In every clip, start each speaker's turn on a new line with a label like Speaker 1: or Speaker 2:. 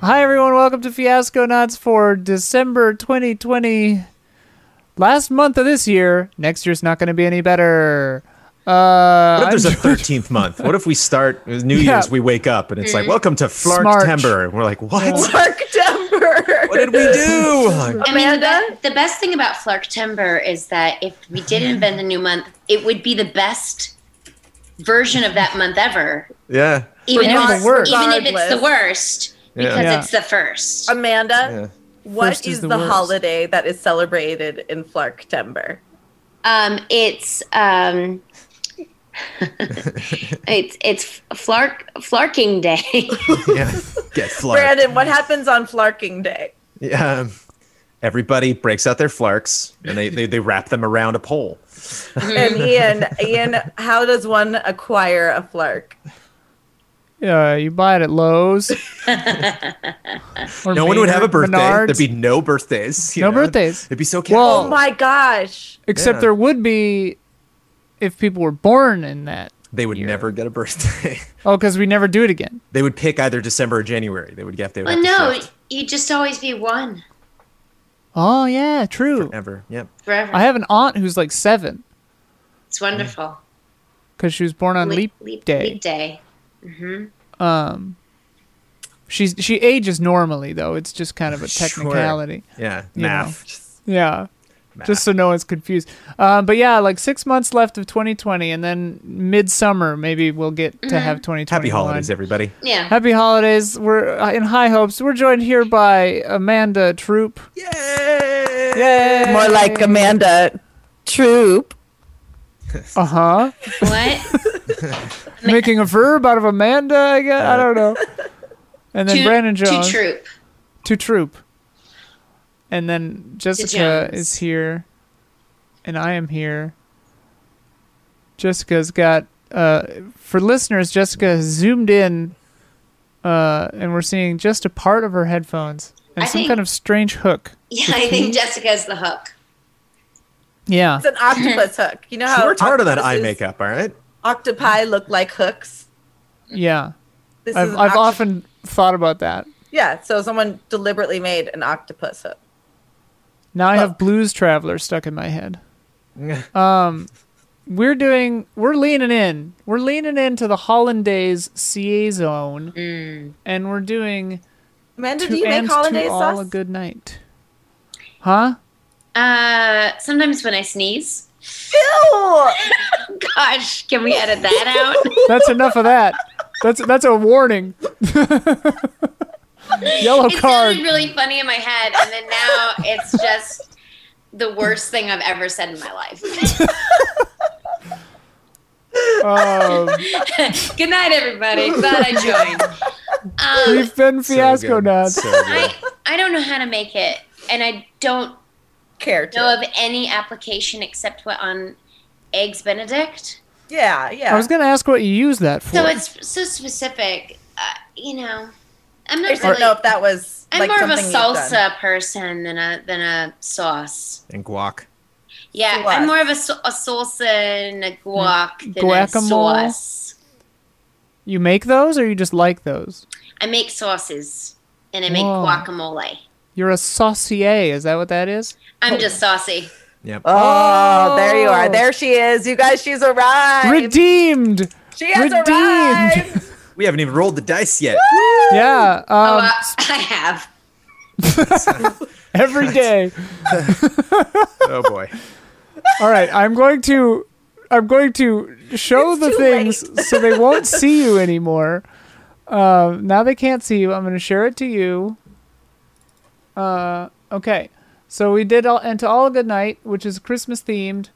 Speaker 1: Hi, everyone. Welcome to Fiasco Nuts for December 2020. Last month of this year. Next year's not going to be any better. Uh,
Speaker 2: What if
Speaker 1: I'm
Speaker 2: there's a
Speaker 1: Jo-
Speaker 2: 13th month? What if we start uh, New
Speaker 1: Yeah.
Speaker 2: Year's, we wake up and it's like, welcome to
Speaker 1: Smarch.
Speaker 2: Flarktember. And we're like, what?
Speaker 3: Mark Denver.
Speaker 2: What did we do? Like,
Speaker 4: I mean, the,
Speaker 3: Amanda?
Speaker 4: be- the best thing about Flarktember is that if we did invent a new month, it would be the best version of that month ever.
Speaker 2: yeah.
Speaker 4: Even, if,
Speaker 1: not
Speaker 4: it's,
Speaker 1: the worst.
Speaker 4: even if it's the
Speaker 3: Regardless.
Speaker 4: worst, because
Speaker 2: Yeah.
Speaker 1: Yeah.
Speaker 4: it's the first.
Speaker 1: Um,
Speaker 2: yeah.
Speaker 3: Amanda, what
Speaker 1: First
Speaker 3: is,
Speaker 1: is the
Speaker 3: the,
Speaker 1: worst.
Speaker 3: holiday that is celebrated in Flarktember?
Speaker 4: Um, it's um, it's it's Flark Flarking Day.
Speaker 2: Yeah. Get Flark.
Speaker 3: Brandon, what happens on Flarking Day?
Speaker 2: Yeah. Everybody breaks out their flarks and they, they, they wrap them around a pole.
Speaker 3: And Ian, Ian, how does one acquire a Flark?
Speaker 1: Yeah, uh, you buy it at Lowe's. Or
Speaker 2: No one would have a
Speaker 1: Maynard-
Speaker 2: birthday.
Speaker 1: Menards.
Speaker 2: There'd be no birthdays. you
Speaker 1: No birthdays.
Speaker 2: It'd be so chaotic.
Speaker 1: Well-
Speaker 3: Oh my gosh.
Speaker 1: Except
Speaker 2: Yeah.
Speaker 1: there would be if people were born in that.
Speaker 2: they would never get a birthday.
Speaker 1: Oh, because we never do it again.
Speaker 2: they would pick either December or January. They would get. They would
Speaker 4: well,
Speaker 2: have to
Speaker 4: no,
Speaker 2: shift
Speaker 4: you just always be one
Speaker 1: Oh, yeah, true.
Speaker 2: forever. Yep.
Speaker 4: forever.
Speaker 1: I have an aunt who's like seven
Speaker 4: it's wonderful.
Speaker 1: because she was born on leap, day.
Speaker 4: Leap day.
Speaker 1: Um, she's she ages normally though. It's just kind of a
Speaker 2: Sure.
Speaker 1: technicality.
Speaker 2: Yeah.
Speaker 1: You know.
Speaker 2: Math.
Speaker 1: Yeah.
Speaker 2: Math.
Speaker 1: Just so no one's confused. Um, but yeah, like six months left of 2020, and then midsummer maybe we'll get to have 2021.
Speaker 2: Happy holidays, everybody.
Speaker 4: Yeah.
Speaker 1: Happy holidays. We're uh, in high hopes. We're joined here by Amanda Troop.
Speaker 2: Yay!
Speaker 1: Yay!
Speaker 3: More like Amanda Troop.
Speaker 1: Uh huh.
Speaker 4: what?
Speaker 1: Making a verb out of Amanda, I guess. I don't know. And then
Speaker 4: to,
Speaker 1: Brandon Jones.
Speaker 4: To troop.
Speaker 1: to troop. And then Jessica
Speaker 4: Jones.
Speaker 1: is here, and I am here. Jessica's got uh, for listeners. Jessica has zoomed in, uh, and we're seeing just a part of her headphones and
Speaker 4: I
Speaker 1: some
Speaker 4: think-
Speaker 1: kind of strange hook.
Speaker 4: Yeah, I think Jessica's the hook.
Speaker 1: Yeah,
Speaker 3: It's an octopus hook. You know
Speaker 2: She
Speaker 3: how
Speaker 2: worked hard on that eye
Speaker 3: octopuses-
Speaker 2: makeup, all right?
Speaker 3: Octopi look like hooks.
Speaker 1: yeah.
Speaker 3: This
Speaker 1: I've
Speaker 3: an
Speaker 1: I've
Speaker 3: octop-
Speaker 1: often thought about that.
Speaker 3: yeah. So someone deliberately made an octopus hook.
Speaker 1: Now I have
Speaker 3: Hook.
Speaker 1: Blues Traveler stuck in my head. Um, We're doing. We're leaning in. We're leaning into the Hollandaise saison, and we're doing
Speaker 3: Amanda,
Speaker 1: To
Speaker 3: do you
Speaker 1: and
Speaker 3: make holiday
Speaker 1: to
Speaker 3: sauce?
Speaker 1: all a good night. Huh?
Speaker 4: Uh, sometimes when I sneeze. oh
Speaker 3: Ew!
Speaker 4: Gosh, can we edit that out?
Speaker 1: That's enough of that. That's that's a warning. Yellow
Speaker 4: it
Speaker 1: card.
Speaker 4: sounded really funny in my head, and then now it's just the worst thing I've ever said in my life.
Speaker 1: Um,
Speaker 4: Good night, everybody. Glad I joined. Um,
Speaker 1: we've been
Speaker 2: So
Speaker 1: fiasco
Speaker 2: good.
Speaker 1: nuts.
Speaker 2: So good.
Speaker 4: I I don't know how to make it, and I don't
Speaker 3: Care to.
Speaker 4: know of any application except what on eggs Benedict.
Speaker 3: yeah, yeah.
Speaker 1: I was gonna ask what you use that for.
Speaker 4: So it's so specific. Uh, you know, I'm
Speaker 3: I
Speaker 4: not
Speaker 3: just didn't
Speaker 4: really.
Speaker 3: know if that was.
Speaker 4: I'm
Speaker 3: like,
Speaker 4: more of a
Speaker 3: something you've done.
Speaker 4: salsa person than a than a sauce.
Speaker 2: and guac.
Speaker 4: Yeah,
Speaker 3: Guac.
Speaker 4: I'm more of a, sa- a salsa and
Speaker 3: Mm.
Speaker 4: a guac than a
Speaker 1: Guacamole?
Speaker 4: sauce.
Speaker 1: you make those, or you just like those?
Speaker 4: I make sauces and I make
Speaker 1: Whoa.
Speaker 4: guacamole.
Speaker 1: You're a saucier. Is that what that is?
Speaker 4: I'm just saucy.
Speaker 2: Yep.
Speaker 1: Uh,
Speaker 3: Oh, there you
Speaker 1: Oh.
Speaker 3: are. There she is. You guys, she's arrived.
Speaker 1: Redeemed.
Speaker 3: she has
Speaker 1: redeemed.
Speaker 3: arrived.
Speaker 2: We haven't even rolled the dice yet.
Speaker 1: Yeah. Um,
Speaker 4: oh, uh, I have.
Speaker 1: every day.
Speaker 2: oh boy.
Speaker 1: All right. I'm going to. I'm going to show the
Speaker 3: too
Speaker 1: things so they won't see you anymore. Um, now they can't see you. I'm going to share it to you. Uh, okay. So we did all, and to all a good night, which is Christmas themed.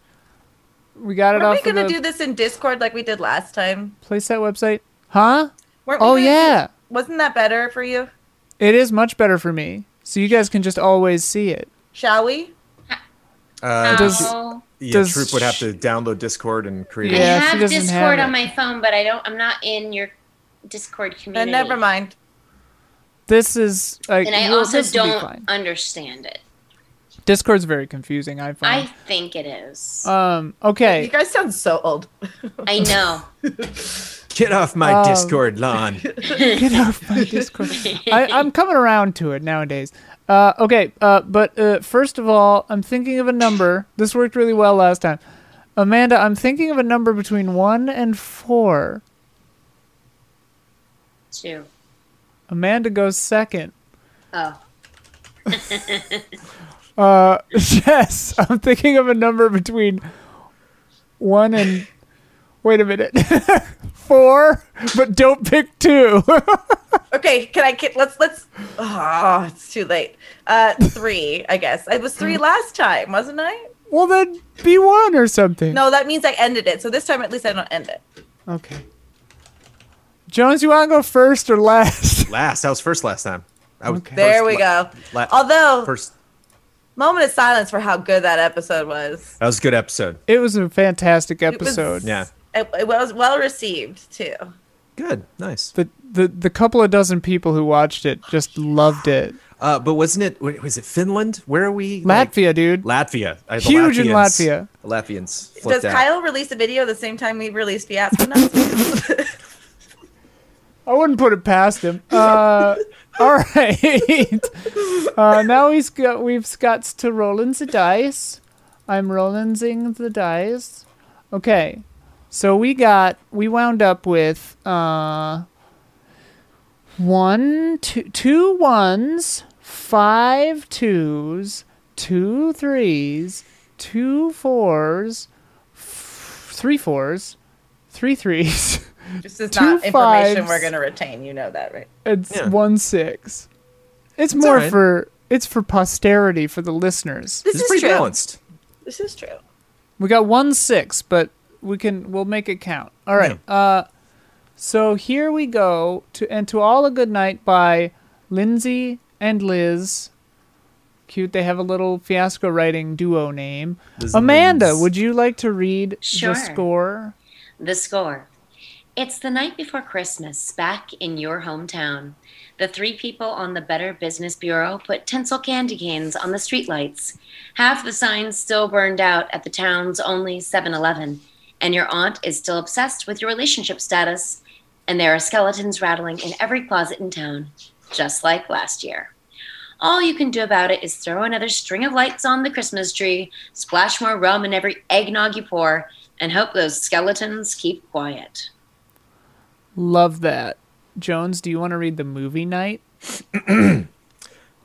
Speaker 1: We got it
Speaker 3: Were we
Speaker 1: off of
Speaker 3: gonna
Speaker 1: the
Speaker 3: do this in Discord like we did last time?
Speaker 1: place that website, huh?
Speaker 3: Weren't we
Speaker 1: Oh
Speaker 3: gonna-
Speaker 1: yeah,
Speaker 3: Wasn't that better for you?
Speaker 1: it is much better for me. So you guys can just always see it.
Speaker 3: Shall we?
Speaker 4: Um,
Speaker 2: Uh,
Speaker 1: Does-
Speaker 4: Ow.
Speaker 2: yeah,
Speaker 1: does
Speaker 2: Troop would have
Speaker 1: sh-
Speaker 2: to download Discord and create.
Speaker 4: I
Speaker 2: a-
Speaker 1: Yeah, she
Speaker 4: have
Speaker 1: doesn't
Speaker 4: Discord
Speaker 1: have it.
Speaker 4: on my phone, but I don't. I'm not in your Discord
Speaker 3: Then
Speaker 4: community.
Speaker 3: Uh, never mind.
Speaker 1: This is like,
Speaker 4: And I
Speaker 1: well,
Speaker 4: also
Speaker 1: this will be
Speaker 4: don't
Speaker 1: fine.
Speaker 4: understand it.
Speaker 1: Discord's very confusing. I
Speaker 4: I
Speaker 1: find. Uh,
Speaker 4: think it is.
Speaker 1: um. Okay.
Speaker 3: You guys sound so old.
Speaker 4: I know.
Speaker 2: Get off my
Speaker 1: Um,
Speaker 2: Discord lawn.
Speaker 1: Get off my Discord. I, I'm coming around to it nowadays. Uh, okay, uh, but uh, first of all, I'm thinking of a number. This worked really well last time. Amanda, I'm thinking of a number between 1 and 4.
Speaker 4: Two.
Speaker 1: Amanda goes second.
Speaker 4: Oh.
Speaker 1: Uh, yes, I'm thinking of a number between 1 and. Wait a minute. 4? But don't pick 2.
Speaker 3: Okay, can I get let's let's oh it's too late. Uh three, I guess. I was three last time, wasn't I?
Speaker 1: well, then be 1 or something.
Speaker 3: No, that means I ended it. So this time at least I don't end it.
Speaker 1: Okay. Jones, you want to go first or last?
Speaker 2: Last. I was first last time. I was
Speaker 1: Okay.
Speaker 3: There
Speaker 2: first
Speaker 3: we
Speaker 2: la-
Speaker 3: go.
Speaker 2: la-
Speaker 3: Although
Speaker 2: First.
Speaker 3: moment of silence for how good that episode was.
Speaker 2: That was a good episode.
Speaker 1: It was a fantastic
Speaker 3: It was-
Speaker 1: episode.
Speaker 2: Yeah.
Speaker 3: It, it was well received too.
Speaker 2: Good. Nice.
Speaker 1: The, the the couple of dozen people who watched it just loved it.
Speaker 2: Uh, but wasn't it? wa- Was it Finland? Where are we? Like,
Speaker 1: Latvia, dude.
Speaker 2: Latvia. I, the
Speaker 1: Huge in
Speaker 2: Latvians- The Latvians. flipped
Speaker 3: Does
Speaker 2: out.
Speaker 3: Kyle release a video the same time we released Fiasco Nuts?
Speaker 1: I wouldn't put it past him. Uh, all right. Uh, now he's got we've got to rolling the dice. I'm rolling the dice. Okay. So we got we wound up with uh one two two ones, five twos, two threes, two fours, f- three fours, three threes.
Speaker 3: this is
Speaker 1: Two
Speaker 3: not information
Speaker 1: fives.
Speaker 3: we're gonna retain. You know that, right?
Speaker 1: It's
Speaker 2: Yeah.
Speaker 1: one six. It's more
Speaker 2: alright.
Speaker 1: for it's for posterity for the listeners.
Speaker 3: This
Speaker 2: It's
Speaker 3: is
Speaker 2: pretty
Speaker 3: true.
Speaker 2: balanced.
Speaker 3: This is true.
Speaker 1: We got one six, but we can we'll make it count. All right. Uh, so here we go to and to all a good night by Lindsay and Liz. Cute. They have a little fiasco writing duo name.
Speaker 2: Liz and
Speaker 1: Amanda,
Speaker 2: Liz.
Speaker 1: would you like to read
Speaker 4: Sure.
Speaker 1: the score?
Speaker 4: The score. It's the night before Christmas, back in your hometown. The three people on the Better Business Bureau put tinsel candy canes on the streetlights. Half the signs still burned out at the town's only 7 Eleven, and your aunt is still obsessed with your relationship status, and there are skeletons rattling in every closet in town, just like last year. All you can do about it is throw another string of lights on the Christmas tree, splash more rum in every eggnog you pour, and hope those skeletons keep quiet.
Speaker 1: Love that. Jones, do you want to read the movie night?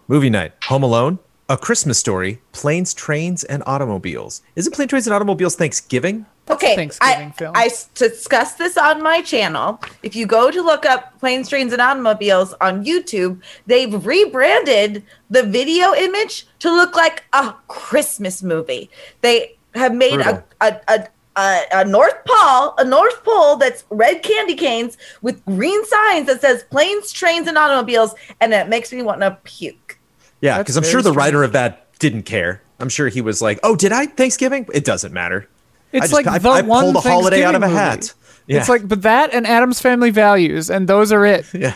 Speaker 2: Movie night. Home Alone. A Christmas Story. Planes, Trains, and Automobiles. Is it Plane, Trains, and Automobiles Thanksgiving?
Speaker 3: Okay,
Speaker 1: Thanksgiving
Speaker 3: I,
Speaker 1: film.
Speaker 3: I s- discussed this on my channel. If you go to look up planes, trains, and automobiles on YouTube, they've rebranded the video image to look like a Christmas movie. They have made a, a, a a, a North Pole, a North Pole that's red candy canes with green signs that says planes, trains, and automobiles, and it makes me want to puke.
Speaker 2: Yeah,
Speaker 1: That's
Speaker 2: because I'm
Speaker 1: very
Speaker 2: sure the
Speaker 1: strange.
Speaker 2: writer of that didn't care. I'm sure he was like, "Oh, did I Thanksgiving? It doesn't matter."
Speaker 1: It's
Speaker 2: I just-
Speaker 1: like
Speaker 2: I,
Speaker 1: the
Speaker 2: I
Speaker 1: one
Speaker 2: pulled a holiday out of a
Speaker 1: Thanksgiving
Speaker 2: hat. Yeah.
Speaker 1: It's like, but that and Adam's Family Values, and those are it.
Speaker 2: yeah,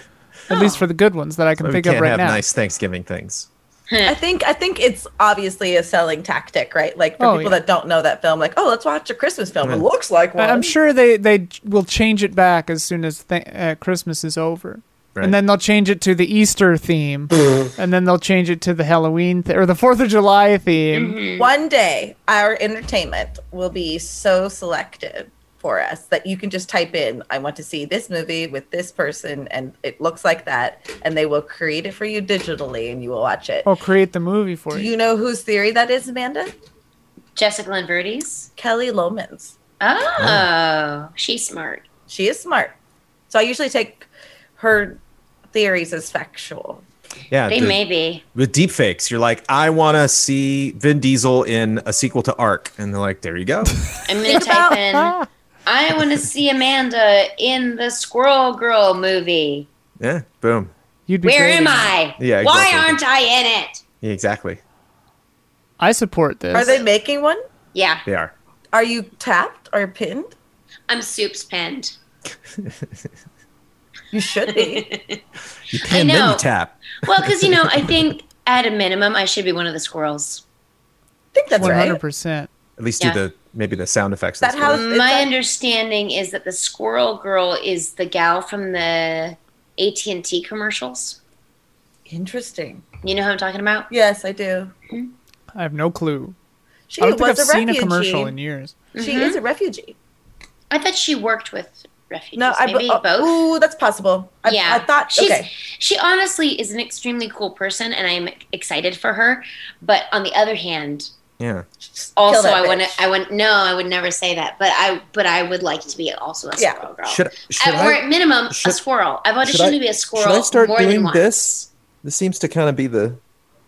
Speaker 1: At least for the good ones that I can
Speaker 2: we
Speaker 1: think
Speaker 2: can't
Speaker 1: of right
Speaker 2: have
Speaker 1: now.
Speaker 2: nice Thanksgiving things.
Speaker 3: I think I think it's obviously a selling tactic, right? Like for
Speaker 1: Oh,
Speaker 3: people
Speaker 1: yeah.
Speaker 3: that don't know that film, like, oh, let's watch a Christmas film. It looks like one.
Speaker 1: I- I'm sure they they j- will change it back as soon as th- uh, Christmas is over,
Speaker 2: Right.
Speaker 1: and then they'll change it to the Easter theme, and then they'll change it to the Halloween th- or the Fourth of July theme.
Speaker 3: One day, our entertainment will be so selected for us that you can just type in, I want to see this movie with this person, and it looks like that. And they will create it for you digitally and you will watch it.
Speaker 1: I'll Oh, create the movie for
Speaker 3: Do
Speaker 1: you.
Speaker 3: you know whose theory that is, Amanda?
Speaker 4: Jessica Lanverdi's.
Speaker 3: Kelly Lomans.
Speaker 4: Oh, she's smart.
Speaker 3: She is smart. So I usually take her theories as factual.
Speaker 2: Yeah,
Speaker 4: They
Speaker 2: the-
Speaker 4: may be.
Speaker 2: with deep fakes, you're like, "I want to see Vin Diesel in a sequel to Arc," and they're like, "There you go."
Speaker 4: I'm going to type in, I want to see Amanda in the Squirrel Girl movie.
Speaker 2: yeah, boom.
Speaker 1: You'd be
Speaker 4: Where
Speaker 1: great
Speaker 4: am
Speaker 1: in it.
Speaker 4: I?
Speaker 2: Yeah,
Speaker 4: Why
Speaker 2: exactly.
Speaker 4: aren't I in it?
Speaker 2: Yeah, exactly.
Speaker 1: I support this.
Speaker 3: Are they making one?
Speaker 4: Yeah,
Speaker 2: They are.
Speaker 3: Are you tapped or pinned?
Speaker 4: I'm soups penned.
Speaker 3: You should be.
Speaker 2: You pin, then
Speaker 4: know.
Speaker 2: you tap.
Speaker 4: Well, because, you know, I think at a minimum, I should be one of the squirrels.
Speaker 3: I think that's
Speaker 1: One hundred
Speaker 3: right.
Speaker 1: percent.
Speaker 2: At least
Speaker 4: Yeah.
Speaker 2: do the maybe the sound effects.
Speaker 3: That
Speaker 2: and stuff.
Speaker 3: house- it's
Speaker 4: My
Speaker 3: like-
Speaker 4: understanding is that the squirrel girl is the gal from the AT&T commercials.
Speaker 3: Interesting.
Speaker 4: You know who I'm talking about?
Speaker 3: Yes, I do.
Speaker 1: I have no clue.
Speaker 3: She
Speaker 1: I don't think I've
Speaker 3: was a
Speaker 1: seen
Speaker 3: refugee.
Speaker 1: a commercial in years.
Speaker 3: She
Speaker 4: Mhm.
Speaker 3: is a refugee.
Speaker 4: I thought she worked with refugees.
Speaker 3: No, I
Speaker 4: Maybe
Speaker 3: oh,
Speaker 4: both.
Speaker 3: Ooh, that's possible. I,
Speaker 4: yeah,
Speaker 3: I thought
Speaker 4: she's
Speaker 3: okay.
Speaker 4: she honestly is an extremely cool person, and I'm excited for her. But on the other hand,
Speaker 2: Yeah.
Speaker 3: Just kill
Speaker 4: also
Speaker 3: that
Speaker 4: I want to
Speaker 3: bitch.
Speaker 4: I want no, I would never say that. But I but I would like to be also a
Speaker 3: Yeah.
Speaker 4: squirrel girl.
Speaker 2: Should should
Speaker 4: At- or
Speaker 2: I,
Speaker 4: at minimum, a
Speaker 2: should-
Speaker 4: squirrel. I've
Speaker 2: should
Speaker 4: auditioned
Speaker 2: I-
Speaker 4: to be a squirrel.
Speaker 2: should I start
Speaker 4: more
Speaker 2: doing
Speaker 4: than once.
Speaker 2: this? This seems to kind of be the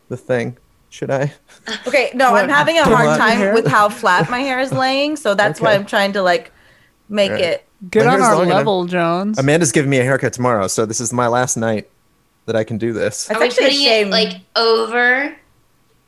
Speaker 2: the thing. Should I?
Speaker 3: Okay, no,
Speaker 1: What?
Speaker 3: I'm having a
Speaker 2: Do you
Speaker 3: hard
Speaker 2: want your
Speaker 3: time
Speaker 2: hair?
Speaker 3: with how flat my hair is laying, so that's why
Speaker 2: Okay.
Speaker 3: I'm trying to like make
Speaker 2: Alright.
Speaker 3: it.
Speaker 1: Get
Speaker 2: My
Speaker 1: on
Speaker 2: hair's
Speaker 1: our
Speaker 2: long enough.
Speaker 1: level, Jones.
Speaker 2: Amanda's giving me a haircut tomorrow, so this is my last night that I can do this.
Speaker 3: That's
Speaker 4: Are we
Speaker 3: actually a
Speaker 4: putting
Speaker 3: shame.
Speaker 4: it like over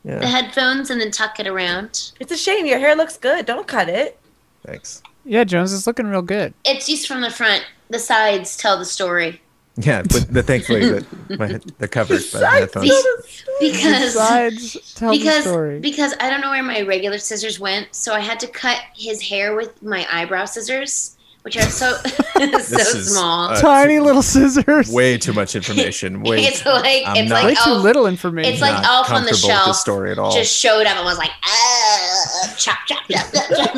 Speaker 4: the
Speaker 2: Yeah.
Speaker 4: headphones and then tuck it around?
Speaker 3: It's a shame. Your hair looks good. Don't cut it.
Speaker 2: Thanks.
Speaker 1: yeah, Jones is looking real good.
Speaker 4: It's just from the front. The sides tell the story
Speaker 2: Yeah, but the, thankfully that my, they're covered by the
Speaker 3: Besides,
Speaker 2: headphones.
Speaker 4: because
Speaker 1: Besides, tell
Speaker 4: because
Speaker 1: the story.
Speaker 4: because I don't know where my regular scissors went, so I had to cut his hair with my eyebrow scissors, which are so so
Speaker 2: This is,
Speaker 4: small.
Speaker 2: uh,
Speaker 1: Tiny little scissors.
Speaker 2: Way too much information. Way
Speaker 4: it's like
Speaker 2: I'm
Speaker 4: it's
Speaker 2: not-
Speaker 1: Way
Speaker 4: like
Speaker 1: too
Speaker 4: elf,
Speaker 1: little information.
Speaker 4: it's like
Speaker 2: not
Speaker 4: Elf on the
Speaker 2: comfortable with
Speaker 4: Shelf,
Speaker 2: This story at all.
Speaker 4: just showed up and was like, ah, chop, chop, chop, chop, chop.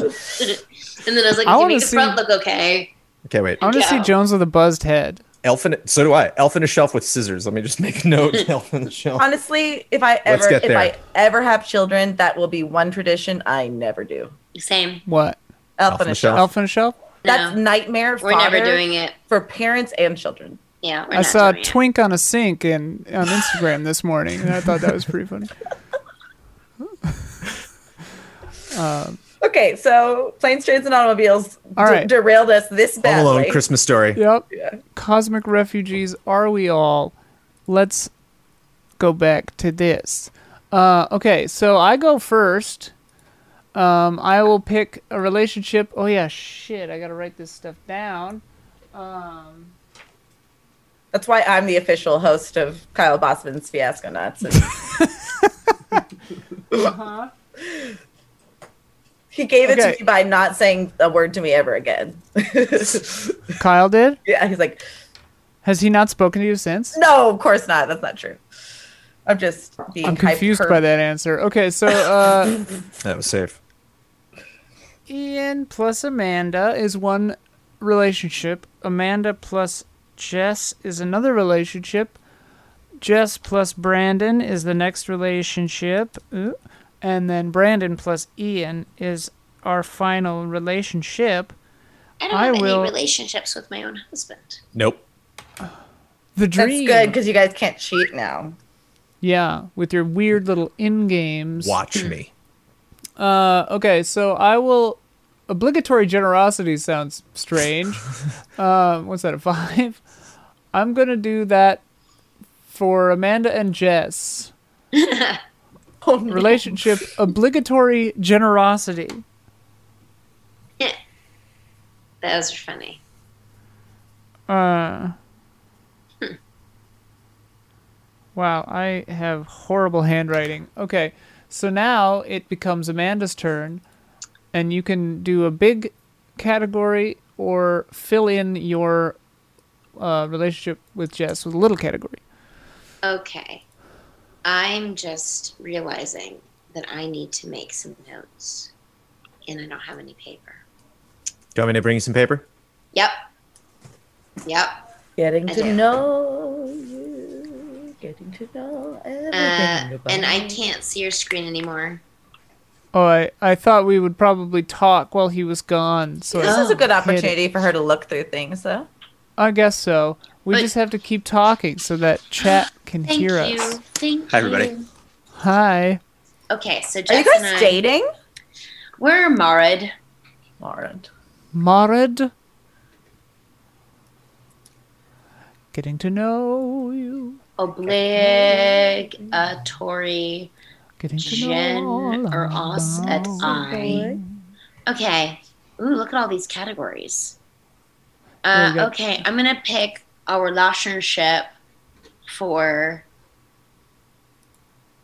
Speaker 4: and then I was like,
Speaker 1: I
Speaker 4: you
Speaker 1: wanna
Speaker 4: make the
Speaker 1: see-
Speaker 4: front look okay.
Speaker 2: okay, wait.
Speaker 1: I want to see
Speaker 4: Yeah.
Speaker 1: Jones with a buzzed head.
Speaker 2: Elf in so do I. Elf in a shelf with scissors. Let me just make a note. Elf in the
Speaker 1: Oh.
Speaker 2: shelf.
Speaker 3: Honestly, if I ever
Speaker 2: get
Speaker 3: if
Speaker 2: there.
Speaker 3: I ever have children, that will be one tradition I never do.
Speaker 4: Same.
Speaker 1: What?
Speaker 3: Elf,
Speaker 2: Elf
Speaker 3: on a shelf.
Speaker 1: Elf on a shelf?
Speaker 3: That's
Speaker 4: No.
Speaker 3: nightmare.
Speaker 4: We're never
Speaker 3: fodder
Speaker 4: doing it.
Speaker 3: for parents and children.
Speaker 4: Yeah, we're
Speaker 1: I
Speaker 4: not
Speaker 1: saw a
Speaker 4: doing it.
Speaker 1: twink on a sink in on Instagram this morning, and I thought that was pretty funny. Um,
Speaker 3: Okay, so planes, trains, and automobiles
Speaker 1: All
Speaker 3: d-
Speaker 1: right.
Speaker 3: derailed us this
Speaker 2: All
Speaker 3: badly.
Speaker 2: alone Christmas story.
Speaker 1: yep.
Speaker 3: Yeah.
Speaker 1: Cosmic refugees are we all? Let's go back to this. Uh, okay, so I go first. Um, I will pick a relationship. Oh yeah, shit! I gotta write this stuff down. Um,
Speaker 3: That's why I'm the official host of Kyle Bossman's Fiasco Nuts. And
Speaker 1: uh-huh.
Speaker 3: he gave it
Speaker 1: Okay.
Speaker 3: to me by not saying a word to me ever again.
Speaker 1: Kyle did.
Speaker 3: yeah, he's like,
Speaker 1: Has he not spoken to you since?
Speaker 3: no, of course not. That's not true. I'm just being
Speaker 1: I'm confused
Speaker 3: hyper-
Speaker 1: by that answer. Okay, so uh,
Speaker 2: That was safe.
Speaker 1: Ian plus Amanda is one relationship. Amanda plus Jess is another relationship. Jess plus Brandon is the next relationship. Ooh. And then Brandon plus Ian is our final relationship.
Speaker 4: I don't
Speaker 1: I
Speaker 4: have
Speaker 1: will-
Speaker 4: any relationships with my own husband.
Speaker 2: Nope.
Speaker 1: The
Speaker 3: That's
Speaker 1: dream.
Speaker 3: good because you guys can't cheat now.
Speaker 1: Yeah, with your weird little in games.
Speaker 2: Watch me.
Speaker 1: Uh, okay, so I will. Obligatory generosity sounds strange. um, what's that, a five? I'm going to do that for Amanda and Jess.
Speaker 3: Oh, no.
Speaker 1: Relationship obligatory generosity.
Speaker 4: Those are funny.
Speaker 1: Uh, wow, I have horrible handwriting. Okay, so now it becomes Amanda's turn, and you can do a big category or fill in your uh, relationship with Jess with a little category.
Speaker 4: Okay. I'm just realizing that I need to make some notes and I don't have any paper.
Speaker 2: Do you want me to bring you some paper?
Speaker 4: Yep. Yep.
Speaker 3: Getting
Speaker 4: I
Speaker 3: to
Speaker 4: do.
Speaker 3: know you. Getting to know everything.
Speaker 4: Uh,
Speaker 3: about
Speaker 4: and I
Speaker 3: you.
Speaker 4: can't see your screen anymore.
Speaker 1: Oh, I, I thought we would probably talk while he was gone. So
Speaker 3: This
Speaker 1: I,
Speaker 4: Oh,
Speaker 3: is a
Speaker 1: hit
Speaker 3: good
Speaker 1: it.
Speaker 3: opportunity for her to look through things, though.
Speaker 1: I guess so. We
Speaker 4: But-
Speaker 1: just have to keep talking so that chat can
Speaker 4: Thank
Speaker 1: hear
Speaker 4: you.
Speaker 1: us.
Speaker 4: Thank
Speaker 2: Hi, everybody.
Speaker 4: you.
Speaker 1: Hi.
Speaker 4: Okay, so
Speaker 3: Are you
Speaker 4: Jess and
Speaker 3: guys
Speaker 4: I,
Speaker 3: dating?
Speaker 4: we're married.
Speaker 3: Lauren.
Speaker 1: Marred. Getting to know you.
Speaker 4: Obligatory
Speaker 1: Getting to
Speaker 4: gen
Speaker 1: know
Speaker 4: or os et I. Okay. Ooh, look at all these categories.
Speaker 1: There
Speaker 4: Uh,
Speaker 1: you go.
Speaker 4: okay, I'm gonna pick our relationship for.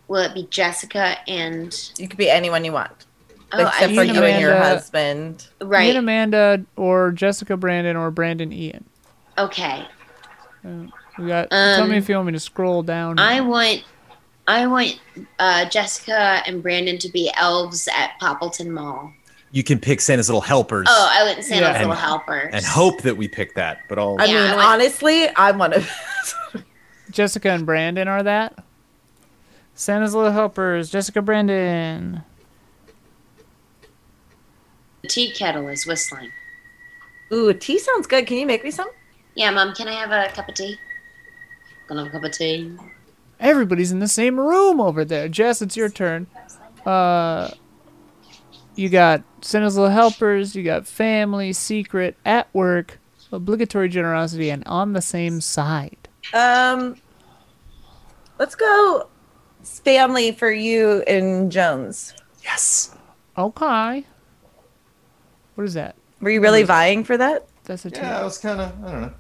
Speaker 4: Will it be Jessica and
Speaker 3: You could be anyone you want.
Speaker 4: Oh,
Speaker 3: except
Speaker 4: I
Speaker 3: for
Speaker 1: mean,
Speaker 3: you and your
Speaker 1: Amanda-
Speaker 3: husband.
Speaker 1: Me and
Speaker 4: right.
Speaker 1: Amanda or Jessica Brandon or Brandon Ian.
Speaker 4: Okay.
Speaker 1: We got. tell me
Speaker 4: Um,
Speaker 1: if you want me to scroll down.
Speaker 4: I want I want uh, Jessica and Brandon to be elves at Poppleton Mall.
Speaker 2: You can pick Santa's little helpers
Speaker 4: Oh, I went Santa's
Speaker 1: Yeah.
Speaker 4: Little
Speaker 2: And-
Speaker 4: Helper.
Speaker 2: and hope that we pick that. But I'll
Speaker 3: I
Speaker 4: Yeah,
Speaker 3: mean,
Speaker 4: I would-
Speaker 3: honestly, I want to.
Speaker 1: Jessica and Brandon are that. Santa's Little Helpers. Jessica Brandon.
Speaker 4: The tea kettle is whistling.
Speaker 3: Ooh, tea sounds good. Can you make me some?
Speaker 4: Yeah, Mom, can I have a cup of tea? Gonna have a cup of tea.
Speaker 1: Everybody's in the same room over there. Jess, it's your turn. Uh, you got Santa's Little Helpers. You got family, secret, at work, obligatory generosity, and on the same side.
Speaker 3: Um, let's go, family for you and Jones.
Speaker 2: yes.
Speaker 1: Okay. What is that?
Speaker 3: Were you really vying for that?
Speaker 1: That's a two.
Speaker 2: Yeah, I was kind of I don't know.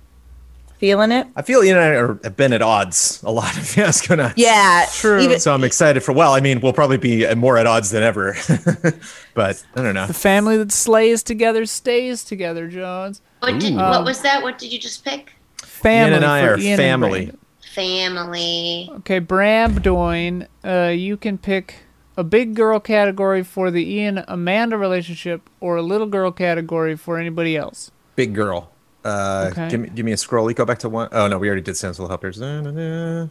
Speaker 3: Feeling it?
Speaker 2: I feel you and I are, have been at odds a lot of Yaskona.
Speaker 3: Yeah.
Speaker 1: True.
Speaker 3: Even,
Speaker 2: So I'm excited for. Well, I mean, we'll probably be more at odds than ever. but I don't know.
Speaker 1: The family that slays together stays together, Jones.
Speaker 4: What did
Speaker 2: Ooh.
Speaker 4: what
Speaker 1: Um,
Speaker 4: was that? What did you just pick?
Speaker 1: Family.
Speaker 2: Ian and I
Speaker 1: for
Speaker 2: are
Speaker 1: Ian and
Speaker 2: family.
Speaker 1: Brandon.
Speaker 4: Family.
Speaker 1: okay, Brambdoin, uh, you can pick a big girl category for the Ian Amanda relationship or a little girl category for anybody else.
Speaker 2: Big girl. Uh,
Speaker 1: Okay.
Speaker 2: give me give me a scroll. You go back to one oh no, we already did Santa's little helpers. Na, na, na.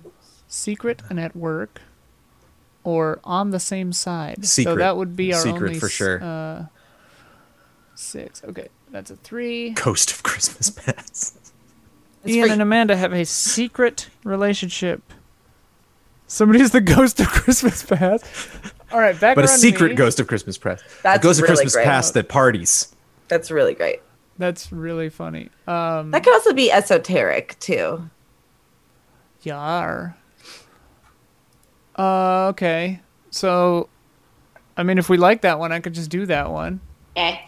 Speaker 1: Secret and at work or on the same side. So
Speaker 2: Secret.
Speaker 1: that would be our
Speaker 2: Secret
Speaker 1: only
Speaker 2: for
Speaker 1: s-
Speaker 2: sure.
Speaker 1: Uh, six. Okay, that's a three.
Speaker 2: Coast of Christmas Past.
Speaker 3: It's
Speaker 1: Ian
Speaker 3: free.
Speaker 1: and Amanda have a secret relationship. Somebody's the ghost of Christmas past. All right, back
Speaker 2: But a
Speaker 1: around to
Speaker 2: secret
Speaker 1: me.
Speaker 2: ghost of Christmas Past.
Speaker 3: That's
Speaker 2: a ghost
Speaker 3: really
Speaker 2: of Christmas
Speaker 3: great.
Speaker 2: Past that parties.
Speaker 3: that's really great.
Speaker 1: That's really funny. Um,
Speaker 3: That could also be esoteric too.
Speaker 1: yar. Uh, okay. So, I mean, if we like that one, I could just do that one.
Speaker 4: Okay.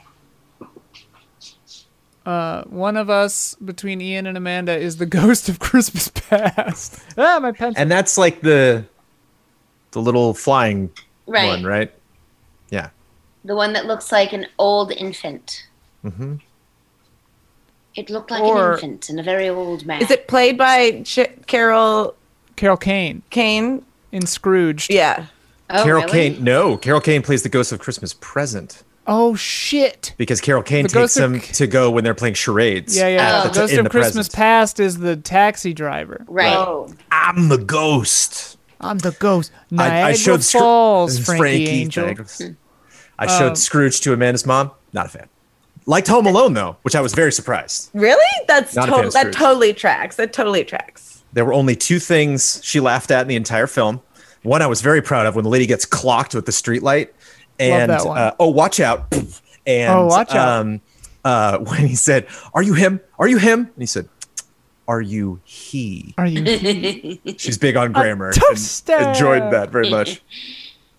Speaker 1: Uh, one of us between Ian and Amanda is the ghost of Christmas past. ah, my pencil.
Speaker 2: And that's like the the little flying
Speaker 4: Right.
Speaker 2: one, right? Yeah.
Speaker 4: The one that looks like an old infant.
Speaker 2: Mm-hmm.
Speaker 4: It looked like
Speaker 1: Or-
Speaker 4: an infant and a very old man.
Speaker 3: Is it played by Ch- Carol
Speaker 1: Carol Kane
Speaker 3: Kane?
Speaker 1: in Scrooge.
Speaker 3: Yeah.
Speaker 4: oh,
Speaker 2: Carol
Speaker 4: really?
Speaker 2: Kane. No, Carol Kane plays the Ghost of Christmas Present
Speaker 1: Oh shit.
Speaker 2: because Carol Kane
Speaker 1: The
Speaker 2: takes
Speaker 1: Ghost of
Speaker 2: them to go when they're playing charades.
Speaker 1: Yeah, yeah.
Speaker 2: at
Speaker 4: Oh.
Speaker 2: the t-
Speaker 1: Ghost
Speaker 2: Ah, in
Speaker 1: of
Speaker 2: the
Speaker 1: Christmas
Speaker 2: present.
Speaker 1: Past is the taxi driver.
Speaker 4: Right.
Speaker 3: Oh.
Speaker 2: I'm the ghost.
Speaker 1: I'm the ghost. Niagara
Speaker 2: I, I showed Scro-
Speaker 1: Falls, Frankie, Angel. Um,
Speaker 2: Thanks. I showed Scrooge to Amanda's mom. Not a fan. Liked Home Alone though, which I was very surprised.
Speaker 3: Really? That's
Speaker 2: Not a fan
Speaker 3: total.
Speaker 2: of
Speaker 3: That
Speaker 2: Scrooge.
Speaker 3: totally tracks. That totally tracks.
Speaker 2: There were only two things she laughed at in the entire film. One I was very proud of when the lady gets clocked with the streetlight, and
Speaker 1: that one.
Speaker 2: uh, oh, watch out! And
Speaker 1: Oh, watch out.
Speaker 2: Um, uh, when he said, "Are you him? Are you him?" and he said, "Are you he?"
Speaker 1: Are you?
Speaker 2: She's big on grammar. and
Speaker 1: touchdown.
Speaker 2: Enjoyed that very much.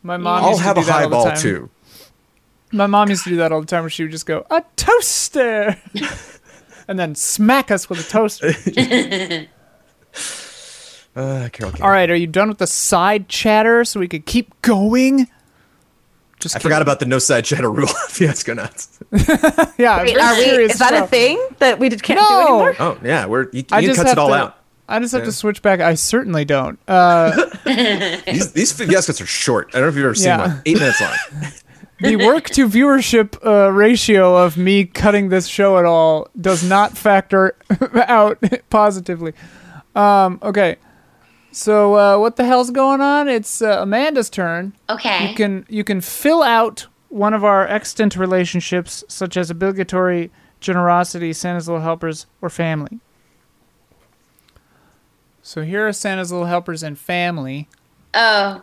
Speaker 1: My mom.
Speaker 2: I'll
Speaker 1: used to
Speaker 2: have
Speaker 1: do
Speaker 2: a
Speaker 1: that all the
Speaker 2: highball
Speaker 1: time.
Speaker 2: too.
Speaker 1: My mom used to do that all the time, where she would just go a toaster, and then smack us with a toaster.
Speaker 2: Uh, Carol Kane.
Speaker 1: all right, are you done with the side chatter so we could keep going? Just
Speaker 2: I forgot about the no side shadow rule. Fiasco nuts.
Speaker 1: kidding. Yeah, I'm
Speaker 3: Wait,
Speaker 1: very
Speaker 3: are we?
Speaker 1: serious
Speaker 3: Is that a
Speaker 1: about-
Speaker 3: thing that we did, can't do
Speaker 1: No.
Speaker 3: anymore?
Speaker 2: Oh yeah, we're you,
Speaker 1: I
Speaker 2: Ian
Speaker 1: just
Speaker 2: cuts
Speaker 1: have
Speaker 2: it all
Speaker 1: to,
Speaker 2: out.
Speaker 1: I just have
Speaker 2: Yeah.
Speaker 1: to switch back. I certainly don't. Uh,
Speaker 2: These these fiascos are short. I don't know if you've ever seen
Speaker 1: Yeah.
Speaker 2: one. Eight minutes long.
Speaker 1: the work to viewership uh, ratio of me cutting this show at all does not factor out positively. Um, okay, so uh, what the hell's going on? It's uh, Amanda's turn.
Speaker 4: okay.
Speaker 1: You can you can fill out one of our extant relationships, such as obligatory generosity, Santa's Little Helpers, or family. So here are Santa's Little Helpers and family.
Speaker 4: oh.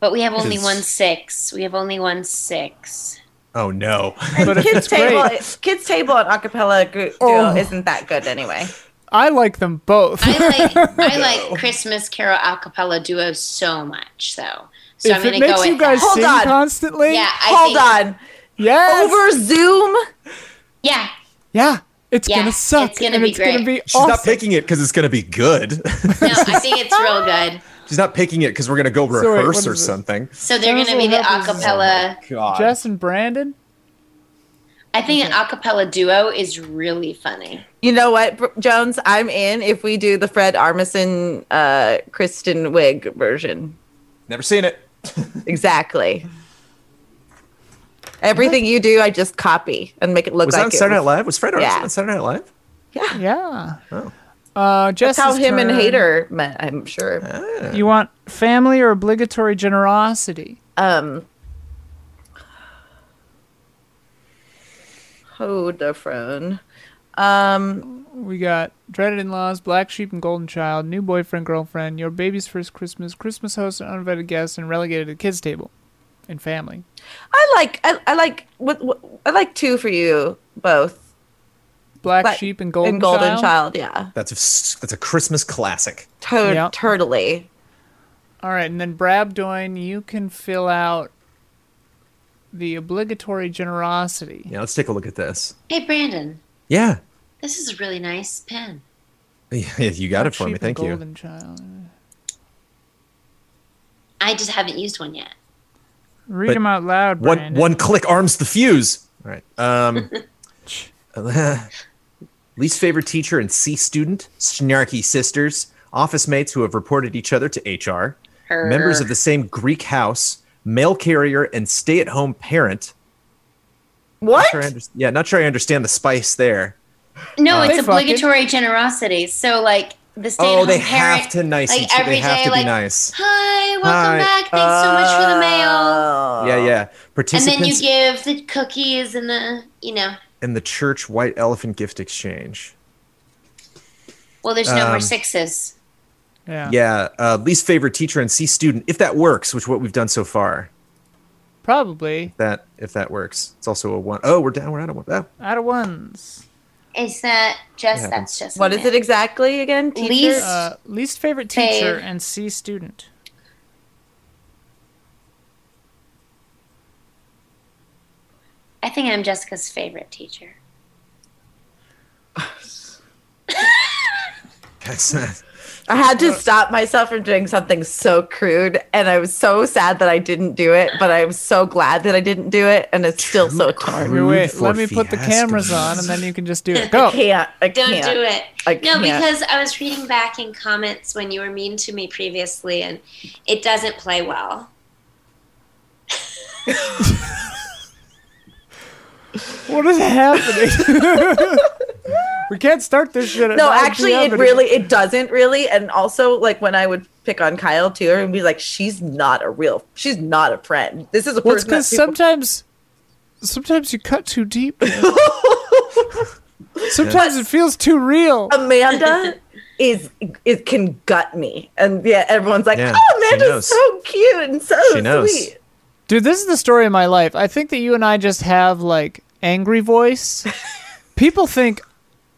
Speaker 4: But we have only
Speaker 2: Is-
Speaker 4: one six. We have only one six.
Speaker 2: Oh no.
Speaker 1: But if
Speaker 3: kids
Speaker 1: it's great,
Speaker 3: table, kids table and acapella group duo
Speaker 1: Oh.
Speaker 3: isn't that good anyway.
Speaker 1: I like them both.
Speaker 4: I like I like Christmas Carol a cappella duo so much though. So I'm
Speaker 1: if
Speaker 4: gonna
Speaker 1: it makes
Speaker 4: go
Speaker 1: you
Speaker 4: with
Speaker 1: guys
Speaker 4: that.
Speaker 3: Hold
Speaker 1: sing
Speaker 3: on.
Speaker 1: constantly,
Speaker 4: Yeah, I
Speaker 3: Hold
Speaker 4: think-
Speaker 3: on.
Speaker 1: yes,
Speaker 3: Over Zoom.
Speaker 4: Yeah.
Speaker 1: yeah, it's
Speaker 4: Yeah,
Speaker 1: gonna suck.
Speaker 4: it's gonna
Speaker 1: and
Speaker 4: be
Speaker 1: it's
Speaker 4: great.
Speaker 1: gonna be
Speaker 2: She's
Speaker 1: awesome.
Speaker 2: not picking it because it's gonna be good.
Speaker 4: No, I think it's real good.
Speaker 2: She's not picking it because we're gonna go
Speaker 1: So wait,
Speaker 2: rehearse
Speaker 1: what
Speaker 2: or
Speaker 1: is this?
Speaker 2: something. Oh
Speaker 4: So
Speaker 1: Tell
Speaker 4: they're going
Speaker 1: us
Speaker 4: to be the
Speaker 1: what
Speaker 4: a
Speaker 1: happens.
Speaker 4: cappella.
Speaker 2: God.
Speaker 1: Jess and Brandon.
Speaker 4: I think an a cappella duo is really funny.
Speaker 3: You know what, Br- Jones? I'm in if we do the Fred Armisen, uh, Kristen Wiig version.
Speaker 2: Never seen it.
Speaker 3: Exactly. Everything you do, I just copy and make it look
Speaker 2: Was
Speaker 3: like
Speaker 2: that on
Speaker 3: it
Speaker 2: Saturday Night
Speaker 3: was-
Speaker 2: Live? Was Fred Armisen
Speaker 3: Yeah.
Speaker 2: on Saturday Night Live?
Speaker 3: Yeah.
Speaker 1: Yeah.
Speaker 2: Oh.
Speaker 1: Uh, Jess.
Speaker 3: That's how him and Hater met, I'm sure.
Speaker 2: Ah.
Speaker 1: You want family or obligatory generosity?
Speaker 3: Um, Hodafrone. Um,
Speaker 1: We got dreaded in-laws, black sheep and golden child, new boyfriend, girlfriend, your baby's first Christmas, Christmas host and uninvited guest, and relegated to the kids' table, and family.
Speaker 3: I like I, I like what, what I like two for you both.
Speaker 1: Black
Speaker 3: Like,
Speaker 1: sheep and golden,
Speaker 3: and golden
Speaker 1: child.
Speaker 3: child. yeah,
Speaker 2: That's a s- that's a Christmas classic.
Speaker 3: Toad
Speaker 1: Yep.
Speaker 3: totally.
Speaker 1: All right, and then Brabdoin, you can fill out the obligatory generosity.
Speaker 2: Yeah, let's take a look at this.
Speaker 4: Hey, Brandon,
Speaker 2: Yeah,
Speaker 4: this is a really nice pen.
Speaker 2: yeah you got
Speaker 1: Black
Speaker 2: it for me.
Speaker 1: sheep and
Speaker 2: Thank you.
Speaker 1: Golden child.
Speaker 4: I just haven't used one yet.
Speaker 1: Read
Speaker 2: But
Speaker 1: them out loud,
Speaker 2: One
Speaker 1: Brandon.
Speaker 2: one click arms the fuse. All right. Um, least favorite teacher and C student, snarky sisters, office mates who have reported each other to HR,
Speaker 4: Her.
Speaker 2: members of the same Greek house, mail carrier, and stay-at-home parent.
Speaker 3: What?
Speaker 2: Not sure I under- yeah, not sure I understand the spice there.
Speaker 4: No,
Speaker 2: Uh,
Speaker 4: it's
Speaker 1: They fucking-
Speaker 4: obligatory generosity. So like the stay
Speaker 2: Oh, they
Speaker 4: parent,
Speaker 2: have to nice
Speaker 4: like,
Speaker 2: each other.
Speaker 4: every
Speaker 2: They have
Speaker 4: day,
Speaker 2: to be
Speaker 4: like,
Speaker 2: nice.
Speaker 4: Hi, welcome
Speaker 2: Hi. Uh,
Speaker 4: back. Thanks so much for the mail.
Speaker 1: Oh.
Speaker 2: Yeah, yeah.
Speaker 4: And
Speaker 2: Participants
Speaker 4: then you give the cookies and the you know.
Speaker 2: in the church white elephant gift exchange.
Speaker 4: Well, there's number
Speaker 2: Um,
Speaker 4: sixes.
Speaker 1: yeah.
Speaker 2: Yeah, uh, least favorite teacher and C student, if that works, which what we've done so far.
Speaker 1: Probably
Speaker 2: That if that works, it's also a one. Oh, we're down. We're out of one. Oh,
Speaker 1: out of ones.
Speaker 4: Is that just
Speaker 2: It
Speaker 4: that's just
Speaker 3: What is it exactly again? Teacher?
Speaker 4: Least-
Speaker 1: Uh, least favorite teacher
Speaker 4: Fave.
Speaker 1: and C student.
Speaker 4: I think I'm Jessica's favorite teacher.
Speaker 2: that's not-
Speaker 3: I had to stop myself from doing something so crude, and I was so sad that I didn't do it, but I'm so glad that I didn't do it, and it's still so torn.
Speaker 1: Wait,
Speaker 2: Rude
Speaker 1: wait,
Speaker 2: for
Speaker 1: let me put the
Speaker 2: fiascos.
Speaker 1: cameras on, and then you can just do it. Go.
Speaker 3: I can't. I
Speaker 4: Oh, Don't
Speaker 3: can't.
Speaker 4: do it.
Speaker 3: I
Speaker 4: No,
Speaker 3: can't.
Speaker 4: because I was reading back in comments when you were mean to me previously, and it doesn't play well.
Speaker 1: What is happening? we can't start this shit. At
Speaker 3: no
Speaker 1: 9
Speaker 3: actually
Speaker 1: PM
Speaker 3: it
Speaker 1: and-
Speaker 3: really it doesn't really and also like when i would pick on kyle too and be like she's not a real she's not a friend this is a
Speaker 1: Well, it's
Speaker 3: person that
Speaker 1: because sometimes, sometimes you cut too deep. sometimes it feels too real.
Speaker 3: people- amanda is is can gut me and yeah everyone's like
Speaker 2: Yeah,
Speaker 3: oh
Speaker 2: she
Speaker 3: amanda's
Speaker 2: knows.
Speaker 3: so cute and so
Speaker 2: She knows.
Speaker 3: sweet
Speaker 1: Dude, this is the story of my life. I think that you and I just have like angry voice. People think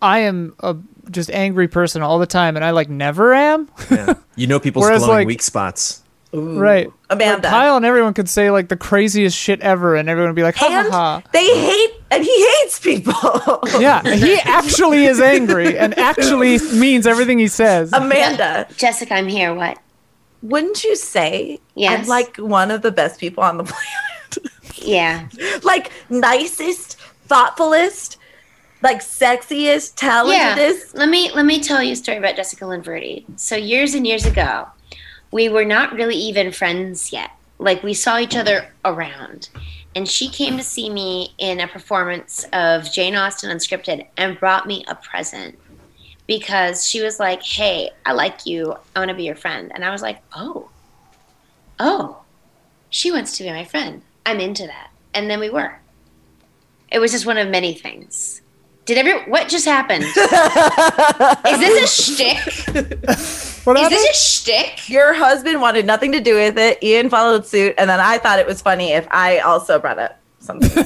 Speaker 1: I am a just angry person all the time, and I like never am.
Speaker 2: yeah. You know people's
Speaker 1: Whereas,
Speaker 2: glowing
Speaker 1: like-
Speaker 2: weak spots.
Speaker 1: right.
Speaker 3: Amanda.
Speaker 1: Like, Kyle and everyone could say like the craziest shit ever, and everyone would be like, ha ha
Speaker 3: and
Speaker 1: ha.
Speaker 3: they hate and he hates people
Speaker 1: Yeah, he actually is angry and actually means everything he says.
Speaker 3: Um, amanda
Speaker 4: Jessica, I'm here. What?
Speaker 3: wouldn't you say i'm
Speaker 4: Yes.
Speaker 3: like one of the best people on the planet
Speaker 4: Yeah.
Speaker 3: like nicest, thoughtfulest, like sexiest, talentedest.
Speaker 4: Let me let me tell you a story about Jessica Linverdi. So years and years ago, we were not really even friends yet. Like we saw each other around. And she came to see me in a performance of Jane Austen Unscripted and brought me a present because she was like, Hey, I like you. I want to be your friend. And I was like, Oh, oh, she wants to be my friend. I'm into that. And then we were. It was just one of many things. Did every what just happened? Is this a shtick?
Speaker 1: What
Speaker 4: Is
Speaker 1: happened?
Speaker 4: this a shtick?
Speaker 3: Your husband wanted nothing to do with it. Ian followed suit, and then I thought it was funny if I also brought up something.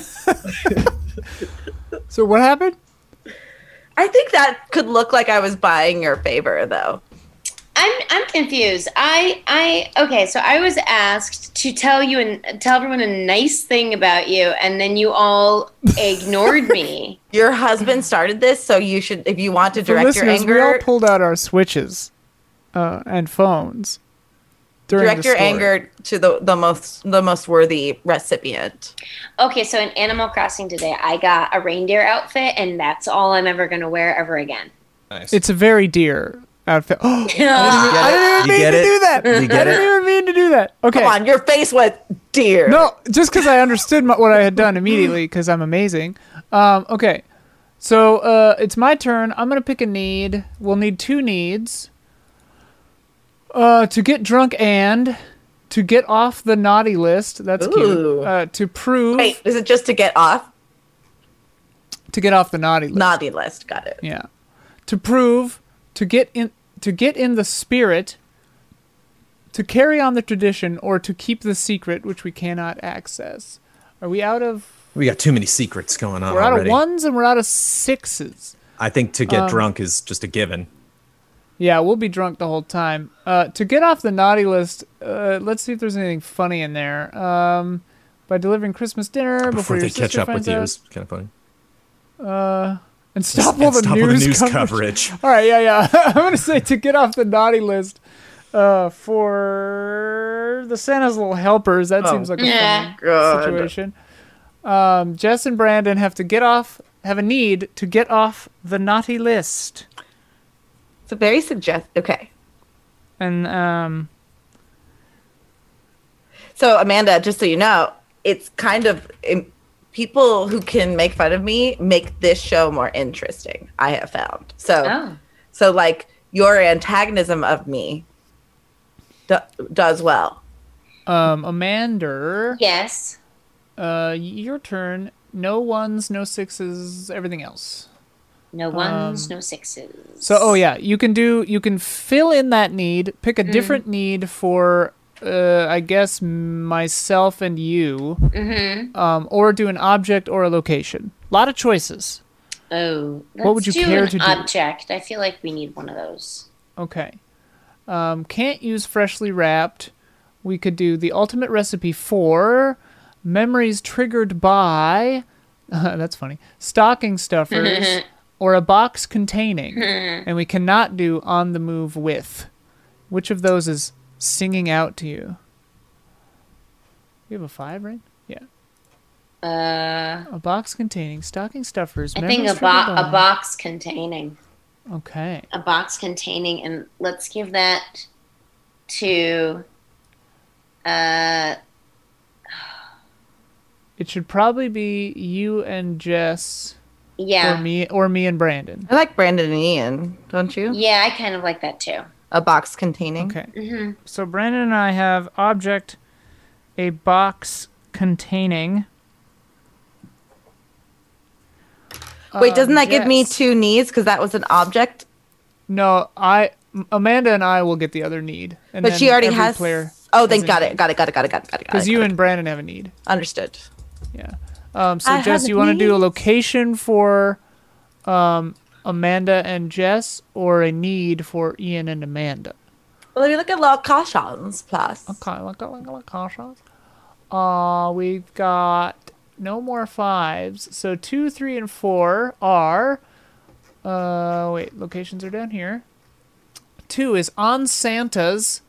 Speaker 1: So what happened?
Speaker 3: I think that could look like I was buying your favor, though.
Speaker 4: I'm I'm confused. I I okay. So I was asked to tell you and tell everyone a nice thing about you, and then you all ignored me.
Speaker 3: Your husband started this, so you should, if you want to
Speaker 1: For
Speaker 3: direct your
Speaker 1: listeners, we all
Speaker 3: anger,
Speaker 1: pulled out our switches uh, and phones during
Speaker 3: Direct
Speaker 1: the
Speaker 3: your
Speaker 1: story.
Speaker 3: anger to the, the most the most worthy recipient.
Speaker 4: Okay, so in Animal Crossing today, I got a reindeer outfit, and that's all I'm ever going to wear ever again.
Speaker 2: Nice.
Speaker 1: It's a very dear outfit. Oh,
Speaker 4: Uh,
Speaker 1: I didn't even
Speaker 2: You
Speaker 1: mean
Speaker 2: get
Speaker 1: to
Speaker 2: it?
Speaker 1: do that.
Speaker 2: You get
Speaker 1: I didn't
Speaker 2: it?
Speaker 1: even mean to do that. Okay.
Speaker 3: Come on, your face went dear.
Speaker 1: No, just because I understood my, what I had done immediately because I'm amazing. Um, okay, so uh, it's my turn. I'm gonna pick a need. We'll need two needs. Uh, to get drunk and to get off the naughty list. That's
Speaker 3: Ooh.
Speaker 1: cute. Uh, to prove
Speaker 3: Wait, is it just to get off?
Speaker 1: to get off the naughty list.
Speaker 3: Naughty list. Got it.
Speaker 1: Yeah. To prove, to get in to get in the spirit, to carry on the tradition, or to keep the secret which we cannot access. Are we out of
Speaker 2: we got too many secrets going on
Speaker 1: we're out
Speaker 2: already.
Speaker 1: of Um, ones and we're out of sixes.
Speaker 2: I think to get drunk is just a given.
Speaker 1: Yeah, we'll be drunk the whole time. Uh, to get off the naughty list, uh, let's see if there's anything funny in there. Um, by delivering Christmas dinner before,
Speaker 2: Before
Speaker 1: your
Speaker 2: they
Speaker 1: sister
Speaker 2: catch up
Speaker 1: finds
Speaker 2: with you,
Speaker 1: out,
Speaker 2: it's kind of funny.
Speaker 1: and stop, all,
Speaker 2: And
Speaker 1: the
Speaker 2: stop all
Speaker 1: news
Speaker 2: the news
Speaker 1: coverage.
Speaker 2: coverage.
Speaker 1: All right, yeah, yeah. I'm gonna say to get off the naughty list uh, for the Santa's Little Helpers. That
Speaker 3: Oh.
Speaker 1: seems like a
Speaker 4: Yeah.
Speaker 1: fun
Speaker 3: God.
Speaker 1: situation. Um, Jess and Brandon have to get off, have a need to get off the naughty list,
Speaker 3: So very suggest. Okay.
Speaker 1: and um,
Speaker 3: So Amanda, just so you know, it's kind of im- people who can make fun of me make this show more interesting. I have found. So
Speaker 4: Oh,
Speaker 3: so like your antagonism of me do- does well.
Speaker 1: um, Amanda,
Speaker 4: yes.
Speaker 1: uh, your turn. No ones, no sixes, everything else.
Speaker 4: No ones, no sixes.
Speaker 1: Um, So, oh yeah, you can do. You can fill in that need. Pick a different need for, uh, I guess, myself and you, mm-hmm. um, or do an object or a location. A lot of choices.
Speaker 4: Oh, let's
Speaker 1: What would you
Speaker 4: do
Speaker 1: care
Speaker 4: an
Speaker 1: to do?
Speaker 4: object. I feel like we need one of those.
Speaker 1: Okay. Um, can't use freshly wrapped. We could do the ultimate recipe for memories triggered by. that's funny. Stocking stuffers or a box containing, and we cannot do on the move with. Which of those is singing out to you? You have a five, right? Yeah.
Speaker 4: Uh,
Speaker 1: A box containing stocking stuffers.
Speaker 4: I think
Speaker 1: memories
Speaker 4: a,
Speaker 1: triggered
Speaker 4: bo- a
Speaker 1: by-
Speaker 4: box containing.
Speaker 1: Okay.
Speaker 4: a box containing and let's give that to uh
Speaker 1: It should probably be you and Jess. or
Speaker 4: yeah
Speaker 1: me or me and Brandon.
Speaker 3: I like Brandon and Ian, don't you?
Speaker 4: yeah i kind of like that too
Speaker 3: A box containing.
Speaker 1: Okay.
Speaker 3: Mm-hmm.
Speaker 4: hmm
Speaker 1: So Brandon and I have object a box containing
Speaker 3: Wait, doesn't that give me
Speaker 1: Um, yes.
Speaker 3: two knees because that was an object?
Speaker 1: No, I M- Amanda and I will get the other need. And
Speaker 3: But
Speaker 1: then
Speaker 3: she already
Speaker 1: every
Speaker 3: has.
Speaker 1: player
Speaker 3: oh, then got it, got it, got it, got it, got it, got it.
Speaker 1: Cuz
Speaker 3: got
Speaker 1: you
Speaker 3: it.
Speaker 1: and Brandon have a need.
Speaker 3: understood.
Speaker 1: Yeah. Um so
Speaker 3: I
Speaker 1: Jess,
Speaker 3: have
Speaker 1: you want to do a
Speaker 3: needs.
Speaker 1: location for um Amanda and Jess or a need for Ian and Amanda?
Speaker 3: Well, let me look at law cautions plus.
Speaker 1: Okay, look at look at look cautious. Uh we've got no more fives. So two, three, and four are uh wait, locations are down here. Two is on Santa's,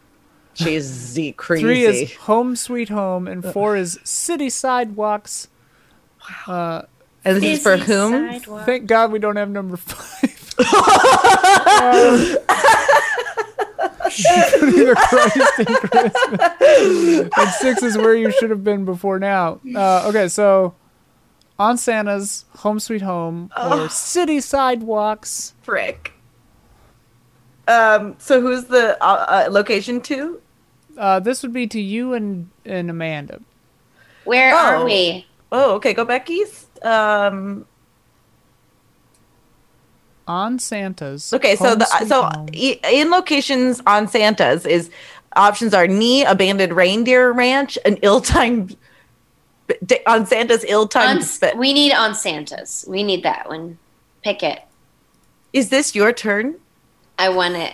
Speaker 3: She's z crazy.
Speaker 1: three is home sweet home, and four is city sidewalks.
Speaker 3: and this is for whom?
Speaker 1: Thank God we don't have number five. um, putting the Christ in Christmas. And six is where you should have been before now. Uh, okay, so on Santa's Home Sweet Home or City Sidewalks.
Speaker 3: Frick. Um. So who's the uh, uh, location to?
Speaker 1: Uh, this would be to you and, and Amanda.
Speaker 4: where
Speaker 3: Oh.
Speaker 4: are we
Speaker 3: Oh, okay. Go back east. Um.
Speaker 1: On Santa's.
Speaker 3: Okay. So
Speaker 1: Home
Speaker 3: the
Speaker 1: Sweet
Speaker 3: so
Speaker 1: Home.
Speaker 3: i in locations on Santa's is options are knee abandoned reindeer ranch and ill-timed d- on Santa's
Speaker 4: on,
Speaker 3: ill-timed. sp-
Speaker 4: we need on santa's we need that one pick it
Speaker 3: is this your turn?
Speaker 4: i want it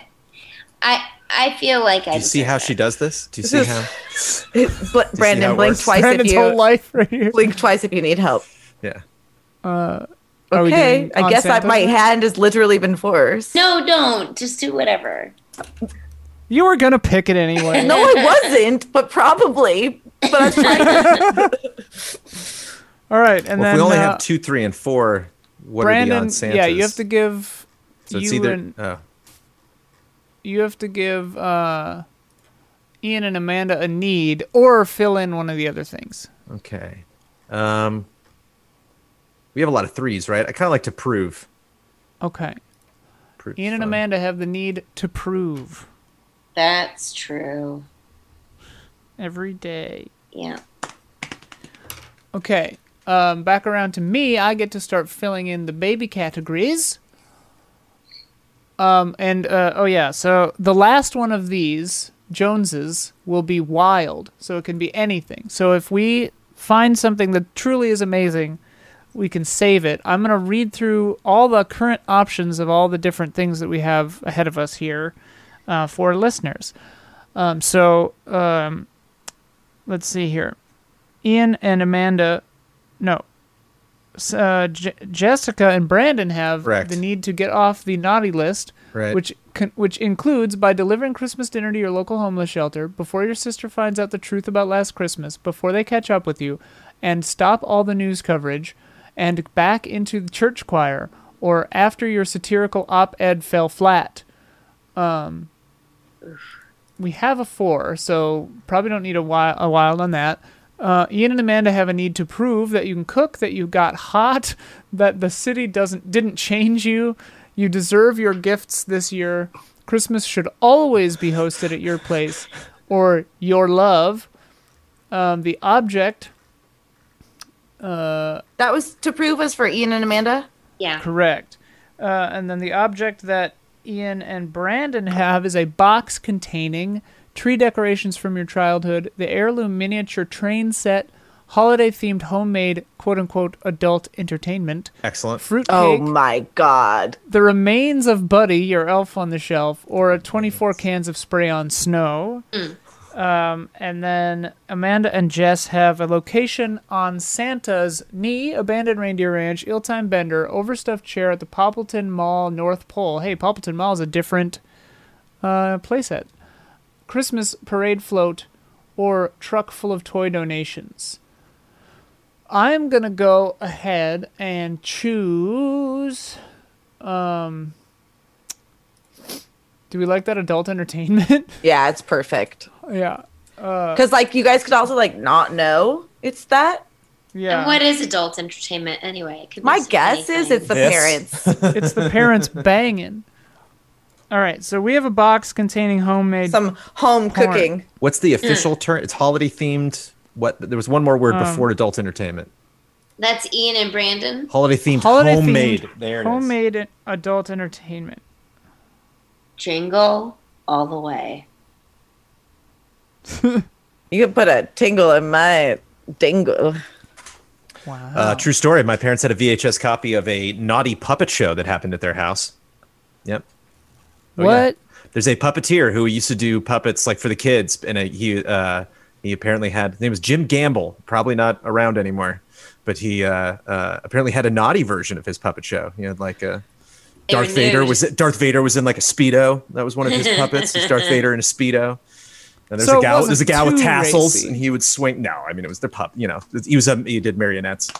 Speaker 4: i i feel like i
Speaker 2: Do you see
Speaker 4: deserve
Speaker 2: how
Speaker 4: it.
Speaker 2: she does this? Do you see
Speaker 3: This
Speaker 2: how?
Speaker 3: Bl-
Speaker 2: how
Speaker 3: Brandon,
Speaker 2: it
Speaker 3: blink
Speaker 2: works?
Speaker 3: twice
Speaker 1: Brandon's
Speaker 3: if you
Speaker 1: whole life right here.
Speaker 3: blink twice if you need help.
Speaker 2: Yeah.
Speaker 1: Are we
Speaker 3: Okay,
Speaker 1: doing
Speaker 3: I
Speaker 1: on
Speaker 3: guess I,
Speaker 1: Santa's
Speaker 3: my
Speaker 1: now?
Speaker 3: hand has literally been forced.
Speaker 4: no don't just do whatever
Speaker 1: You were gonna pick it anyway.
Speaker 3: No, I wasn't, but probably. But I was trying to
Speaker 1: All right, and
Speaker 2: Well,
Speaker 1: then
Speaker 2: if we only
Speaker 1: uh,
Speaker 2: have two, three, and four, what are the
Speaker 1: Brandon,
Speaker 2: on Santas?
Speaker 1: yeah, you have to give.
Speaker 2: So it's
Speaker 1: you
Speaker 2: either
Speaker 1: and
Speaker 2: oh,
Speaker 1: you have to give uh, Ian and Amanda a need, or fill in one of the other things.
Speaker 2: okay. Um, we have a lot of threes, right? I kind of like to prove.
Speaker 1: Okay,
Speaker 2: prove
Speaker 1: Ian and
Speaker 2: fun.
Speaker 1: Amanda have the need to prove
Speaker 4: That's true.
Speaker 1: every day.
Speaker 4: Yeah.
Speaker 1: Okay, um, back around to me. I get to start filling in the baby categories. Um, and uh, oh yeah, so the last one of these Joneses will be wild, so it can be anything. So if we find something that truly is amazing, we can save it. I'm gonna read through all the current options of all the different things that we have ahead of us here uh, for listeners. Um, so um, let's see here. Ian and Amanda, no, S- uh, J- Jessica and Brandon have
Speaker 2: Correct.
Speaker 1: the need to get off the naughty list,
Speaker 2: Right.
Speaker 1: which con- which includes by delivering Christmas dinner to your local homeless shelter before your sister finds out the truth about last Christmas, before they catch up with you, and stop all the news coverage, and back into the church choir, or after your satirical op-ed fell flat. We have a four, so probably don't need a while, a while on that. Uh, Ian and Amanda have a need to prove that you can cook, that you got hot, that the city doesn't didn't change you. You deserve your gifts this year. Christmas should always be hosted at your place or your love. Um, the object,
Speaker 3: That was to prove was for Ian and Amanda.
Speaker 4: Yeah.
Speaker 1: correct. Uh, and then the object that Ian and Brandon have is a box containing tree decorations from your childhood, the heirloom miniature train set, holiday themed homemade quote unquote adult entertainment,
Speaker 2: Excellent.
Speaker 1: fruitcake,
Speaker 3: Oh my god.
Speaker 1: the remains of Buddy, your elf on the shelf, or a 24 cans of spray on snow. Um, and then Amanda and Jess have a location on Santa's Knee, Abandoned Reindeer Ranch, Ill Time Bender, Overstuffed Chair at the Poppleton Mall, North Pole. Hey, Poppleton Mall is a different uh, playset. Christmas Parade Float, or Truck Full of Toy Donations. I'm going to go ahead and choose. Do we like that adult entertainment?
Speaker 3: Yeah, it's perfect.
Speaker 1: yeah.
Speaker 2: Uh,
Speaker 3: Because like you guys could also like not know it's that.
Speaker 1: Yeah.
Speaker 4: And what is adult entertainment anyway? It could be
Speaker 3: My
Speaker 4: so
Speaker 3: guess
Speaker 4: many
Speaker 3: is it's
Speaker 4: things.
Speaker 3: the
Speaker 2: Yes.
Speaker 3: parents.
Speaker 1: it's the parents banging. All right, so we have a box containing homemade.
Speaker 3: Some home cooking.
Speaker 2: What's the official term? It's holiday themed. What? There was one more word
Speaker 1: Um,
Speaker 2: before adult entertainment.
Speaker 4: That's Ian and Brandon.
Speaker 2: Holiday themed.
Speaker 1: Holiday
Speaker 2: homemade.
Speaker 1: themed
Speaker 2: there it is.
Speaker 1: homemade en- adult entertainment.
Speaker 4: Jingle all the way.
Speaker 3: You could put a tingle in my dingle.
Speaker 1: Wow.
Speaker 2: Uh, true story. My parents had a VHS copy of a naughty puppet show that happened at their house. Yep. Oh, yeah.
Speaker 1: what?
Speaker 2: There's a puppeteer who used to do puppets like for the kids, and uh he uh, he apparently had his name was Jim Gamble. Probably not around anymore, but he uh, uh, apparently had a naughty version of his puppet show. He had like a
Speaker 4: They were
Speaker 2: Darth Vader
Speaker 4: nude.
Speaker 2: was Darth Vader was in like a speedo. That was one of his puppets. It's Darth Vader in a speedo. And there's
Speaker 1: So
Speaker 2: a
Speaker 1: it
Speaker 2: gal.
Speaker 1: wasn't
Speaker 2: There's a gal with
Speaker 1: too
Speaker 2: tassels,
Speaker 1: racy.
Speaker 2: and he would swing. No, I mean it was the pup. You know, he was um, he did marionettes.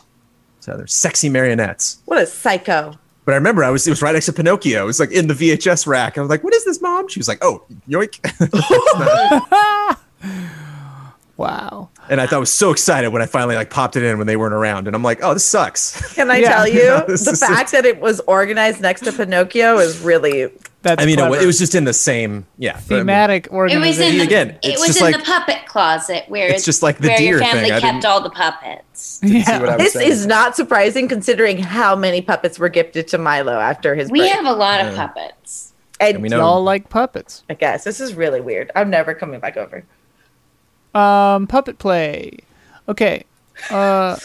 Speaker 2: So they're sexy marionettes.
Speaker 3: What a psycho.
Speaker 2: But I remember I was it was right next to Pinocchio. It was like in the VHS rack. I was like, "What is this, mom?" She was like, "Oh, yoink!"
Speaker 1: Wow.
Speaker 2: and I thought I was so excited when I finally like popped it in when they weren't around. And I'm like, "Oh, this sucks."
Speaker 3: Can I
Speaker 1: Yeah.
Speaker 3: tell you
Speaker 2: No, this
Speaker 3: the
Speaker 2: is
Speaker 3: fact that it was organized next to Pinocchio is really
Speaker 1: That's
Speaker 2: I mean, it, wa-
Speaker 1: clever.
Speaker 2: it was just in the same yeah but I mean,
Speaker 1: thematic
Speaker 4: It was
Speaker 1: organization.
Speaker 4: in the,
Speaker 2: Again,
Speaker 4: it
Speaker 2: it's
Speaker 4: was
Speaker 2: just
Speaker 4: in
Speaker 2: like-
Speaker 4: the puppet closet where
Speaker 2: It's just like the
Speaker 4: where
Speaker 2: deer
Speaker 4: your
Speaker 2: thing.
Speaker 4: family
Speaker 2: I
Speaker 4: kept
Speaker 2: didn't-
Speaker 4: all the puppets.
Speaker 2: see
Speaker 1: yeah.
Speaker 2: what I was
Speaker 3: This
Speaker 2: saying.
Speaker 3: is not surprising considering how many puppets were gifted to Milo after his
Speaker 4: We
Speaker 3: birth.
Speaker 4: have a lot of puppets.
Speaker 3: and
Speaker 2: we know-
Speaker 1: Y'all like puppets.
Speaker 3: I guess this is really weird. I'm never coming back over.
Speaker 1: Um, puppet play. Okay. Uh,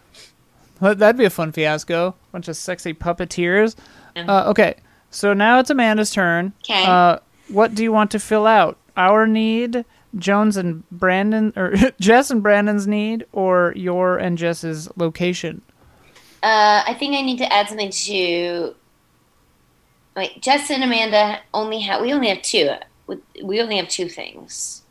Speaker 1: let- that'd be a fun fiasco. Bunch of sexy puppeteers. Uh, okay. So now it's Amanda's turn.
Speaker 4: 'Kay.
Speaker 1: Uh, what do you want to fill out? Our need, Jones and Brandon, or Jess and Brandon's need, or your and Jess's location?
Speaker 4: Uh, I think I need to add something to. Wait, Jess and Amanda only have. We only have two with, we only have two things.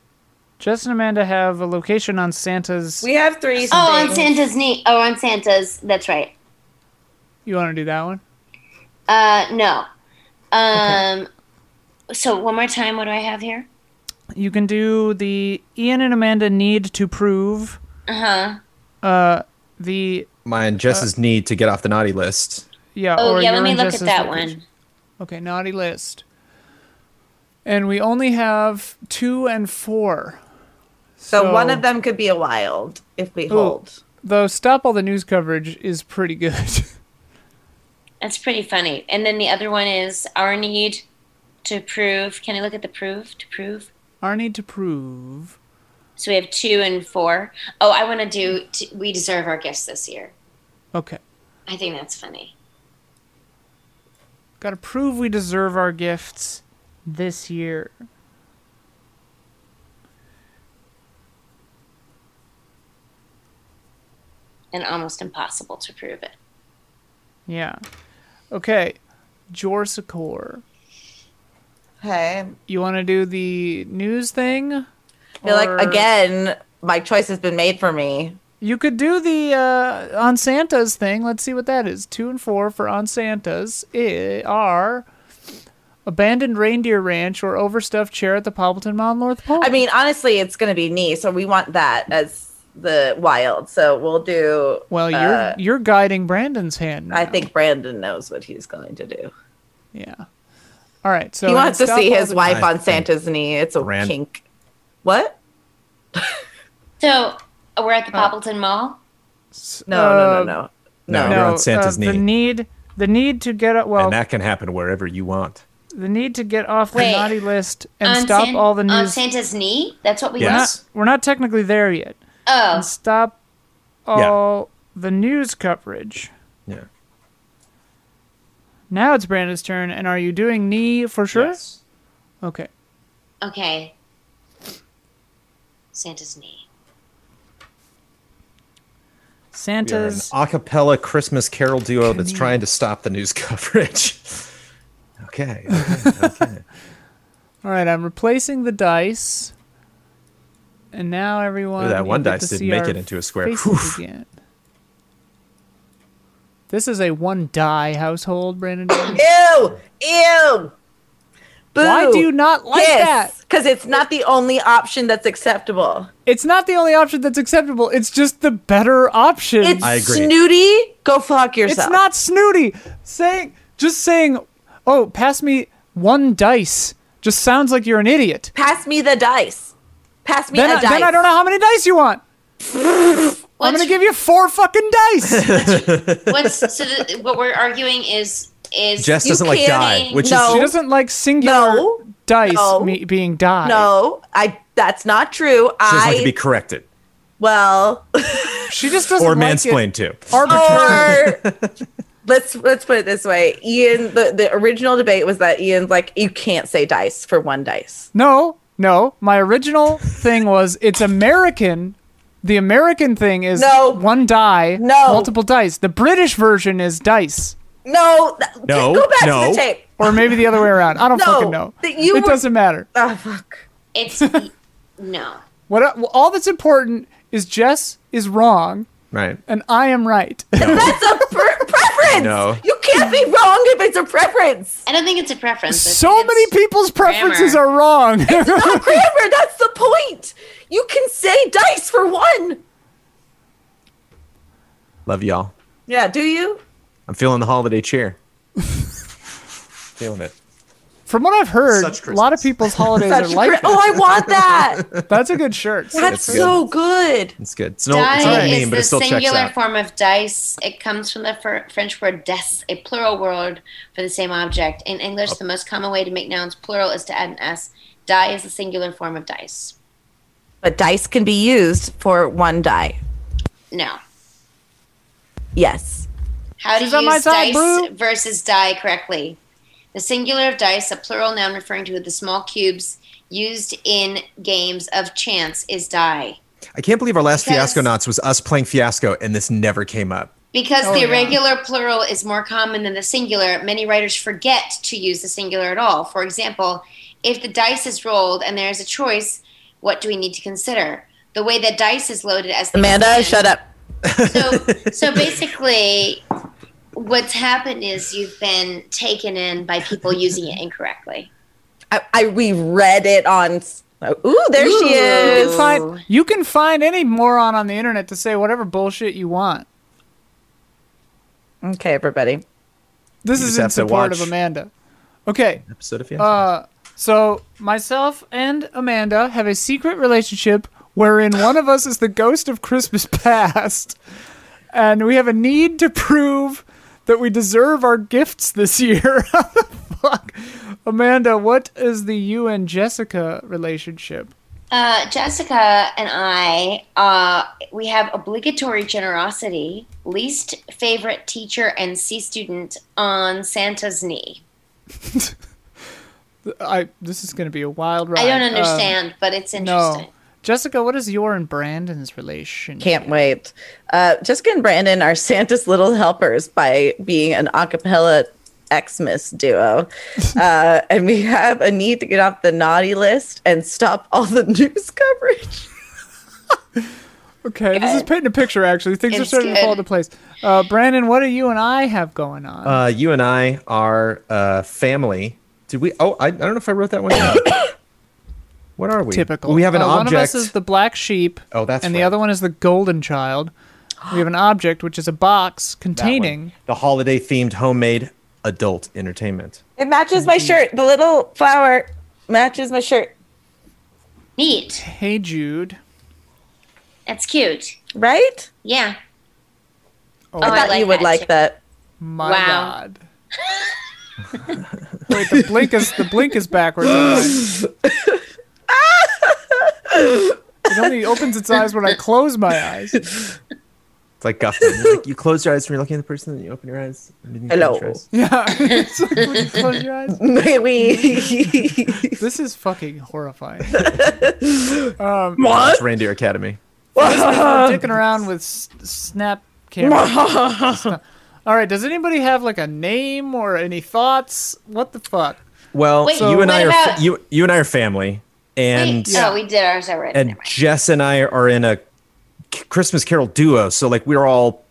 Speaker 1: Jess and Amanda have a location on Santa's.
Speaker 3: We have three.
Speaker 4: Oh, on
Speaker 3: things.
Speaker 4: Santa's knee. Oh, on Santa's. That's right.
Speaker 1: You want to do that one?
Speaker 4: Uh, no. Um, so one more time. What do I have here?
Speaker 1: You can do the Ian and Amanda need to prove
Speaker 4: Uh huh.
Speaker 1: uh, the
Speaker 2: Mine,
Speaker 1: uh,
Speaker 2: Jess's need to get off the naughty list.
Speaker 1: yeah.
Speaker 4: Oh
Speaker 1: or
Speaker 4: yeah.
Speaker 1: your
Speaker 4: Let me
Speaker 1: and
Speaker 4: look at
Speaker 1: Jess's
Speaker 4: that
Speaker 1: location.
Speaker 4: one.
Speaker 1: Okay, naughty list. And we only have two and four.
Speaker 3: So one of them could be a wild if we hold.
Speaker 1: Though stop all the news coverage is pretty good.
Speaker 4: That's pretty funny. And then the other one is our need to prove. Can I look at the prove to prove?
Speaker 1: Our need to prove.
Speaker 4: So we have two and four. Oh, I want to do. T- we deserve our gifts this year.
Speaker 1: Okay,
Speaker 4: I think that's funny.
Speaker 1: gotta prove we deserve our gifts this year.
Speaker 4: And almost impossible to prove it.
Speaker 1: Yeah. Okay, Jorsicor.
Speaker 3: Okay.
Speaker 1: You want to do the news thing?
Speaker 3: I feel
Speaker 1: Or-
Speaker 3: like again, my choice has been made for me.
Speaker 1: You could do the uh, on Santa's thing. Let's see what that is. Two and four for on Santa's i- are abandoned reindeer ranch or overstuffed chair at the Poppleton Mall North Pole.
Speaker 3: I mean, honestly, it's going to be me, so we want that as the wild. So we'll do.
Speaker 1: well, you're
Speaker 3: uh,
Speaker 1: you're guiding Brandon's hand.
Speaker 3: I
Speaker 1: now.
Speaker 3: think Brandon knows what he's going to do.
Speaker 1: Yeah. All right. So
Speaker 3: he wants to
Speaker 1: stop
Speaker 3: see
Speaker 1: all
Speaker 3: his
Speaker 1: the-
Speaker 3: wife
Speaker 2: I
Speaker 3: on
Speaker 2: think
Speaker 3: Santa's knee. It's a
Speaker 2: Brand-
Speaker 3: kink. What?
Speaker 4: So uh, we're at the Poppleton Mall.
Speaker 3: No,
Speaker 1: Uh,
Speaker 3: no, no,
Speaker 2: no,
Speaker 3: no,
Speaker 2: Oh, You're
Speaker 3: no.
Speaker 2: no. on Santa's
Speaker 1: The
Speaker 2: knee.
Speaker 1: need the need to get up. Well,
Speaker 2: and that can happen wherever you want.
Speaker 1: the need to get off the
Speaker 4: Wait.
Speaker 1: naughty list and
Speaker 4: on
Speaker 1: stop
Speaker 4: San-
Speaker 1: all the
Speaker 4: on
Speaker 1: news.
Speaker 4: Santa's knee. That's what we
Speaker 1: We're
Speaker 2: Yes.
Speaker 4: want.
Speaker 1: not, we're not technically there yet.
Speaker 4: Oh,
Speaker 1: And stop
Speaker 2: Yeah.
Speaker 1: all the news coverage.
Speaker 2: Yeah.
Speaker 1: Now it's Brandon's turn, and are you doing knee for sure?
Speaker 2: Yes.
Speaker 1: Okay.
Speaker 4: Oh, Okay. Santa's knee.
Speaker 2: We are an
Speaker 1: Santa's
Speaker 2: acapella Christmas carol duo that's trying to stop the news coverage. okay. okay, okay.
Speaker 1: all right. I'm replacing the dice, and now everyone.
Speaker 2: Ooh, that
Speaker 1: you
Speaker 2: one
Speaker 1: get
Speaker 2: dice
Speaker 1: to
Speaker 2: didn't
Speaker 1: see
Speaker 2: make
Speaker 1: our
Speaker 2: it into a square.
Speaker 1: faces
Speaker 2: Oof.
Speaker 1: again. This is a one die household, Brandon. Davis.
Speaker 3: Ew, ew. Boo.
Speaker 1: Why do you not like that?
Speaker 3: Because it's not the only option that's acceptable.
Speaker 1: It's not the only option that's acceptable. It's just the better option.
Speaker 3: It's
Speaker 2: Mm, I agree.
Speaker 3: snooty. Go fuck
Speaker 1: It's
Speaker 3: yourself.
Speaker 1: not snooty. Saying just saying, "Oh, pass me one dice." Just sounds like you're an idiot.
Speaker 3: Pass me the dice. Pass me
Speaker 1: Then,
Speaker 3: a
Speaker 1: I,
Speaker 3: dice.
Speaker 1: then I don't know how many dice you want. I'm
Speaker 4: What's,
Speaker 1: gonna give you four fucking dice.
Speaker 4: what's so the, what we're arguing is is
Speaker 2: Jess
Speaker 3: You
Speaker 2: doesn't like die,
Speaker 3: can't-
Speaker 2: which
Speaker 1: She
Speaker 3: No.
Speaker 1: doesn't like singular
Speaker 3: No.
Speaker 1: dice
Speaker 3: No.
Speaker 1: me- being die.
Speaker 3: No, I. That's not true.
Speaker 2: is she doesn't
Speaker 3: I
Speaker 2: like to be corrected
Speaker 3: well,
Speaker 1: she just doesn't
Speaker 2: or
Speaker 1: like
Speaker 2: mansplained
Speaker 1: it.
Speaker 2: to.
Speaker 1: Arbitrary.
Speaker 3: or let's let's put it this way. Ian, the, the original debate was that Ian's like you can't say dice for one dice.
Speaker 1: No, no. My original thing was it's American. The American thing is
Speaker 3: No.
Speaker 1: one die,
Speaker 3: No.
Speaker 1: multiple dice. The British version is dice,
Speaker 3: No, th-
Speaker 2: No,
Speaker 3: go back to
Speaker 2: no.
Speaker 3: the tape.
Speaker 1: or maybe the other way around. I don't
Speaker 3: No,
Speaker 1: fucking know.
Speaker 3: that you
Speaker 1: it
Speaker 3: were-
Speaker 1: doesn't matter.
Speaker 3: Oh fuck.
Speaker 4: it's no.
Speaker 1: What I- well, all that's important is Jess is wrong
Speaker 2: Right.
Speaker 1: and I am right.
Speaker 3: That's a pre- preference.
Speaker 2: No.
Speaker 3: You can't be wrong if it's a preference.
Speaker 4: I don't think it's a preference. I
Speaker 1: so
Speaker 4: think
Speaker 1: many
Speaker 4: it's-
Speaker 1: people's preferences
Speaker 4: grammar.
Speaker 1: are wrong.
Speaker 3: Not grammar. That's the point. You can say dice for one.
Speaker 2: Love y'all.
Speaker 3: Yeah. Do you?
Speaker 2: I'm feeling the holiday cheer. feeling it.
Speaker 1: From what I've heard,
Speaker 2: Such
Speaker 1: a lot of
Speaker 2: Christmas.
Speaker 1: people's holidays are
Speaker 3: Such
Speaker 1: like
Speaker 3: cri-
Speaker 1: that.
Speaker 3: oh, I want that.
Speaker 1: That's a good shirt.
Speaker 3: That's
Speaker 2: good.
Speaker 3: so good.
Speaker 2: It's good. It's, no, it's not a
Speaker 4: Die is
Speaker 2: meme, but
Speaker 4: the
Speaker 2: it still checks
Speaker 4: singular
Speaker 2: out.
Speaker 4: form of dice. It comes from the fr- French word des, a plural word for the same object. In English, the most common way to make nouns plural is to add an s. Die is the singular form of dice.
Speaker 3: But dice can be used for one die.
Speaker 4: No.
Speaker 3: Yes.
Speaker 4: How to
Speaker 1: She's on my
Speaker 4: use
Speaker 1: side,
Speaker 4: dice
Speaker 1: boo.
Speaker 4: versus die correctly. The singular of dice, a plural noun referring to the small cubes used in games of chance, is die.
Speaker 2: I can't believe our last
Speaker 4: Because-
Speaker 2: Fiasco Knots was us playing Fiasco and this never came up.
Speaker 4: Because
Speaker 1: Oh,
Speaker 4: the
Speaker 1: yeah.
Speaker 4: irregular plural is more common than the singular, many writers forget to use the singular at all. For example, if the dice is rolled and there is a choice, what do we need to consider? The way that dice is loaded as they
Speaker 3: Amanda,
Speaker 4: stand-
Speaker 3: shut up.
Speaker 4: so so basically what's happened is you've been taken in by people using it incorrectly
Speaker 3: I, I we read it on. s- oh, Ooh, there
Speaker 4: Ooh.
Speaker 3: she
Speaker 4: You
Speaker 1: You
Speaker 3: is.
Speaker 1: can find you can find any moron on the internet to say whatever bullshit you want.
Speaker 3: Okay, everybody.
Speaker 1: This
Speaker 2: You
Speaker 1: is
Speaker 2: just
Speaker 1: in
Speaker 2: have to
Speaker 1: support of
Speaker 2: watch.
Speaker 1: Amanda. Okay.
Speaker 2: Episode of Fiance.
Speaker 1: Uh, so myself and Amanda have a secret relationship wherein one of us is the ghost of Christmas past, and we have a need to prove that we deserve our gifts this year. How the fuck, Amanda? What is the you and Jessica relationship?
Speaker 4: uh, jessica and i uh, we have obligatory generosity least favorite teacher and c student on santa's knee
Speaker 1: I this is going to be a wild ride.
Speaker 4: i don't
Speaker 1: Uh,
Speaker 4: understand but it's interesting
Speaker 1: no, Jessica, what is your and Brandon's relationship?
Speaker 3: Can't wait. Uh, Jessica and Brandon are Santa's little helpers by being an a cappella Xmas duo. Uh, and we have a need to get off the naughty list and stop all the news coverage.
Speaker 1: Okay, this is painting a picture. Actually, things are
Speaker 4: It's
Speaker 1: starting to fall
Speaker 4: good.
Speaker 1: into place. Uh, Brandon, what do you and I have going on?
Speaker 2: Uh, you and I are uh, family. Did we? Oh, I, I don't know if I wrote that one down. what are we?
Speaker 1: Typical.
Speaker 2: We have an
Speaker 1: Uh,
Speaker 2: object.
Speaker 1: One of us is the black sheep.
Speaker 2: Oh, that's
Speaker 1: and the
Speaker 2: right.
Speaker 1: other one is the golden child. We have an object which is a box
Speaker 2: that one.
Speaker 1: containing.
Speaker 2: the holiday themed homemade adult entertainment.
Speaker 3: It matches my shirt. The little flower matches my shirt.
Speaker 4: neat
Speaker 1: Hey Jude.
Speaker 4: that's cute
Speaker 3: Right?
Speaker 4: yeah
Speaker 1: Oh,
Speaker 4: I
Speaker 3: I thought
Speaker 4: like
Speaker 3: you would
Speaker 4: that
Speaker 3: like
Speaker 4: too.
Speaker 3: that.
Speaker 1: my
Speaker 4: Wow.
Speaker 1: god. Wait, the blink is the blink is backwards. isn't it? it only opens its eyes when I close my eyes.
Speaker 2: It's like Guffman. You're like, you close your eyes when you're looking at the person, and you open your eyes. and then you
Speaker 3: Hello.
Speaker 2: close your eyes.
Speaker 1: Yeah. It's like when you close your eyes.
Speaker 3: Maybe.
Speaker 1: This is fucking horrifying. Um,
Speaker 2: It's Reindeer Academy.
Speaker 1: dicking around with s- snap camera. All right. Does anybody have like a name or any thoughts? What the fuck?
Speaker 2: Well,
Speaker 4: Wait,
Speaker 2: you and
Speaker 4: what
Speaker 2: I are
Speaker 4: about-
Speaker 2: you you and I are family, and
Speaker 4: Wait, oh we did ours already
Speaker 2: and
Speaker 4: Never mind.
Speaker 2: Jess and I are in a C- Christmas Carol duo. So like we're all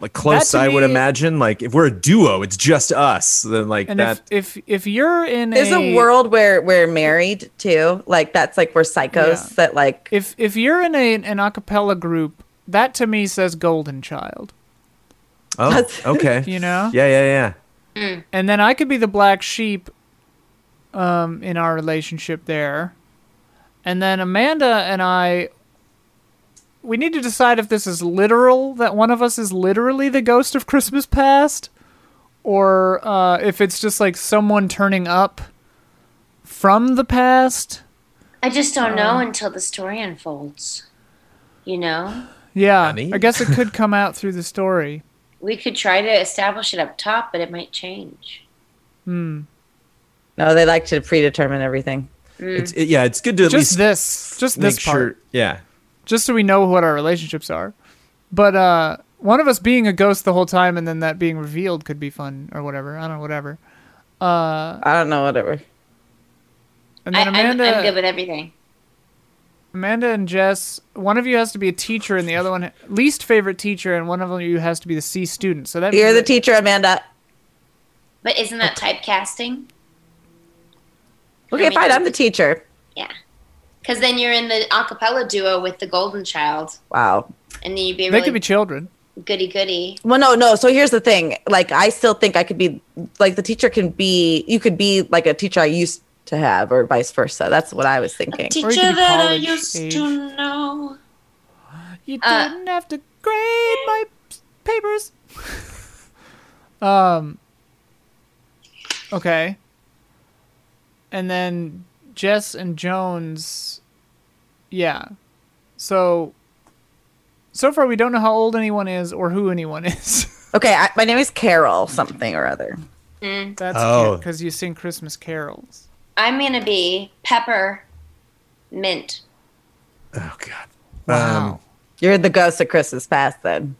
Speaker 2: like close.
Speaker 1: to
Speaker 2: I would
Speaker 1: me-
Speaker 2: imagine like if we're a duo, it's just us. Then like
Speaker 1: And
Speaker 2: that.
Speaker 1: if if if you're in
Speaker 3: There's a world where we're married too. Like that's like we're psychos
Speaker 1: Yeah.
Speaker 3: that like
Speaker 1: if if you're in a, an a cappella group, that to me says golden child.
Speaker 2: oh, okay.
Speaker 1: You know.
Speaker 2: Yeah, yeah, yeah.
Speaker 1: And then I could be the black sheep. Um, in our relationship there, and then Amanda and I. We need to decide if this is literal that one of us is literally the ghost of Christmas past, or uh, if it's just like someone turning up from the past.
Speaker 4: i just
Speaker 1: um,
Speaker 4: don't know until the story unfolds you know
Speaker 1: Yeah,
Speaker 2: Honey?
Speaker 1: I guess it could come out through the story.
Speaker 4: We could try to establish it up top, but it might change.
Speaker 3: no, they like to predetermine everything.
Speaker 2: It's it, yeah, it's good to at
Speaker 1: Mm. Just
Speaker 2: least
Speaker 1: this, just
Speaker 2: make
Speaker 1: this
Speaker 2: sure.
Speaker 1: part.
Speaker 2: Yeah,
Speaker 1: just so we know what our relationships are. But uh, one of us being a ghost the whole time and then that being revealed could be fun or whatever. I don't know, whatever. Uh,
Speaker 3: I don't know whatever.
Speaker 1: And
Speaker 4: I,
Speaker 1: then
Speaker 4: I'm,
Speaker 1: Amanda,
Speaker 4: I'm good with everything.
Speaker 1: Amanda and Jess, one of you has to be a teacher and the other one least favorite teacher, and one of you has to be the C student. So that
Speaker 3: You're
Speaker 1: means
Speaker 3: the
Speaker 1: that-
Speaker 3: teacher, Amanda.
Speaker 4: But isn't that typecasting?
Speaker 3: Okay, fine. I'm the teacher.
Speaker 4: Yeah. Because then you're in the a cappella duo with the Golden Child,
Speaker 3: Wow.
Speaker 4: and then you'd be
Speaker 1: they
Speaker 4: really
Speaker 1: could be children.
Speaker 4: goody goody.
Speaker 3: Well, no, no. So here's the thing. Like, I still think I could be like the teacher can be. You could be like a teacher I used to have, or vice versa. That's what I was
Speaker 1: Or
Speaker 3: thinking.
Speaker 1: you could
Speaker 4: Teacher
Speaker 1: be
Speaker 4: that I
Speaker 1: college
Speaker 4: used
Speaker 1: age.
Speaker 4: to know.
Speaker 1: You
Speaker 4: Uh,
Speaker 1: didn't have to grade my papers. um. Okay. And then Jess and Jones. Yeah. So. So far, we don't know how old anyone is or who anyone is.
Speaker 3: Okay, I, my name is Carol something or other.
Speaker 1: That's
Speaker 2: Oh.
Speaker 1: because you sing Christmas carols.
Speaker 4: I'm gonna be Pepper Mint.
Speaker 2: Oh god. Um,
Speaker 1: Wow.
Speaker 3: You're the ghost of Christmas past then.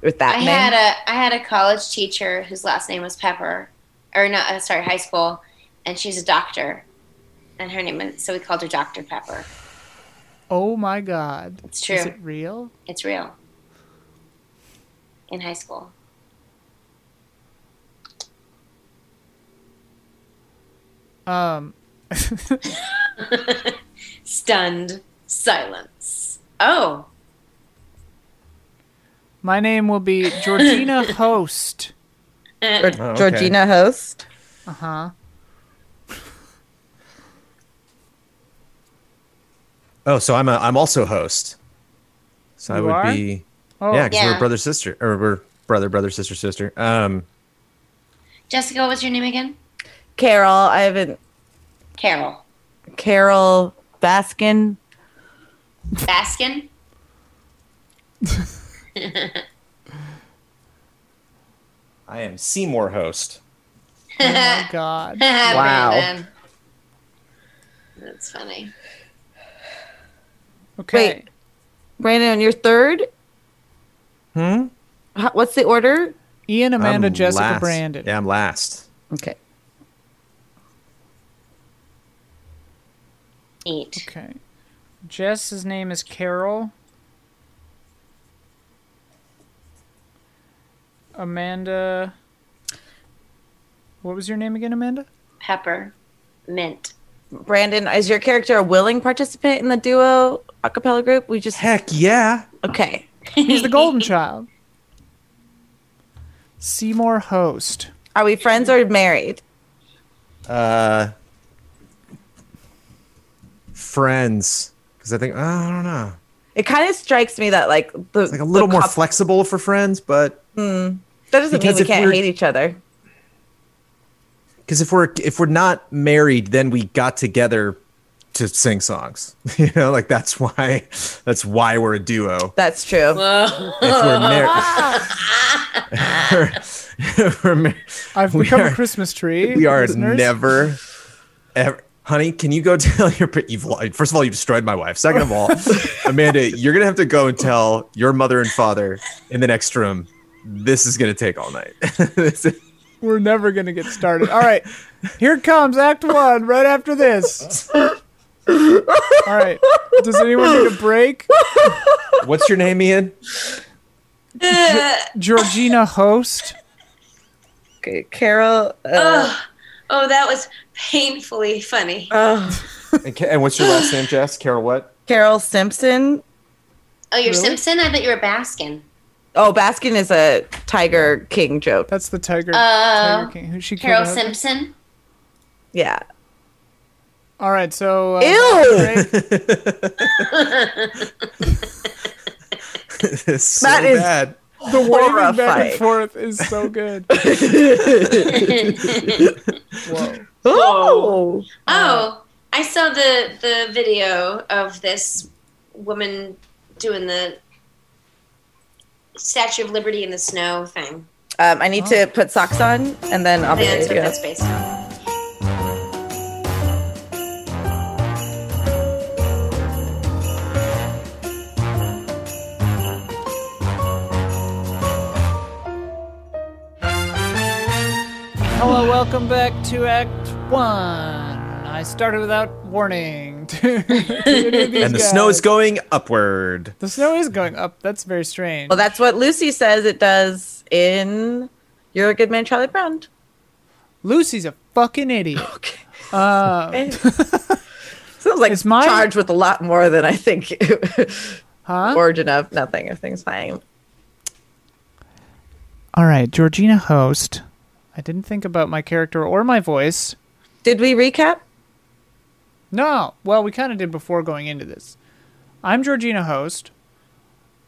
Speaker 3: With that
Speaker 4: I
Speaker 3: name.
Speaker 4: had a I had a college teacher whose last name was Pepper, or no, uh, sorry, high school, and she's a doctor, and her name is so we called her Dr Pepper.
Speaker 1: Oh my god.
Speaker 4: It's true.
Speaker 1: Is it real?
Speaker 4: It's real. In high school.
Speaker 1: Um
Speaker 4: Stunned silence. Oh,
Speaker 1: my name will be Georgina Host.
Speaker 4: eh,
Speaker 3: Or
Speaker 2: Oh, okay.
Speaker 3: Georgina host.
Speaker 1: Uh-huh.
Speaker 2: Oh, so I'm a, I'm also host. So I
Speaker 1: You
Speaker 2: would
Speaker 1: are?
Speaker 2: be
Speaker 1: Oh.
Speaker 2: yeah, because
Speaker 4: Yeah.
Speaker 2: we're brother sister or we're brother brother sister sister. Um,
Speaker 4: Jessica, what was your name again?
Speaker 3: Carol, I haven't.
Speaker 4: Carol
Speaker 3: Carol Baskin.
Speaker 4: Baskin.
Speaker 2: I am Seymour host.
Speaker 1: Oh my god.
Speaker 3: Wow.
Speaker 4: Brandon. That's funny.
Speaker 1: Okay.
Speaker 3: Wait. Brandon, you're third.
Speaker 2: Hmm.
Speaker 3: How- What's the order?
Speaker 1: Ian, Amanda,
Speaker 2: I'm
Speaker 1: Jessica,
Speaker 2: last.
Speaker 1: Brandon.
Speaker 2: Yeah, I'm last.
Speaker 3: Okay.
Speaker 4: Neat.
Speaker 1: Okay. Jess's name is Carol. Amanda. What was your name again, Amanda?
Speaker 4: Pepper. Mint.
Speaker 3: Brandon, is your character a willing participant in the duo a cappella group? We just
Speaker 2: Heck yeah.
Speaker 3: okay.
Speaker 1: He's the golden child. Seymour Host.
Speaker 3: Are we friends or married?
Speaker 2: Uh, friends, because I think oh, I don't know.
Speaker 3: It kind of strikes me that like the
Speaker 2: It's like a little more
Speaker 3: flexible.
Speaker 2: flexible for friends, but
Speaker 3: that doesn't mean
Speaker 2: because
Speaker 3: we
Speaker 2: if
Speaker 3: can't
Speaker 2: we're-
Speaker 3: hate each other.
Speaker 2: because if we're if we're not married, then we got together to sing songs. you know, like that's why that's why we're a duo.
Speaker 3: That's true.
Speaker 4: Whoa.
Speaker 2: If we're married, we're mar-
Speaker 1: I've
Speaker 2: We
Speaker 1: become
Speaker 2: are-
Speaker 1: a Christmas tree.
Speaker 2: we are
Speaker 1: listeners.
Speaker 2: never ever. Honey, can you go tell your pa- you've li- first of all you've destroyed my wife. Second of all, Amanda, you're gonna have to go and tell your mother and father in the next room. This is gonna take all night. This is-
Speaker 1: We're never going to get started. All right. Here comes Act One right after this. All right. Does anyone need a break?
Speaker 2: What's your name, Ian?
Speaker 1: Georgina Host.
Speaker 3: Okay, Carol. Uh,
Speaker 4: oh, oh, that was painfully funny.
Speaker 3: oh.
Speaker 2: And, Ca- and what's your last name, Jess? Carol what?
Speaker 3: Carol Simpson.
Speaker 4: Oh, you're
Speaker 1: Really?
Speaker 4: Simpson? I thought you were Baskin.
Speaker 3: Oh, Baskin is a Tiger King joke.
Speaker 1: That's the tiger.
Speaker 4: Uh,
Speaker 1: tiger King. Who she killed
Speaker 4: Carol
Speaker 1: her-
Speaker 4: Simpson?
Speaker 3: Yeah.
Speaker 1: All right, so uh,
Speaker 3: Ew!
Speaker 1: break.
Speaker 2: It's so
Speaker 3: That is-
Speaker 2: bad.
Speaker 1: the waving back and
Speaker 3: Horrifying.
Speaker 1: forth is so good. Whoa.
Speaker 3: Oh.
Speaker 4: Oh, I saw the, the video of this woman doing the Statue of Liberty in the snow thing.
Speaker 3: Um, I need to put socks on and then I'll
Speaker 4: I
Speaker 3: be
Speaker 4: think that's
Speaker 3: ready to go.
Speaker 4: what that's based on.
Speaker 1: Hello, welcome back to Act One. I started without warning. to- to any of these
Speaker 2: And the snow
Speaker 1: guys.
Speaker 2: is going upward.
Speaker 1: The snow is going up. That's very strange.
Speaker 3: Well, that's what Lucy says it does in You're a Good Man, Charlie Brown.
Speaker 1: Lucy's a fucking idiot.
Speaker 3: Okay.
Speaker 1: Uh,
Speaker 3: Sounds like
Speaker 1: Is
Speaker 3: it's
Speaker 1: mine-
Speaker 3: charged with a lot more than I think.
Speaker 1: huh?
Speaker 3: Origin of nothing. Everything's fine.
Speaker 1: All right, Georgina Host. I didn't think about my character or my voice.
Speaker 3: Did we recap?
Speaker 1: No. Well, we kind of did before going into this. I'm Georgina Host.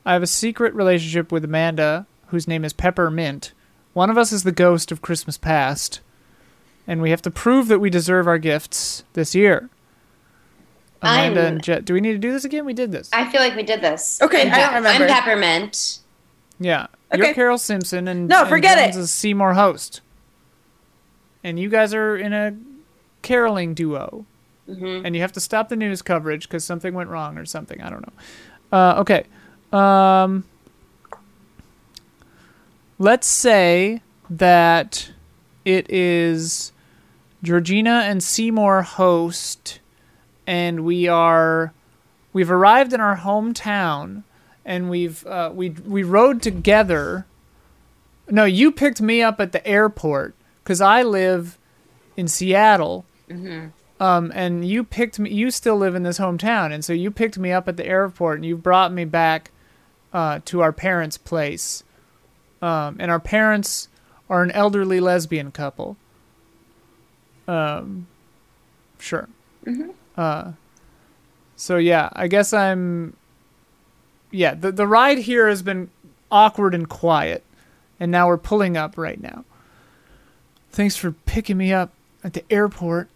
Speaker 1: I have a secret relationship with Amanda, whose name is Peppermint. One of us is the ghost of Christmas past, and we have to prove that we deserve our gifts this year. Amanda
Speaker 4: I'm-
Speaker 1: and Jet. Do we need to do this again? We did this.
Speaker 4: I feel like we did this.
Speaker 3: Okay,
Speaker 4: I'm
Speaker 3: I don't
Speaker 4: Pe-
Speaker 3: remember.
Speaker 4: I'm Peppermint.
Speaker 1: yeah. You're
Speaker 3: Okay.
Speaker 1: Carol Simpson and
Speaker 3: No,
Speaker 1: and
Speaker 3: forget
Speaker 1: Jones
Speaker 3: it.
Speaker 1: Is Seymour Host. And you guys are in a caroling duo.
Speaker 4: hmm
Speaker 1: and you have to stop the news coverage because something went wrong or something. I don't know. Uh, okay. Um, let's say that it is Georgina and Seymour host, and we are we've arrived in our hometown, and we've uh, we we rode together. No, you picked me up at the airport because I live in Seattle. Um, and you picked me. You still live in this hometown, and so you picked me up at the airport, and you brought me back uh, to our parents' place. Um, and our parents are an elderly lesbian couple. Um, sure. Uh, so yeah, I guess I'm. Yeah, the the ride here has been awkward and quiet, and now we're pulling up right now. Thanks for picking me up at the airport.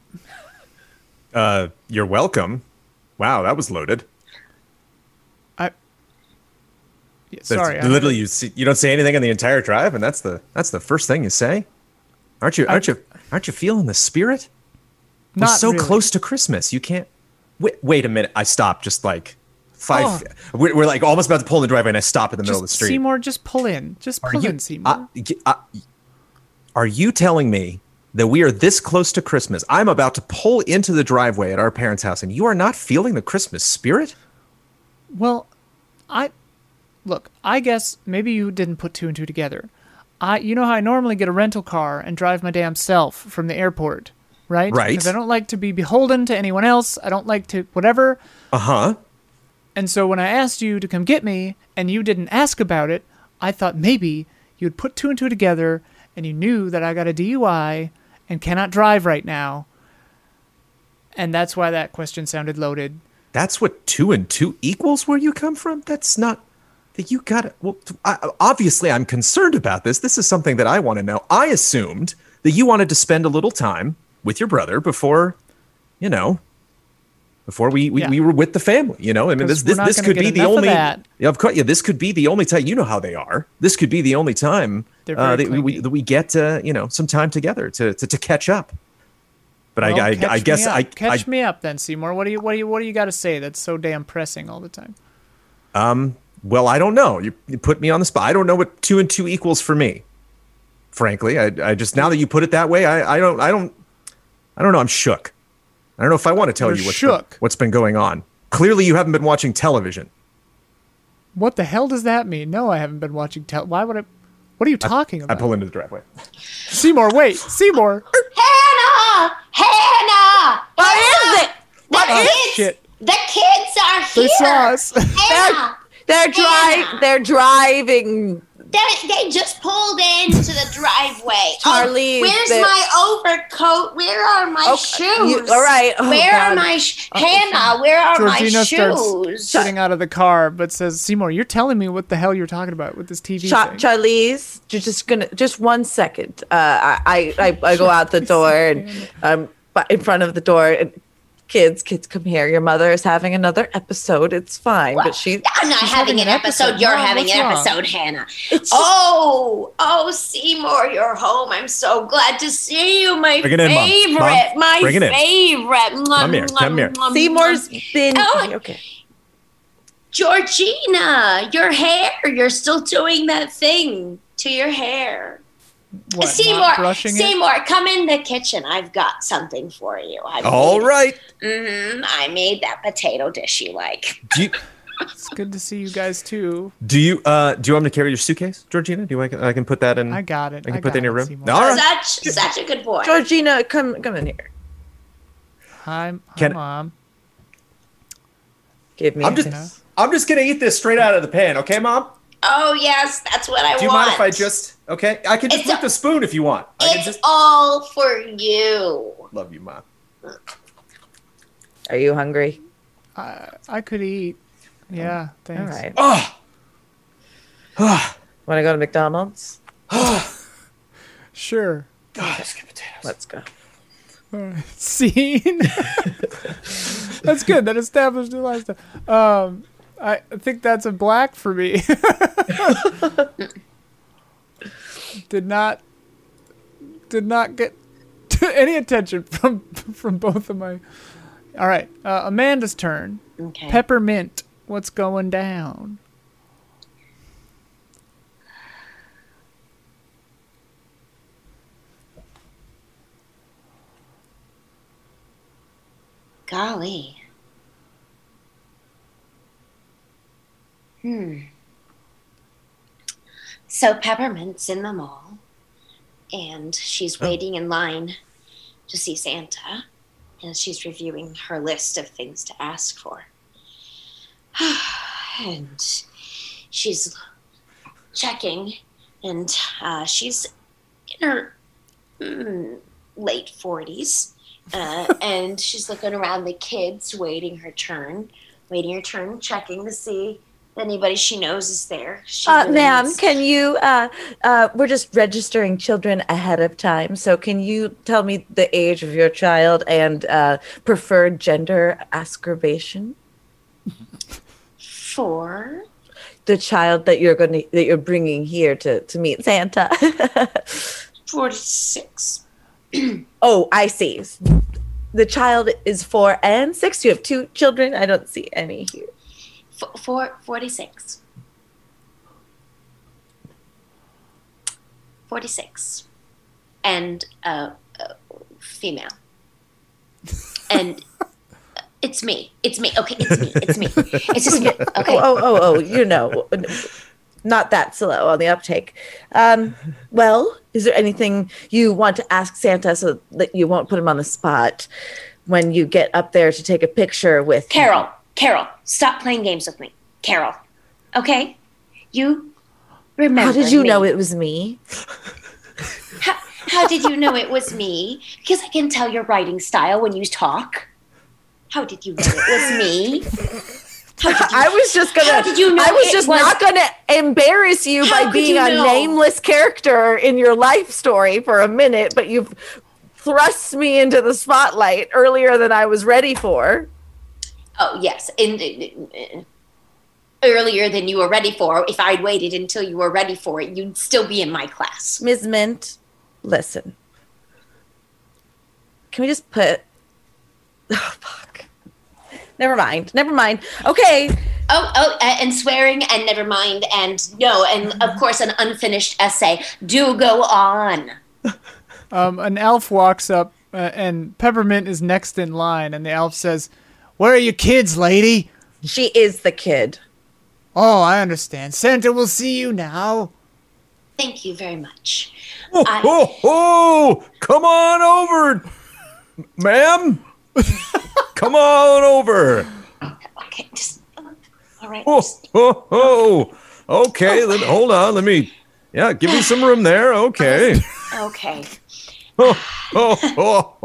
Speaker 2: Uh, you're welcome. Wow, that was loaded.
Speaker 1: Yeah,
Speaker 2: That's
Speaker 1: sorry, I-
Speaker 2: literally you see, you don't say anything on the entire drive, and that's the that's the first thing you say. Aren't you? Aren't you? Aren't you feeling the spirit? We're
Speaker 1: not
Speaker 2: so
Speaker 1: really.
Speaker 2: close to Christmas. You can't. Wait, wait a minute. I stopped just like five.
Speaker 1: Oh.
Speaker 2: We're, we're like almost about to pull in the driveway, and I stop in the middle of the
Speaker 1: Just-
Speaker 2: street.
Speaker 1: Seymour, just pull in. Just
Speaker 2: are
Speaker 1: pull
Speaker 2: you?
Speaker 1: in, Seymour.
Speaker 2: Uh, y- uh, are you telling me that we are this close to Christmas? I'm about to pull into the driveway at our parents' house, and you are not feeling the Christmas spirit?
Speaker 1: Well, I look. I guess maybe you didn't put two and two together. I, you know how I normally get a rental car and drive my damn self from the airport, right?
Speaker 2: Right.
Speaker 1: Because I don't like to be beholden to anyone else. I don't like to whatever.
Speaker 2: Uh huh.
Speaker 1: And so when I asked you to come get me and you didn't ask about it, I thought maybe you'd put two and two together and you knew that I got a DUI and cannot drive right now. And that's why that question sounded loaded.
Speaker 2: that's what two and two equals where you come from that's not that you got well t- I, obviously i'm concerned about this this is something that i want to know i assumed that you wanted to spend a little time with your brother before you know before we we,
Speaker 1: Yeah.
Speaker 2: we were with the family you know i mean this
Speaker 1: 'Cause we're
Speaker 2: this,
Speaker 1: not
Speaker 2: this
Speaker 1: gonna
Speaker 2: could
Speaker 1: get
Speaker 2: be the
Speaker 1: enough of
Speaker 2: only
Speaker 1: that.
Speaker 2: yeah, of course yeah this could be the only time you know how they are this could be the only time
Speaker 1: They're
Speaker 2: uh,
Speaker 1: very
Speaker 2: that, we- we,
Speaker 1: clingy.
Speaker 2: that we get uh, you know some time together to to, to catch up but
Speaker 1: Well,
Speaker 2: I, I,
Speaker 1: catch
Speaker 2: I
Speaker 1: me
Speaker 2: guess
Speaker 1: up.
Speaker 2: I I,
Speaker 1: catch me up then, Seymour. What do you what do you what do you got to say that's so damn pressing all the time?
Speaker 2: Well, I don't know. You, you put me on the spot. I don't know what two and two equals for me. Frankly, I, I just now that you put it that way, I, I don't, I don't, I don't know. I'm shook. I don't know if I want to tell
Speaker 1: You're
Speaker 2: you what's
Speaker 1: shook.
Speaker 2: Been, what's been going on. Clearly, you haven't been watching television.
Speaker 1: What the hell does that mean? No, I haven't been watching. Tel- Why would I? What are you talking
Speaker 2: I
Speaker 1: about?
Speaker 2: pull into the driveway.
Speaker 1: Seymour, wait, Seymour.
Speaker 5: Hannah! Hannah!
Speaker 3: What is it?
Speaker 5: What
Speaker 1: Oh,
Speaker 5: is
Speaker 1: shit.
Speaker 5: The kids are
Speaker 1: They
Speaker 5: here.
Speaker 1: saw us.
Speaker 5: Hannah,
Speaker 3: They're dri-
Speaker 5: Anna.
Speaker 3: They're driving.
Speaker 5: they, they just pulled into the driveway.
Speaker 3: Charlie,
Speaker 5: oh, where's
Speaker 3: they-
Speaker 5: my overcoat? Where are my shoes?
Speaker 3: you- all right. Oh,
Speaker 5: where
Speaker 3: God. Oh.
Speaker 5: are my sh- Hannah? Where are my
Speaker 1: Georgina starts
Speaker 5: shoes?
Speaker 1: getting out of the car, but says, "Seymour, you're telling me what the hell you're talking about with this TV
Speaker 3: Cha-
Speaker 1: thing."
Speaker 3: Charlize, ju- just gonna just one second. Uh, I, I I I go out the door and um bu- in front of the door and kids kids come here. Your mother is having another episode. It's fine, but she
Speaker 5: I'm not
Speaker 1: She's
Speaker 5: having, an episode. You're
Speaker 1: Mom,
Speaker 5: having
Speaker 1: what's
Speaker 5: an
Speaker 1: wrong?
Speaker 5: episode, Hannah.
Speaker 3: it's just-
Speaker 5: Oh, oh, Seymour, you're home. I'm so glad to see you, my
Speaker 2: Bring it in, Mom. Mom,
Speaker 5: favorite, my
Speaker 2: bring it in.
Speaker 5: favorite.
Speaker 2: Come here, come here.
Speaker 3: Seymour's been
Speaker 5: Oh.
Speaker 3: okay.
Speaker 5: Georgina, your hair. You're still doing that thing to your hair.
Speaker 1: What, not
Speaker 5: Seymour,
Speaker 1: brushing it?
Speaker 5: Seymour, come in the kitchen. I've got something for you. I
Speaker 2: All right.
Speaker 5: hmm I made that potato dish you like.
Speaker 2: Do you,
Speaker 1: It's good to see you guys too.
Speaker 2: do you, uh, do you want me to carry your suitcase, Georgina? Do you want, I can put that in?
Speaker 1: I got it.
Speaker 2: I Mm-hmm. can
Speaker 1: I
Speaker 2: put that
Speaker 1: got
Speaker 2: in your
Speaker 1: it,
Speaker 2: room.
Speaker 1: Seymour.
Speaker 2: All right.
Speaker 5: Such, such a good boy.
Speaker 3: Georgina, come come in here.
Speaker 1: Hi, hi
Speaker 2: Can-
Speaker 1: mom.
Speaker 3: Give me.
Speaker 2: I'm
Speaker 3: a-
Speaker 2: just, I'm just gonna eat this straight out of the pan. Okay, Mom.
Speaker 5: Oh yes, that's what I
Speaker 2: Do you
Speaker 5: want.
Speaker 2: mind if I just? Okay, I can just
Speaker 5: It's
Speaker 2: lick
Speaker 5: a-
Speaker 2: the spoon if you want. I can
Speaker 5: It's
Speaker 2: just
Speaker 5: all for you.
Speaker 2: love you, Mom.
Speaker 3: Are you hungry?
Speaker 1: I, I could eat. Yeah,
Speaker 3: All
Speaker 1: thanks.
Speaker 3: right.
Speaker 2: Oh. Ah.
Speaker 3: Want to go to McDonald's?
Speaker 1: Sure.
Speaker 2: Oh, that's good potatoes.
Speaker 3: Let's go.
Speaker 1: scene. that's good. That established the lifestyle. Um, I think that's a black for me. did not did not get any attention from from both of my. All right, uh, Amanda's turn.
Speaker 4: Okay.
Speaker 1: Peppermint, what's going down?
Speaker 4: Golly. Hmm. So Peppermint's in the mall, and she's
Speaker 2: Oh.
Speaker 4: waiting in line to see Santa, and she's reviewing her list of things to ask for. and she's checking, and uh, she's in her mm, late 40s, uh, and she's looking around the kids, waiting her turn, waiting her turn, checking to see if anybody she knows is there. She
Speaker 3: Uh,
Speaker 4: really
Speaker 3: ma'am,
Speaker 4: needs-
Speaker 3: can you? Uh, uh, we're just registering children ahead of time, so can you tell me the age of your child and uh, preferred gender aggravation?
Speaker 4: Four.
Speaker 3: The child that you're going to that you're bringing here to to meet Santa.
Speaker 4: 46.
Speaker 3: oh, I see. The child is four and six. You have two children. I don't see any here.
Speaker 4: F- four, 46. 46. And uh, uh, female. And uh, it's me. It's me. Okay, it's me. It's me. It's just me. Okay.
Speaker 3: Oh, oh, oh, oh, you know, not that slow on the uptake. Um, well, is there anything you want to ask Santa so that you won't put him on the spot when you get up there to take a picture with
Speaker 4: Carol, Carol, stop playing games with me. Carol. Okay? You
Speaker 3: How
Speaker 4: remember.
Speaker 3: did you
Speaker 4: me.
Speaker 3: know it was me?
Speaker 4: How, how did you know it was me? Because I can tell your writing style when you talk. How did you know it was me?
Speaker 3: I was just gonna.
Speaker 4: How did you know
Speaker 3: I was
Speaker 4: it
Speaker 3: just
Speaker 4: was-
Speaker 3: not gonna embarrass you
Speaker 4: How
Speaker 3: by
Speaker 4: could
Speaker 3: being
Speaker 4: you
Speaker 3: a
Speaker 4: know?
Speaker 3: nameless character in your life story for a minute, but you've thrust me into the spotlight earlier than I was ready for.
Speaker 4: Oh yes, in, in- in- earlier than you were ready for. If I'd waited until you were ready for it, you'd still be in my class.
Speaker 3: Ms. Mint, listen. Can we just put. Oh, fuck. Never mind. Never mind. Okay.
Speaker 4: Oh oh, a- and swearing, and never mind, and no, and of course an unfinished essay. Do go on.
Speaker 1: Um, an elf walks up, uh, and Peppermint is next in line, and the elf says, "Where are your kids, lady?"
Speaker 3: She is the kid.
Speaker 1: Oh, I understand. Santa will see you now.
Speaker 4: Thank you very much.
Speaker 2: Oh,
Speaker 4: I-
Speaker 2: ho, ho! Come on over, ma'am. Come on over.
Speaker 4: Okay, just all right.
Speaker 2: Oh, ho, ho. Okay, let, hold on. Let me. Yeah, give me some room there. Okay.
Speaker 4: Okay.
Speaker 2: Oh, ho, ho,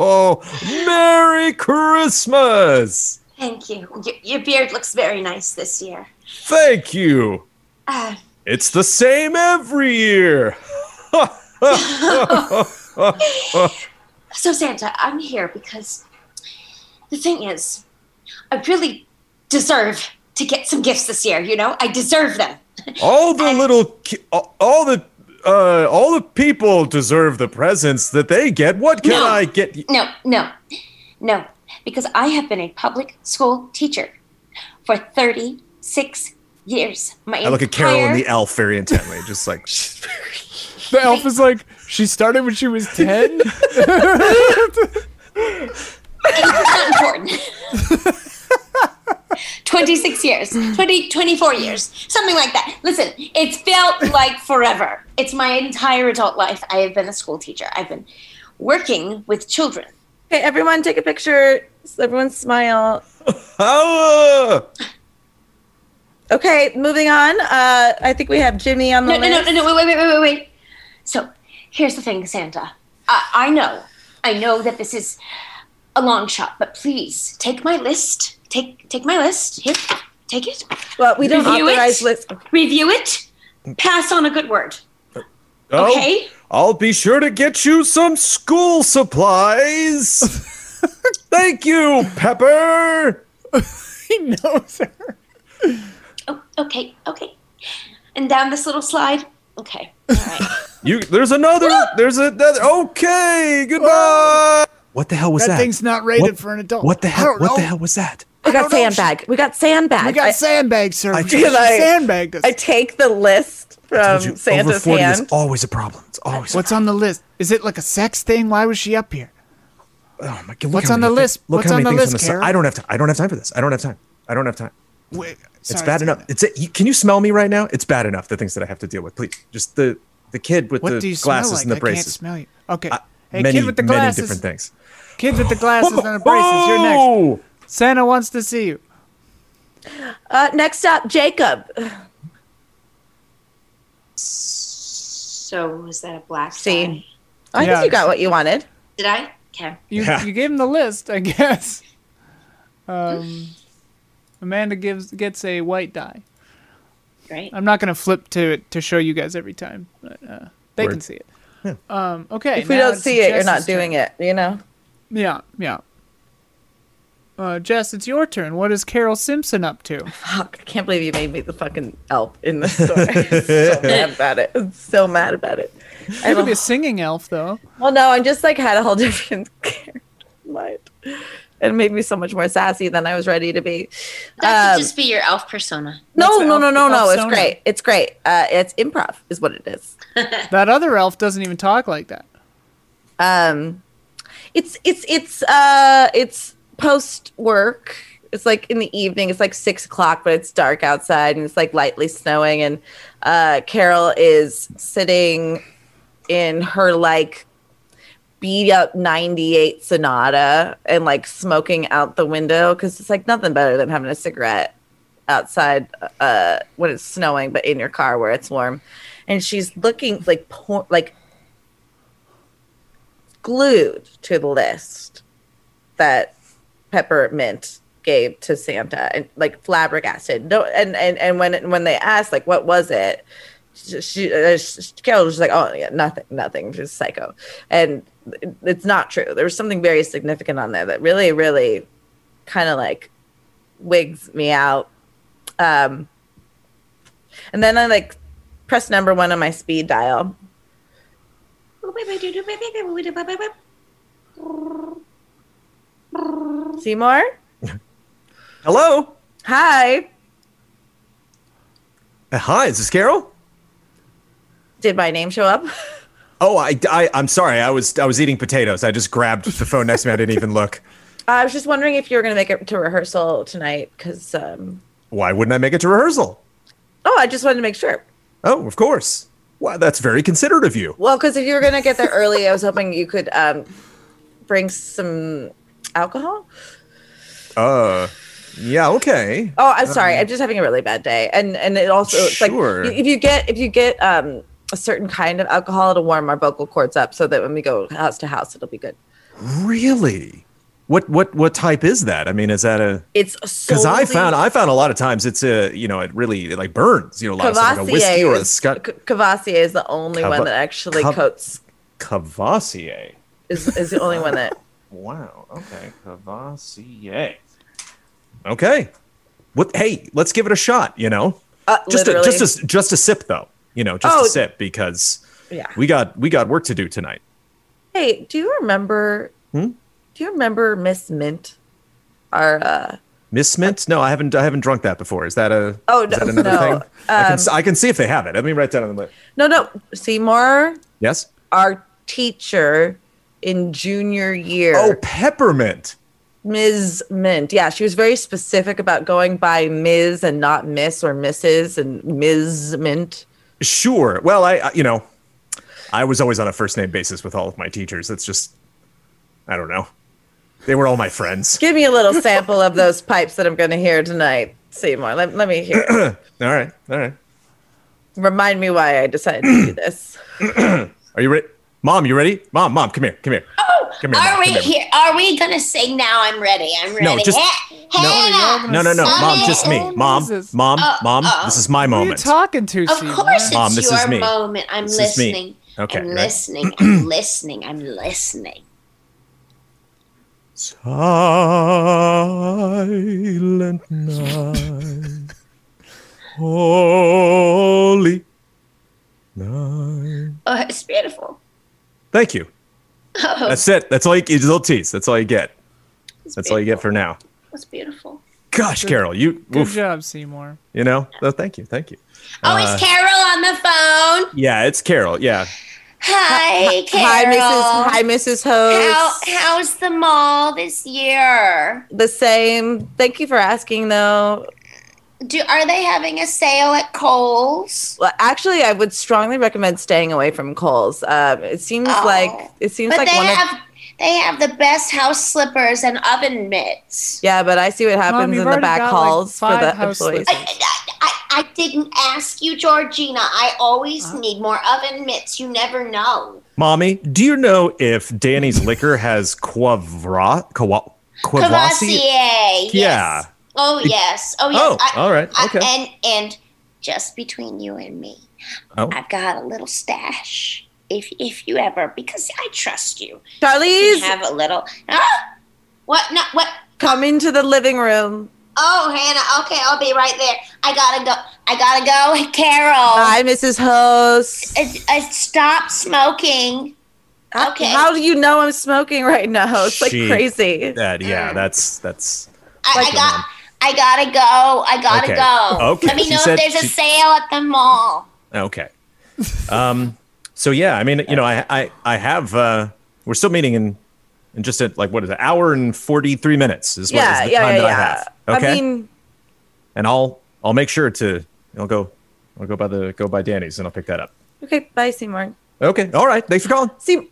Speaker 2: ho. Merry Christmas.
Speaker 4: Thank you. Your, your beard looks very nice this year.
Speaker 2: Thank you.
Speaker 4: Uh,
Speaker 2: It's the same every year.
Speaker 4: So, Santa, I'm here because the thing is, I really deserve to get some gifts this year, you know? I deserve them.
Speaker 2: all the little ki- all all the uh, all the people deserve the presents that they get. What can
Speaker 4: No.
Speaker 2: I get? you?
Speaker 4: No, no, no, because I have been a public school teacher for 36 years. My
Speaker 2: I look at Carol and the
Speaker 4: entire-
Speaker 2: elf very intently, just like
Speaker 1: The elf is like, she started when she was ten.
Speaker 4: It's not important. 26 years, 20, 24 years, something like that. Listen, it's felt like forever. It's my entire adult life. I have been a school teacher, I've been working with children.
Speaker 3: Okay, everyone take a picture. Everyone smile.
Speaker 2: how.
Speaker 3: Okay, moving on. Uh, I think we have Jimmy on the
Speaker 4: No, no,
Speaker 3: list.
Speaker 4: no, no, no, wait, wait, wait, wait, wait. So here's the thing, Santa. I, I know, I know that this is a long shot, but please take my list. Take, take my list. Here, take it.
Speaker 3: Well, we don't
Speaker 4: Review it?
Speaker 3: authorize list.
Speaker 4: Review it. Pass on a good word.
Speaker 2: Oh,
Speaker 4: Okay.
Speaker 2: I'll be sure to get you some school supplies. Thank you, Pepper.
Speaker 1: he knows her.
Speaker 4: Oh, okay, okay. And down this little slide. Okay. All right.
Speaker 2: You there's another. There's another. Okay, goodbye. What the hell was
Speaker 1: That,
Speaker 2: that?
Speaker 1: thing's not rated
Speaker 2: What-
Speaker 1: for an adult.
Speaker 2: What the
Speaker 1: I
Speaker 2: hell?
Speaker 1: don't
Speaker 2: What the
Speaker 1: know.
Speaker 2: hell was that?
Speaker 3: We got
Speaker 1: don't know.
Speaker 3: sandbag. We got sandbag.
Speaker 1: We got
Speaker 3: I-
Speaker 1: sandbagged, sir.
Speaker 2: I-
Speaker 1: She
Speaker 2: Because
Speaker 3: I-
Speaker 1: sandbagged us.
Speaker 3: I take the list
Speaker 2: Told
Speaker 3: from
Speaker 2: you, over
Speaker 3: Um, Santa's
Speaker 2: forty is
Speaker 3: hand.
Speaker 2: always a problem. It's always a
Speaker 1: What's on the list? Is it like a sex thing? Why was she up here?
Speaker 2: Oh my god! look
Speaker 1: What's
Speaker 2: how
Speaker 1: on
Speaker 2: many
Speaker 1: the
Speaker 2: thi-
Speaker 1: list?
Speaker 2: Look
Speaker 1: What's
Speaker 2: how
Speaker 1: on
Speaker 2: many
Speaker 1: the
Speaker 2: things
Speaker 1: list,
Speaker 2: on the
Speaker 1: Kara?
Speaker 2: I don't have time. I don't have time for this. I don't have time. I don't have time.
Speaker 1: Wait,
Speaker 2: It's
Speaker 1: sorry,
Speaker 2: bad
Speaker 1: Tina.
Speaker 2: enough. It's it. You, can you smell me right now? It's bad enough the things that I have to deal with. Please, just the the kid with
Speaker 1: What
Speaker 2: the
Speaker 1: do you smell
Speaker 2: glasses
Speaker 1: like?
Speaker 2: and the
Speaker 1: I
Speaker 2: braces.
Speaker 1: can't smell you. Okay.
Speaker 2: I-
Speaker 1: hey,
Speaker 2: many
Speaker 1: kid with the
Speaker 2: many
Speaker 1: glasses.
Speaker 2: different things.
Speaker 1: Kid with the glasses and the braces. You're next.
Speaker 2: Oh!
Speaker 1: Santa wants to see you.
Speaker 3: Uh, next up, Jacob.
Speaker 5: So was that a black
Speaker 3: See.
Speaker 5: die?
Speaker 3: I
Speaker 1: Yeah.
Speaker 3: think you got what you wanted.
Speaker 5: Did I? Okay.
Speaker 1: You
Speaker 2: Yeah.
Speaker 1: you gave him the list, I guess. Um, Amanda gives gets a white die.
Speaker 4: Right.
Speaker 1: I'm not gonna flip to it to show you guys every time, but uh, they can
Speaker 2: Word.
Speaker 1: see it. Um, okay.
Speaker 3: If we
Speaker 1: now
Speaker 3: don't
Speaker 1: it's
Speaker 3: see it, you're not
Speaker 1: Jess's
Speaker 3: doing
Speaker 1: turn.
Speaker 3: it, you know?
Speaker 1: Yeah, yeah. Uh, Jess, it's your turn. What is Carol Simpson up to?
Speaker 3: Fuck, I can't believe you made me the fucking elf in this story. I'm so mad about it. I'm so mad about it. I
Speaker 1: You
Speaker 3: have
Speaker 1: could be
Speaker 3: a-
Speaker 1: a singing elf, though.
Speaker 3: well, no, I'm just like had a whole different character in mind. It made me so much more sassy than I was ready to be.
Speaker 4: That
Speaker 3: Um,
Speaker 4: could just be your elf persona.
Speaker 3: no,
Speaker 1: What's
Speaker 3: no,
Speaker 1: elf-
Speaker 3: no, no, no.
Speaker 1: elf
Speaker 3: It's
Speaker 1: sona?
Speaker 3: great. It's great. Uh, it's improv, is what it is.
Speaker 1: That other elf doesn't even talk like that.
Speaker 3: um it's it's it's uh it's post work it's like in the evening it's like six o'clock but it's dark outside and it's like lightly snowing and uh carol is sitting in her like beat up 98 sonata and like smoking out the window because it's like nothing better than having a cigarette outside uh when it's snowing but in your car where it's warm and she's looking like po- like glued to the list that peppermint gave to santa and like flabbergasted no and and, and when when they asked like what was it she, she uh, sh- carol was just like oh yeah nothing nothing just psycho and it- it's not true there was something very significant on there that really really kind of like wigs me out um and then i like press number one on my speed dial
Speaker 5: Oh,
Speaker 3: seymour
Speaker 2: Hello.
Speaker 3: hi
Speaker 2: Uh, Hi, is this Carol?
Speaker 3: Did my name show up?
Speaker 2: Oh, I, I I'm sorry. I was I was eating potatoes. I just grabbed the phone next to me. I didn't even look.
Speaker 3: I was just wondering if you were going to make it to rehearsal tonight because, um,
Speaker 2: Why wouldn't I make it to rehearsal?
Speaker 3: oh, I just wanted to make sure.
Speaker 2: Oh, of course. Wow, that's very considerate of you.
Speaker 3: Well, because if you were going to get there early, I was hoping you could um, bring some alcohol.
Speaker 2: Uh, yeah, okay.
Speaker 3: Oh, I'm sorry. I'm just having a really bad day, and and it also it's
Speaker 2: Sure.
Speaker 3: like if you get if you get um, a certain kind of alcohol, it'll warm our vocal cords up, so that when we go house to house, it'll be good.
Speaker 2: Really? What what what type is that? I mean, is that a
Speaker 3: It's so
Speaker 2: because I found I found a lot of times it's a you know it really it like burns you know a lot of stuff, like a whiskey or a scot
Speaker 3: Cavassier is the only
Speaker 2: Cava-
Speaker 3: one that actually
Speaker 2: Cav-
Speaker 3: coats
Speaker 2: Cavassier.
Speaker 3: is is the only one that
Speaker 2: Wow. Okay, Cavassier. Okay. What? Hey, let's give it a shot. You know,
Speaker 3: uh,
Speaker 2: just a,
Speaker 3: literally
Speaker 2: just a, just a sip though. You know, just
Speaker 3: Oh.
Speaker 2: a sip because
Speaker 3: yeah.
Speaker 2: we got we got work to do tonight.
Speaker 3: Hey, do you remember?
Speaker 2: Hmm?
Speaker 3: Do you remember Miss Mint? Our uh,
Speaker 2: Miss Mint? No, I haven't. I haven't drunk that before. Is that a?
Speaker 3: Oh,
Speaker 2: is that
Speaker 3: no,
Speaker 2: another
Speaker 3: no,
Speaker 2: thing? I, can,
Speaker 3: um,
Speaker 2: s- I can see if they have it. Let me write that on the list.
Speaker 3: no, no, Seymour,
Speaker 2: Yes.
Speaker 3: our teacher in junior year,
Speaker 2: Oh, peppermint.
Speaker 3: Ms. Mint. Yeah, she was very specific about going by Ms. and not Miss or Mrs. and Ms. Mint.
Speaker 2: Sure. Well, I, I you know, I was always on a first name basis with all of my teachers. That's just, I don't know. They were all my friends.
Speaker 3: Give me a little sample of those pipes that I'm going to hear tonight, Seymour. Let, let me hear.
Speaker 2: All right. All right.
Speaker 3: Remind me why I decided to do this.
Speaker 2: Are you ready? Mom, you ready? Mom, mom, come here. Come here.
Speaker 5: Oh,
Speaker 2: Come here,
Speaker 5: are
Speaker 2: Mom,
Speaker 5: we
Speaker 2: come here.
Speaker 5: here? Are we gonna sing now? I'm ready. I'm ready.
Speaker 2: No, just-
Speaker 5: Hey,
Speaker 2: no.
Speaker 5: Hannah!
Speaker 2: No, no, no.
Speaker 5: Son
Speaker 2: Mom,
Speaker 5: is-
Speaker 2: just me.
Speaker 1: Oh,
Speaker 2: Mom,
Speaker 1: Jesus.
Speaker 2: mom,
Speaker 5: Uh,
Speaker 2: mom.
Speaker 5: uh.
Speaker 2: This is my
Speaker 1: Who are you
Speaker 2: moment.
Speaker 1: talking to,
Speaker 5: Of
Speaker 1: Seymour?
Speaker 5: course, it's
Speaker 2: Mom, this
Speaker 5: your
Speaker 2: is me.
Speaker 5: moment. I'm
Speaker 2: This is me.
Speaker 5: listening.
Speaker 2: Okay,
Speaker 5: I'm
Speaker 2: right.
Speaker 5: listening. I'm listening. I'm listening.
Speaker 2: Silent night, holy night.
Speaker 5: Oh, it's beautiful.
Speaker 2: Thank you.
Speaker 5: Oh,
Speaker 2: That's it. That's all you. It's a little tease. That's all you get.
Speaker 5: it's
Speaker 2: That's all you get
Speaker 5: beautiful.
Speaker 2: for now.
Speaker 5: It's beautiful.
Speaker 2: Gosh, Carol, you.
Speaker 1: Good
Speaker 2: oof,
Speaker 1: job, Seymour.
Speaker 2: you know. Oh, thank you. Thank you.
Speaker 5: Oh, it's Carol on the phone.
Speaker 2: Yeah, it's Carol. Yeah.
Speaker 5: Hi, Carol.
Speaker 3: Hi, Mrs. Hi, Mrs. Host.
Speaker 5: How, how's the mall this year?
Speaker 3: the same. Thank you for asking, though.
Speaker 5: Do are they having a sale at Kohl's?
Speaker 3: Well, actually, I would strongly recommend staying away from Kohl's. Um, it seems
Speaker 5: Oh.
Speaker 3: like it seems
Speaker 5: But
Speaker 3: like
Speaker 5: they
Speaker 3: one of
Speaker 5: have they have the best house slippers and oven mitts.
Speaker 3: yeah, but I see what happens
Speaker 1: you've
Speaker 3: in the
Speaker 1: already
Speaker 3: back
Speaker 1: got, like,
Speaker 3: halls
Speaker 1: five
Speaker 3: for the
Speaker 1: house
Speaker 3: employees.
Speaker 1: slips.
Speaker 5: I, I, I didn't ask you, Georgina. I always
Speaker 3: Uh-huh.
Speaker 1: Huh?
Speaker 5: need more oven mitts. You never know.
Speaker 2: Mommy, do you know if Danny's liquor has quavra qua, quavasi?
Speaker 5: Cavassier. Yes.
Speaker 2: Yeah.
Speaker 5: Oh yes. Oh yes.
Speaker 2: Oh,
Speaker 5: I-
Speaker 2: all right.
Speaker 5: I-
Speaker 2: Okay.
Speaker 5: and and just between you and me,
Speaker 2: Oh.
Speaker 5: I've got a little stash. If if you ever, because I trust you, you
Speaker 3: Charlie's
Speaker 5: have a little. Ah! What? No. What?
Speaker 3: come into the living room.
Speaker 5: Oh, Hannah. Okay, I'll be right there. I gotta go. I gotta go, Carol.
Speaker 3: Hi, Mrs. Host.
Speaker 5: Uh, uh, stop smoking. Okay.
Speaker 3: How do you know I'm smoking right now? It's like
Speaker 2: She-
Speaker 3: crazy.
Speaker 2: That, yeah, that's that's
Speaker 5: I, I
Speaker 2: Like-
Speaker 5: got. I gotta go. I gotta
Speaker 2: Okay.
Speaker 5: go.
Speaker 2: Okay.
Speaker 5: Let me
Speaker 2: She
Speaker 5: know
Speaker 2: said
Speaker 5: if there's
Speaker 2: she-
Speaker 5: a sale at the mall.
Speaker 2: okay. Um so yeah, I mean, you know, I I, I have uh we're still meeting in in just at like what is it, hour and forty three minutes is what is
Speaker 3: Yeah,
Speaker 2: the
Speaker 3: yeah,
Speaker 2: time
Speaker 3: yeah,
Speaker 2: that
Speaker 3: yeah.
Speaker 2: I have. Okay.
Speaker 3: I mean,
Speaker 2: and I'll I'll make sure to I'll go I'll go by the go by Danny's and I'll pick that up.
Speaker 3: okay. Bye, Seymour.
Speaker 2: Okay. All right. Thanks for calling.
Speaker 3: See.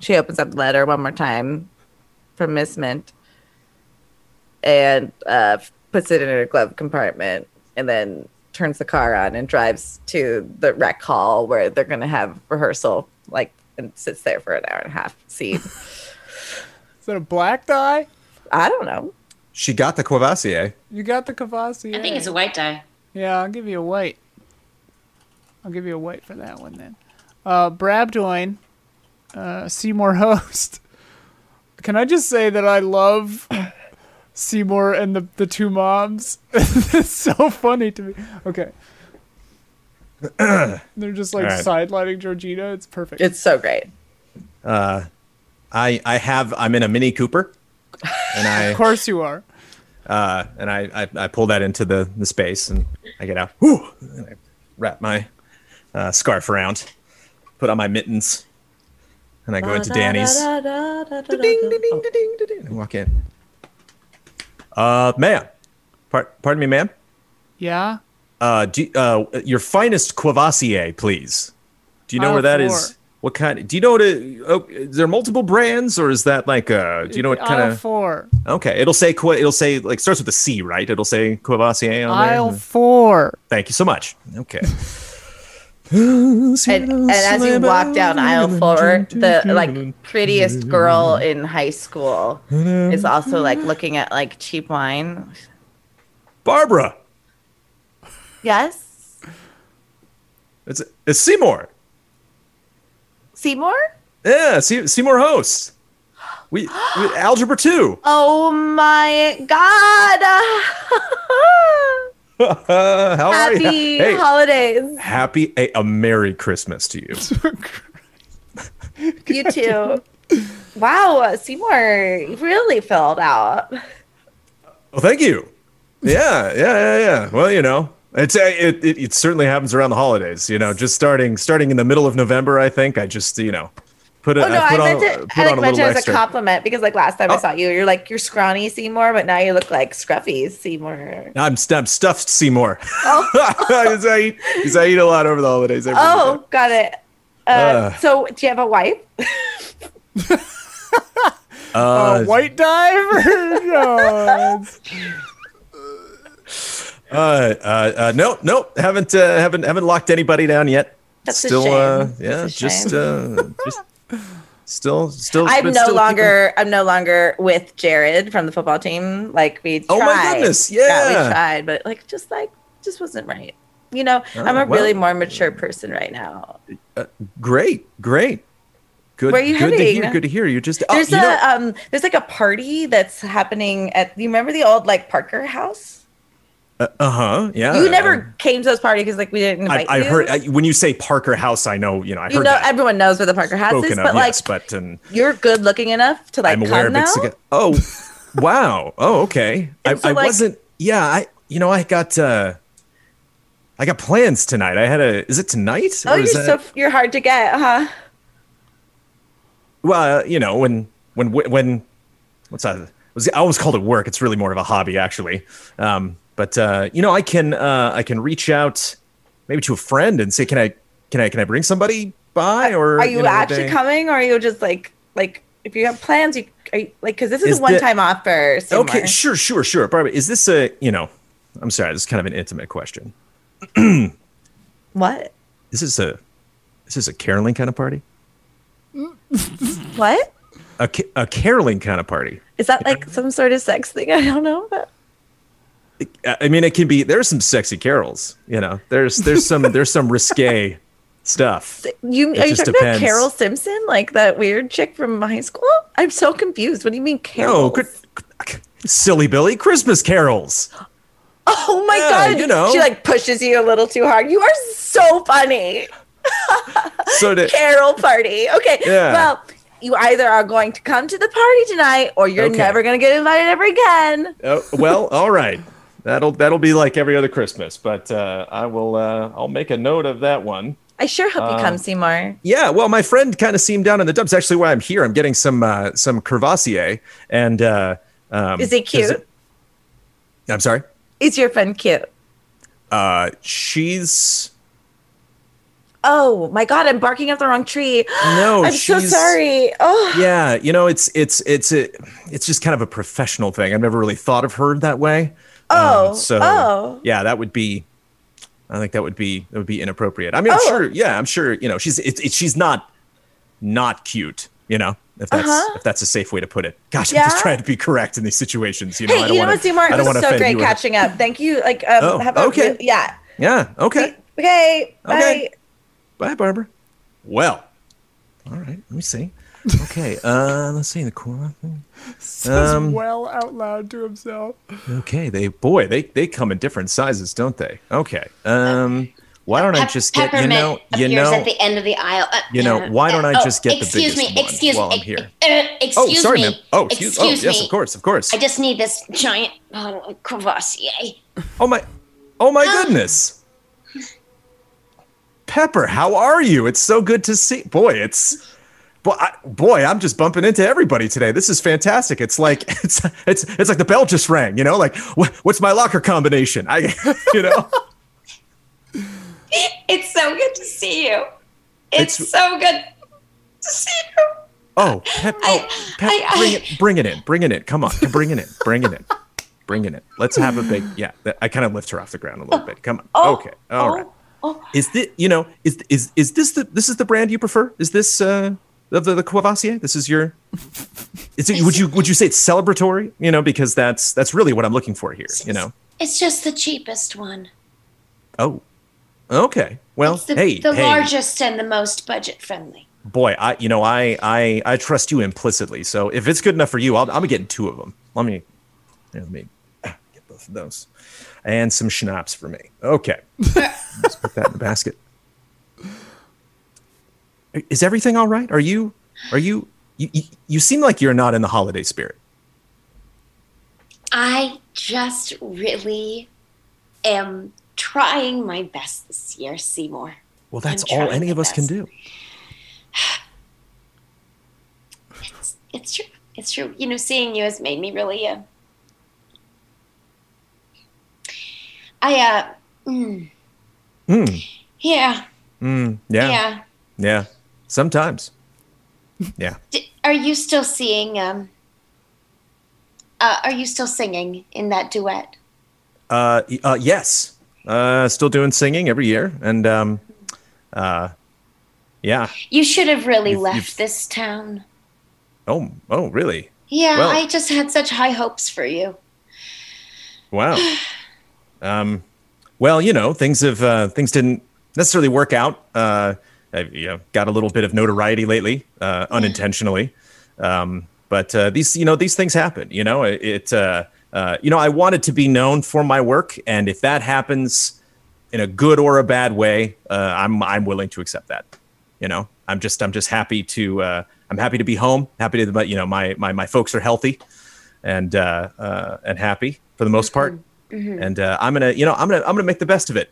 Speaker 3: she opens up the letter one more time from Miss Mint and uh, puts it in her glove compartment and then turns the car on and drives to the rec hall where they're going to have rehearsal, like, and sits there for an hour and a half. See,
Speaker 1: Is that a black dye?
Speaker 3: I don't know.
Speaker 2: She got the Quavassier.
Speaker 1: You got the Kavasi.
Speaker 4: I think it's a white dye.
Speaker 1: Yeah, I'll give you a white. I'll give you a white for that one then. Uh, Brabdoin, uh, Seymour host. Can I just say that I love Seymour and the, the two moms? it's so funny to me. Okay. They're just like
Speaker 2: All right.
Speaker 1: sidelining Georgina. It's perfect.
Speaker 3: It's so great.
Speaker 2: I I have I'm in a Mini Cooper, and
Speaker 1: of
Speaker 2: I
Speaker 1: course you are.
Speaker 2: uh, and I, I I pull that into the the space and I get out. Whew, and I wrap my uh, scarf around, put on my mittens, and I go into Danny's. Ding, ding, ding,
Speaker 3: Oh,
Speaker 2: ding, ding, ding, ding, and walk in. Uh, ma'am, Par- pardon me, ma'am.
Speaker 1: Yeah?
Speaker 2: Uh, do, uh, your finest Quavassier, please. Do you know
Speaker 1: Aisle
Speaker 2: where that is?
Speaker 1: Oh, four.
Speaker 2: What kind? do you know what? A, oh, is there multiple brands, or is that like uh? Do you know what kind
Speaker 1: Aisle
Speaker 2: of?
Speaker 1: four.
Speaker 2: Okay, it'll say Qua- it'll say like starts with a C, right? It'll say Courvoisier on
Speaker 1: Aisle
Speaker 2: there.
Speaker 1: four.
Speaker 2: Thank you so much. Okay.
Speaker 3: and, and as you walk down aisle four, the like prettiest girl in high school is also like looking at like cheap wine.
Speaker 2: Barbara,
Speaker 3: Yes,
Speaker 2: it's it's Seymour.
Speaker 3: Seymour.
Speaker 2: Yeah, Se- Seymour host. We, we algebra two.
Speaker 3: Oh my God!
Speaker 2: How are you?
Speaker 3: Happy
Speaker 2: Oh, Hey,
Speaker 3: holidays,
Speaker 2: happy a, a Merry Christmas to you.
Speaker 3: you too. wow, Seymour you really filled out.
Speaker 2: Well, Oh, thank you. Yeah, yeah, yeah, yeah. Well, you know, it's uh, it, it it certainly happens around the holidays. You know, just starting starting in the middle of November, I think. I just you know put a,
Speaker 3: Oh no,
Speaker 2: I
Speaker 3: I,
Speaker 2: put
Speaker 3: meant
Speaker 2: on,
Speaker 3: it.
Speaker 2: put
Speaker 3: I
Speaker 2: on
Speaker 3: like
Speaker 2: a
Speaker 3: meant it
Speaker 2: little
Speaker 3: as
Speaker 2: extra.
Speaker 3: a compliment because like last time I
Speaker 2: Oh.
Speaker 3: saw you, you're like you're scrawny Seymour, but now you look like scruffy Seymour.
Speaker 2: I'm, st- I'm stuffed Seymour. Oh. I, eat, 'cause I eat a lot over the holidays. I really
Speaker 3: Oh, got it. Uh,
Speaker 2: Uh.
Speaker 3: so do you have a wife?
Speaker 2: do. Uh,
Speaker 1: a white dye version. Oh, it's-
Speaker 2: uh, uh, uh, no, no, haven't uh, haven't haven't locked anybody down yet.
Speaker 3: That's a
Speaker 2: still,
Speaker 3: shame.
Speaker 2: uh,
Speaker 3: That's
Speaker 2: yeah,
Speaker 3: a
Speaker 2: just
Speaker 3: shame.
Speaker 2: uh, just still, still.
Speaker 3: I'm
Speaker 2: but
Speaker 3: no
Speaker 2: still
Speaker 3: longer. I'm no longer with Jared from the football team. Like we.
Speaker 2: Oh my
Speaker 3: tried.
Speaker 2: goodness,
Speaker 3: we
Speaker 2: yeah.
Speaker 3: tried, but like just like just wasn't right. You know,
Speaker 2: Oh,
Speaker 3: I'm a
Speaker 2: well.
Speaker 3: really more mature person right now.
Speaker 2: Keeping, great, great. Good.
Speaker 3: Where are you
Speaker 2: good to
Speaker 3: heading?
Speaker 2: hear. Good to hear. You just. Oh,
Speaker 3: There's
Speaker 2: you
Speaker 3: a
Speaker 2: know-
Speaker 3: um. There's like a party that's happening at. You remember the old like Parker house?
Speaker 2: Uh huh. Yeah. Um,
Speaker 3: you never came to those parties because like we didn't
Speaker 2: I,
Speaker 3: invite
Speaker 2: I
Speaker 3: you.
Speaker 2: heard I, when you say Parker House. I know. You know. I heard
Speaker 3: you know,
Speaker 2: that
Speaker 3: everyone knows where the Parker house
Speaker 2: spoken
Speaker 3: is,
Speaker 2: of.
Speaker 3: but like
Speaker 2: yes, but and
Speaker 3: you're good looking enough to like
Speaker 2: I'm aware
Speaker 3: come
Speaker 2: of it.
Speaker 3: now.
Speaker 2: Siga- Oh, wow. Oh, okay. I,
Speaker 3: And so,
Speaker 2: I
Speaker 3: like-
Speaker 2: wasn't. Yeah. I. You know. I got. uh I got plans tonight. I had a. Is it tonight?
Speaker 3: Oh,
Speaker 2: Or
Speaker 3: you're
Speaker 2: is
Speaker 3: so
Speaker 2: that-
Speaker 3: you're hard to get, huh?
Speaker 2: Well, uh, you know, when when when what's that? Was I always called it work? It's really more of a hobby, actually. Um, but uh, you know, I can uh, I can reach out maybe to a friend and say, can I can I can I bring somebody by? Or
Speaker 3: Are you,
Speaker 2: know,
Speaker 3: actually
Speaker 2: they-
Speaker 3: coming, or are you just like like if you have plans, you are you, like because this is,
Speaker 2: Is
Speaker 3: a
Speaker 2: the-
Speaker 3: one time offer. Somewhere.
Speaker 2: Okay, sure, sure, sure. Barbara, is this a you know? I'm sorry, this is kind of an intimate question.
Speaker 3: What?
Speaker 2: Is this a is this a caroling kind of party?
Speaker 3: What?
Speaker 2: A ca- a caroling kind of party.
Speaker 3: Is that like some sort of sex thing? I don't know. But
Speaker 2: I I mean, it can be. There's some sexy carols. You know, there's there's some there's some risque stuff.
Speaker 3: you
Speaker 2: It
Speaker 3: are you
Speaker 2: just
Speaker 3: talking
Speaker 2: depends.
Speaker 3: about Carol Simpson, like that weird chick from high school? I'm so confused. What do you mean Carol?
Speaker 2: No, cr- silly Billy, Christmas carols.
Speaker 3: oh my
Speaker 2: Yeah,
Speaker 3: god!
Speaker 2: you know.
Speaker 3: she like pushes you a little too hard. You are so funny.
Speaker 2: So to,
Speaker 3: Carol party. Okay.
Speaker 2: Yeah.
Speaker 3: Well, you either are going to come to the party tonight, or you're
Speaker 2: Okay.
Speaker 3: never going to get invited ever again.
Speaker 2: oh, well, all right. That'll that'll be like every other Christmas, but uh, I will uh, I'll make a note of that one.
Speaker 3: I sure hope
Speaker 2: Um,
Speaker 3: you come, Seymour.
Speaker 2: Yeah, well, my friend kind of seemed down in the dumps. Actually, why I'm here, I'm getting some uh, some Crevassier, and uh, um,
Speaker 3: Is he cute?
Speaker 2: it- I'm sorry.
Speaker 3: Is your friend cute?
Speaker 2: Uh, she's
Speaker 3: Oh my god, I'm barking up the wrong tree.
Speaker 2: no.
Speaker 3: I'm so
Speaker 2: she's- Um,
Speaker 3: sorry. Oh,
Speaker 2: yeah you know it's it's it's a, it's just kind of a professional thing i've never really thought of her that way
Speaker 3: Oh, oh.
Speaker 2: Um, yeah that would be i think that would be that would be inappropriate i mean i'm
Speaker 3: Oh.
Speaker 2: sure yeah i'm sure you know she's it's it, she's not not cute you know if that's
Speaker 3: Uh-huh.
Speaker 2: if that's a safe way to put it gosh i'm
Speaker 3: Yeah.
Speaker 2: just trying to be correct in these situations you know
Speaker 3: hey,
Speaker 2: i
Speaker 3: you
Speaker 2: don't
Speaker 3: know
Speaker 2: want
Speaker 3: what,
Speaker 2: to
Speaker 3: Seymour?
Speaker 2: i
Speaker 3: It
Speaker 2: don't want to
Speaker 3: was so
Speaker 2: offend
Speaker 3: great
Speaker 2: you or-
Speaker 3: catching up. Thank you. Like, um,
Speaker 2: Oh,
Speaker 3: have a
Speaker 2: okay.
Speaker 3: re- yeah.
Speaker 2: yeah okay
Speaker 3: Okay.
Speaker 2: Okay.
Speaker 3: Bye.
Speaker 2: Bye, Barbara. Well, all right. Let me see. Okay. Uh, let's see the corner.
Speaker 1: Says
Speaker 2: Um,
Speaker 1: well out loud to himself.
Speaker 2: Okay. They boy, they they come in different sizes, don't they? Okay. Um, why don't I
Speaker 4: Pep-
Speaker 2: just get you
Speaker 4: peppermint
Speaker 2: know you
Speaker 4: appears
Speaker 2: know
Speaker 4: at the end of the aisle. Uh,
Speaker 2: you know,
Speaker 4: uh,
Speaker 2: why don't I
Speaker 4: uh,
Speaker 2: just get the
Speaker 4: excuse
Speaker 2: biggest
Speaker 4: me,
Speaker 2: one
Speaker 4: Excuse
Speaker 2: while
Speaker 4: me.
Speaker 2: I'm here?
Speaker 4: uh, uh,
Speaker 2: oh
Speaker 4: excuse
Speaker 2: sorry
Speaker 4: me.
Speaker 2: ma'am oh excuse, oh yes
Speaker 4: me.
Speaker 2: of course of course
Speaker 4: I just need this giant bottle of Courvoisier.
Speaker 2: oh my oh my
Speaker 4: Ah.
Speaker 2: goodness Pepper how are you it's so good to see boy it's boy, I, boy I'm just bumping into everybody today this is fantastic it's like it's it's it's like the bell just rang you know like wh- what's my locker combination I you know
Speaker 4: It's so good to see you. It's,
Speaker 2: It's-
Speaker 4: so good to see you.
Speaker 2: Oh, Pep, oh, Pep
Speaker 4: I-
Speaker 2: bring,
Speaker 4: I-
Speaker 2: it, bring it in. Bring it in. Come on. Bring it in. Bring it in. Bring it in. Let's have a big, yeah. that- I kind of lift her off the ground a little bit. Come on.
Speaker 4: Oh,
Speaker 2: okay. all
Speaker 4: oh,
Speaker 2: right.
Speaker 4: oh.
Speaker 2: Is this, you know, is, is, is this the, this is the brand you prefer? Is this, uh, the, the, the Courvoisier? This is your, is it, would you, would you say it's celebratory? You know, because that's, that's really what I'm looking for here, you know?
Speaker 4: It's just the cheapest one.
Speaker 2: Oh, okay. Well,
Speaker 4: It's the,
Speaker 2: hey,
Speaker 4: the
Speaker 2: hey,
Speaker 4: largest and the most budget friendly.
Speaker 2: boy, I, you know, I, I, I trust you implicitly. So if it's good enough for you, I'll, I'm getting two of them. Let me, here, let me ah, get both of those, and some schnapps for me. Okay, let's put that in the basket. Is everything all right? Are you, are you, you, you, you seem like you're not in the holiday spirit.
Speaker 4: I just really am trying my best this year, Seymour.
Speaker 2: Well, that's
Speaker 4: I'm
Speaker 2: all
Speaker 4: trying
Speaker 2: any
Speaker 4: my
Speaker 2: of us can
Speaker 4: best.
Speaker 2: do.
Speaker 4: It's it's true. It's true. You know, seeing you has made me really uh I uh mm,
Speaker 2: Mm,
Speaker 4: yeah,
Speaker 2: mm,
Speaker 4: yeah.
Speaker 2: yeah, yeah. Sometimes. Yeah.
Speaker 4: D- are you still seeing um uh, are you still singing in that duet?
Speaker 2: Uh, y- uh, yes. Uh, still doing singing every year, and um, uh, yeah.
Speaker 4: You should have really
Speaker 2: You've-
Speaker 4: left
Speaker 2: you've-
Speaker 4: this town.
Speaker 2: Oh, oh, really?
Speaker 4: Yeah,
Speaker 2: Well-
Speaker 4: I just had such high hopes for you.
Speaker 2: Wow. Um, well, you know, things have uh, things didn't necessarily work out. Uh, I've you know, got a little bit of notoriety lately, uh, unintentionally. Um, but uh, these, you know, these things happen. You know, it. it uh, uh, you know, I wanted to be known for my work, and if that happens in a good or a bad way, uh, I'm I'm willing to accept that. You know, I'm just I'm just happy to uh, I'm happy to be home. Happy to, but you know, my my my folks are healthy and uh,
Speaker 4: Mm-hmm.
Speaker 2: uh, and happy for the most part. And uh, I'm gonna, you know, I'm gonna, I'm gonna make the best of it.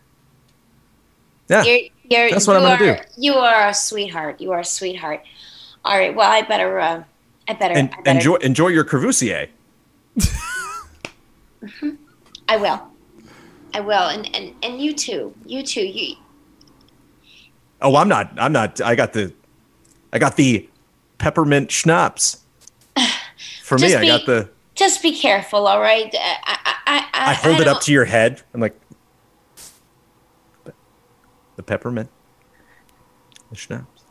Speaker 2: Yeah.
Speaker 4: You're, you're,
Speaker 2: That's what
Speaker 4: you
Speaker 2: I'm gonna
Speaker 4: are- You are a sweetheart. You are a sweetheart. All right. Well, I better. Uh, I better.
Speaker 2: And
Speaker 4: I better.
Speaker 2: enjoy enjoy your Crevusier.
Speaker 4: I will. I will. And and and you too. You too. You.
Speaker 2: Oh, I'm not. I'm not. I got the, I got the peppermint schnapps. For me,
Speaker 4: Just
Speaker 2: I
Speaker 4: be-
Speaker 2: got the.
Speaker 4: Just be careful. All right. Uh, I I I,
Speaker 2: I hold it
Speaker 4: don't-
Speaker 2: up to your head. I'm like, the peppermint, the schnapps.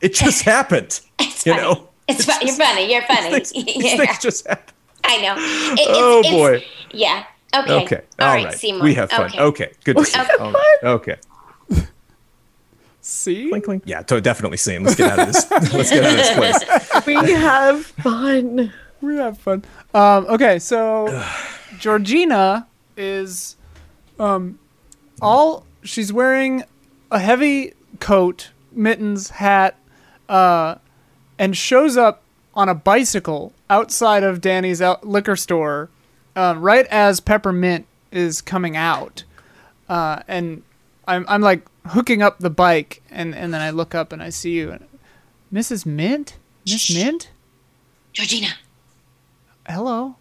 Speaker 2: It just happened.
Speaker 4: It's
Speaker 2: you
Speaker 4: funny.
Speaker 2: know?
Speaker 4: It's, fu- you're funny. You're funny.
Speaker 2: These
Speaker 4: Yeah,
Speaker 2: things just happened.
Speaker 4: I know. It- it's-
Speaker 2: Oh,
Speaker 4: it's-
Speaker 2: boy.
Speaker 4: Yeah. Okay.
Speaker 2: Okay.
Speaker 4: All right,
Speaker 2: right.
Speaker 4: Seymour.
Speaker 2: We have fun. Okay. Good. To see you. All right. Okay.
Speaker 1: See?
Speaker 2: Clink, clink. Yeah. To- definitely seen. Let's get out of this. Let's get out of this place.
Speaker 6: We have fun.
Speaker 1: We have fun. Um, okay, so Georgina is um, all she's wearing a heavy coat, mittens, hat, uh, and shows up on a bicycle outside of Danny's out- liquor store uh, right as Peppermint is coming out. Uh, and I'm, I'm like hooking up the bike, and, and then I look up and I see you. And, Mrs. Mint? Miss Mint?
Speaker 4: Georgina,
Speaker 1: Hello.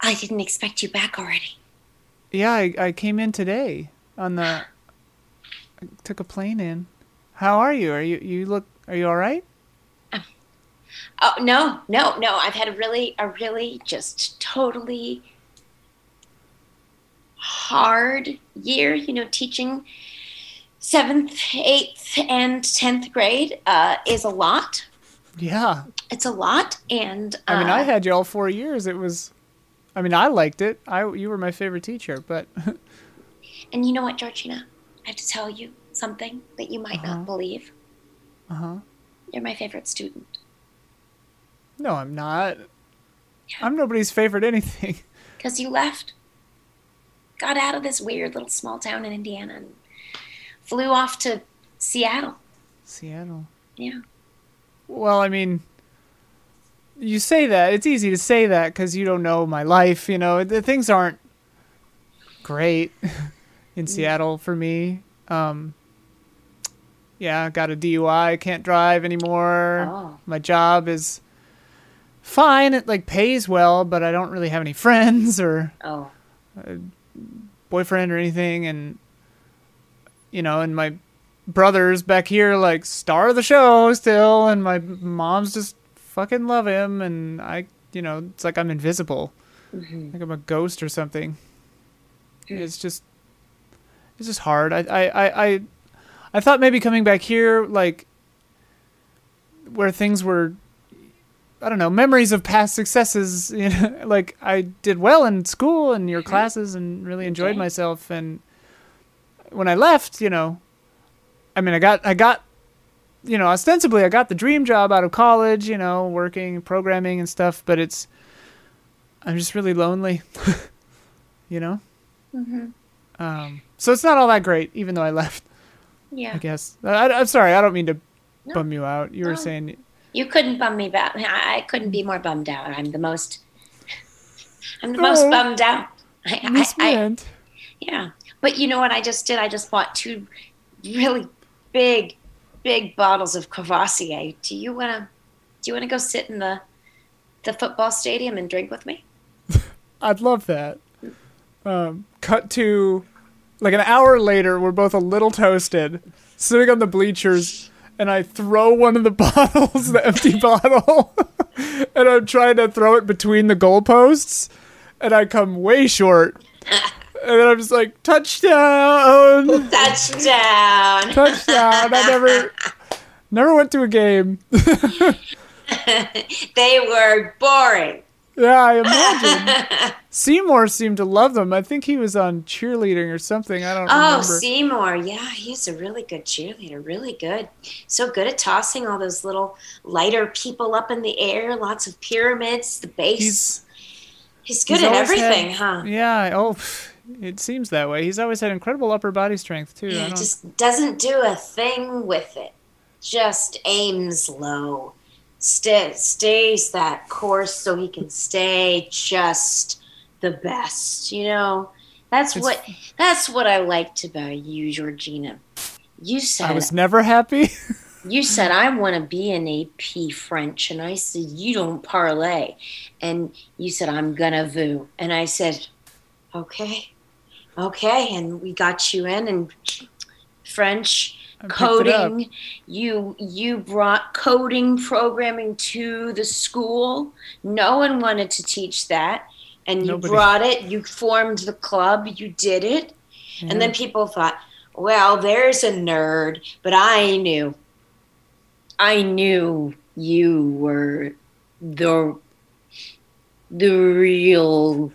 Speaker 4: I didn't expect you back already.
Speaker 1: Yeah, I, I came in today on the I took a plane in. How are you? Are you you look are you all right?
Speaker 4: Oh no, no, no! I've had a really, a really just totally hard year. You know, teaching seventh, eighth, and tenth grade uh, is a lot.
Speaker 1: Yeah.
Speaker 4: It's a lot, and
Speaker 1: I mean,
Speaker 4: uh,
Speaker 1: I had you all 4 years. It was I mean, I liked it. I you were my favorite teacher, but
Speaker 4: And you know what, Georgina? I have to tell you something that you might not believe.
Speaker 1: uh-huh.
Speaker 4: You're my favorite student.
Speaker 1: No, I'm not. I'm nobody's favorite anything.
Speaker 4: Because you left, got out of this weird little small town in Indiana, and flew off to Seattle.
Speaker 1: Seattle.
Speaker 4: Yeah.
Speaker 1: Well, I mean, you say that. It's easy to say that because you don't know my life. You know, the things aren't great
Speaker 4: Mm.
Speaker 1: in Seattle for me. Um, yeah, got a DUI. Can't drive anymore.
Speaker 4: Oh.
Speaker 1: My job is fine. It like pays well, but I don't really have any friends or
Speaker 4: Oh.
Speaker 1: boyfriend or anything and you know and my brothers back here like star of the show still and my mom's just fucking love him and i you know it's like i'm invisible like i'm a ghost or something it's just it's just hard I, I i i i thought maybe coming back here like where things were I don't know, memories of past successes. You know, like I did well in school and your classes and really enjoyed
Speaker 4: Okay.
Speaker 1: myself. And when I left, you know, I mean, I got, I got, you know, ostensibly I got the dream job out of college, you know, working, programming and stuff, but it's, I'm just really lonely, you know? Mm-hmm. Um, so it's not all that great, even though I left,
Speaker 4: Yeah.
Speaker 1: I guess. I, I'm sorry. I don't mean to
Speaker 4: No.
Speaker 1: bum you out. You
Speaker 4: No.
Speaker 1: were saying
Speaker 4: You couldn't bum me back. I I couldn't be more bummed out. I'm the most. I'm the
Speaker 1: Oh.
Speaker 4: most bummed out. I,
Speaker 1: Miss
Speaker 4: I, I,
Speaker 1: Mint.
Speaker 4: Yeah. But you know what I just did? I just bought two really big, big bottles of Courvoisier. Do you wanna do you wanna go sit in the the football stadium and drink with me?
Speaker 1: I'd love that. Um, cut to like an hour later, we're both a little toasted, sitting on the bleachers, and I throw one of the bottles, the empty bottle, and I'm trying to throw it between the goalposts, and I come way short. And then I'm just like, touchdown,
Speaker 4: Touchdown.
Speaker 1: touchdown. I never, never went to a game.
Speaker 4: They were boring.
Speaker 1: Yeah, I imagine. Seymour seemed to love them. I think he was on cheerleading or something. I don't
Speaker 4: Oh,
Speaker 1: remember.
Speaker 4: Seymour. Yeah, he's a really good cheerleader. Really good. So good at tossing all those little lighter people up in the air, lots of pyramids, the base.
Speaker 1: He's-
Speaker 4: He's, good
Speaker 1: He's
Speaker 4: at
Speaker 1: always had-
Speaker 4: everything, huh?
Speaker 1: Yeah. Oh, pff, it seems that way. He's always had incredible upper body strength too. I
Speaker 4: Yeah,
Speaker 1: don't,
Speaker 4: just doesn't do a thing with it. Just aims low, Sta stays that course so he can stay just the best. You know, That's
Speaker 1: It's-
Speaker 4: what that's what I liked about you, Georgina. You
Speaker 1: I
Speaker 4: said
Speaker 1: was never happy.
Speaker 4: you said I want to be an AP French, and I said you don't parlay, and you said I'm gonna voo, and I said, okay, okay, and we got you in and French
Speaker 1: I picked it up.
Speaker 4: coding. You you brought coding programming to the school. No one wanted to teach that, and you
Speaker 1: Nobody.
Speaker 4: brought it. You formed the club. You did it.
Speaker 1: Yeah.
Speaker 4: And then people thought, well, there's a nerd, but I knew. I knew you were the the real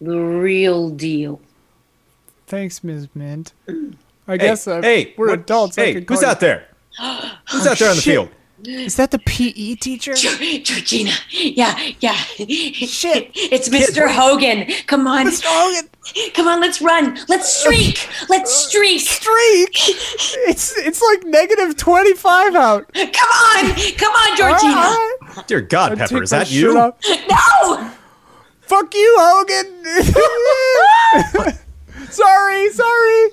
Speaker 4: the real deal.
Speaker 1: Thanks, Ms. Mint. I
Speaker 2: Hey,
Speaker 1: guess uh,
Speaker 2: hey,
Speaker 1: we're
Speaker 2: what-
Speaker 1: adults. I
Speaker 2: Hey,
Speaker 1: could
Speaker 2: who's
Speaker 1: call Oh,
Speaker 2: out there? Who's out there on the
Speaker 1: shit.
Speaker 2: field?
Speaker 1: you- Is that the PE teacher?
Speaker 4: Georgina. Yeah, yeah. Shit. It's Mr. Hogan. Come on.
Speaker 1: Mr. Hogan,
Speaker 4: Come on, let's run. Let's
Speaker 1: Uh,
Speaker 4: streak. Let's streak.
Speaker 1: streak. It's it's like negative twenty five out. Ah,
Speaker 4: Come on. Come on,
Speaker 1: All
Speaker 4: Georgina.
Speaker 1: right.
Speaker 2: Dear God,
Speaker 1: I'll
Speaker 2: Pepper,
Speaker 1: take
Speaker 2: is
Speaker 1: my
Speaker 2: that
Speaker 1: shirt off.
Speaker 2: you?
Speaker 4: No.
Speaker 1: Fuck you, Hogan. sorry, sorry. I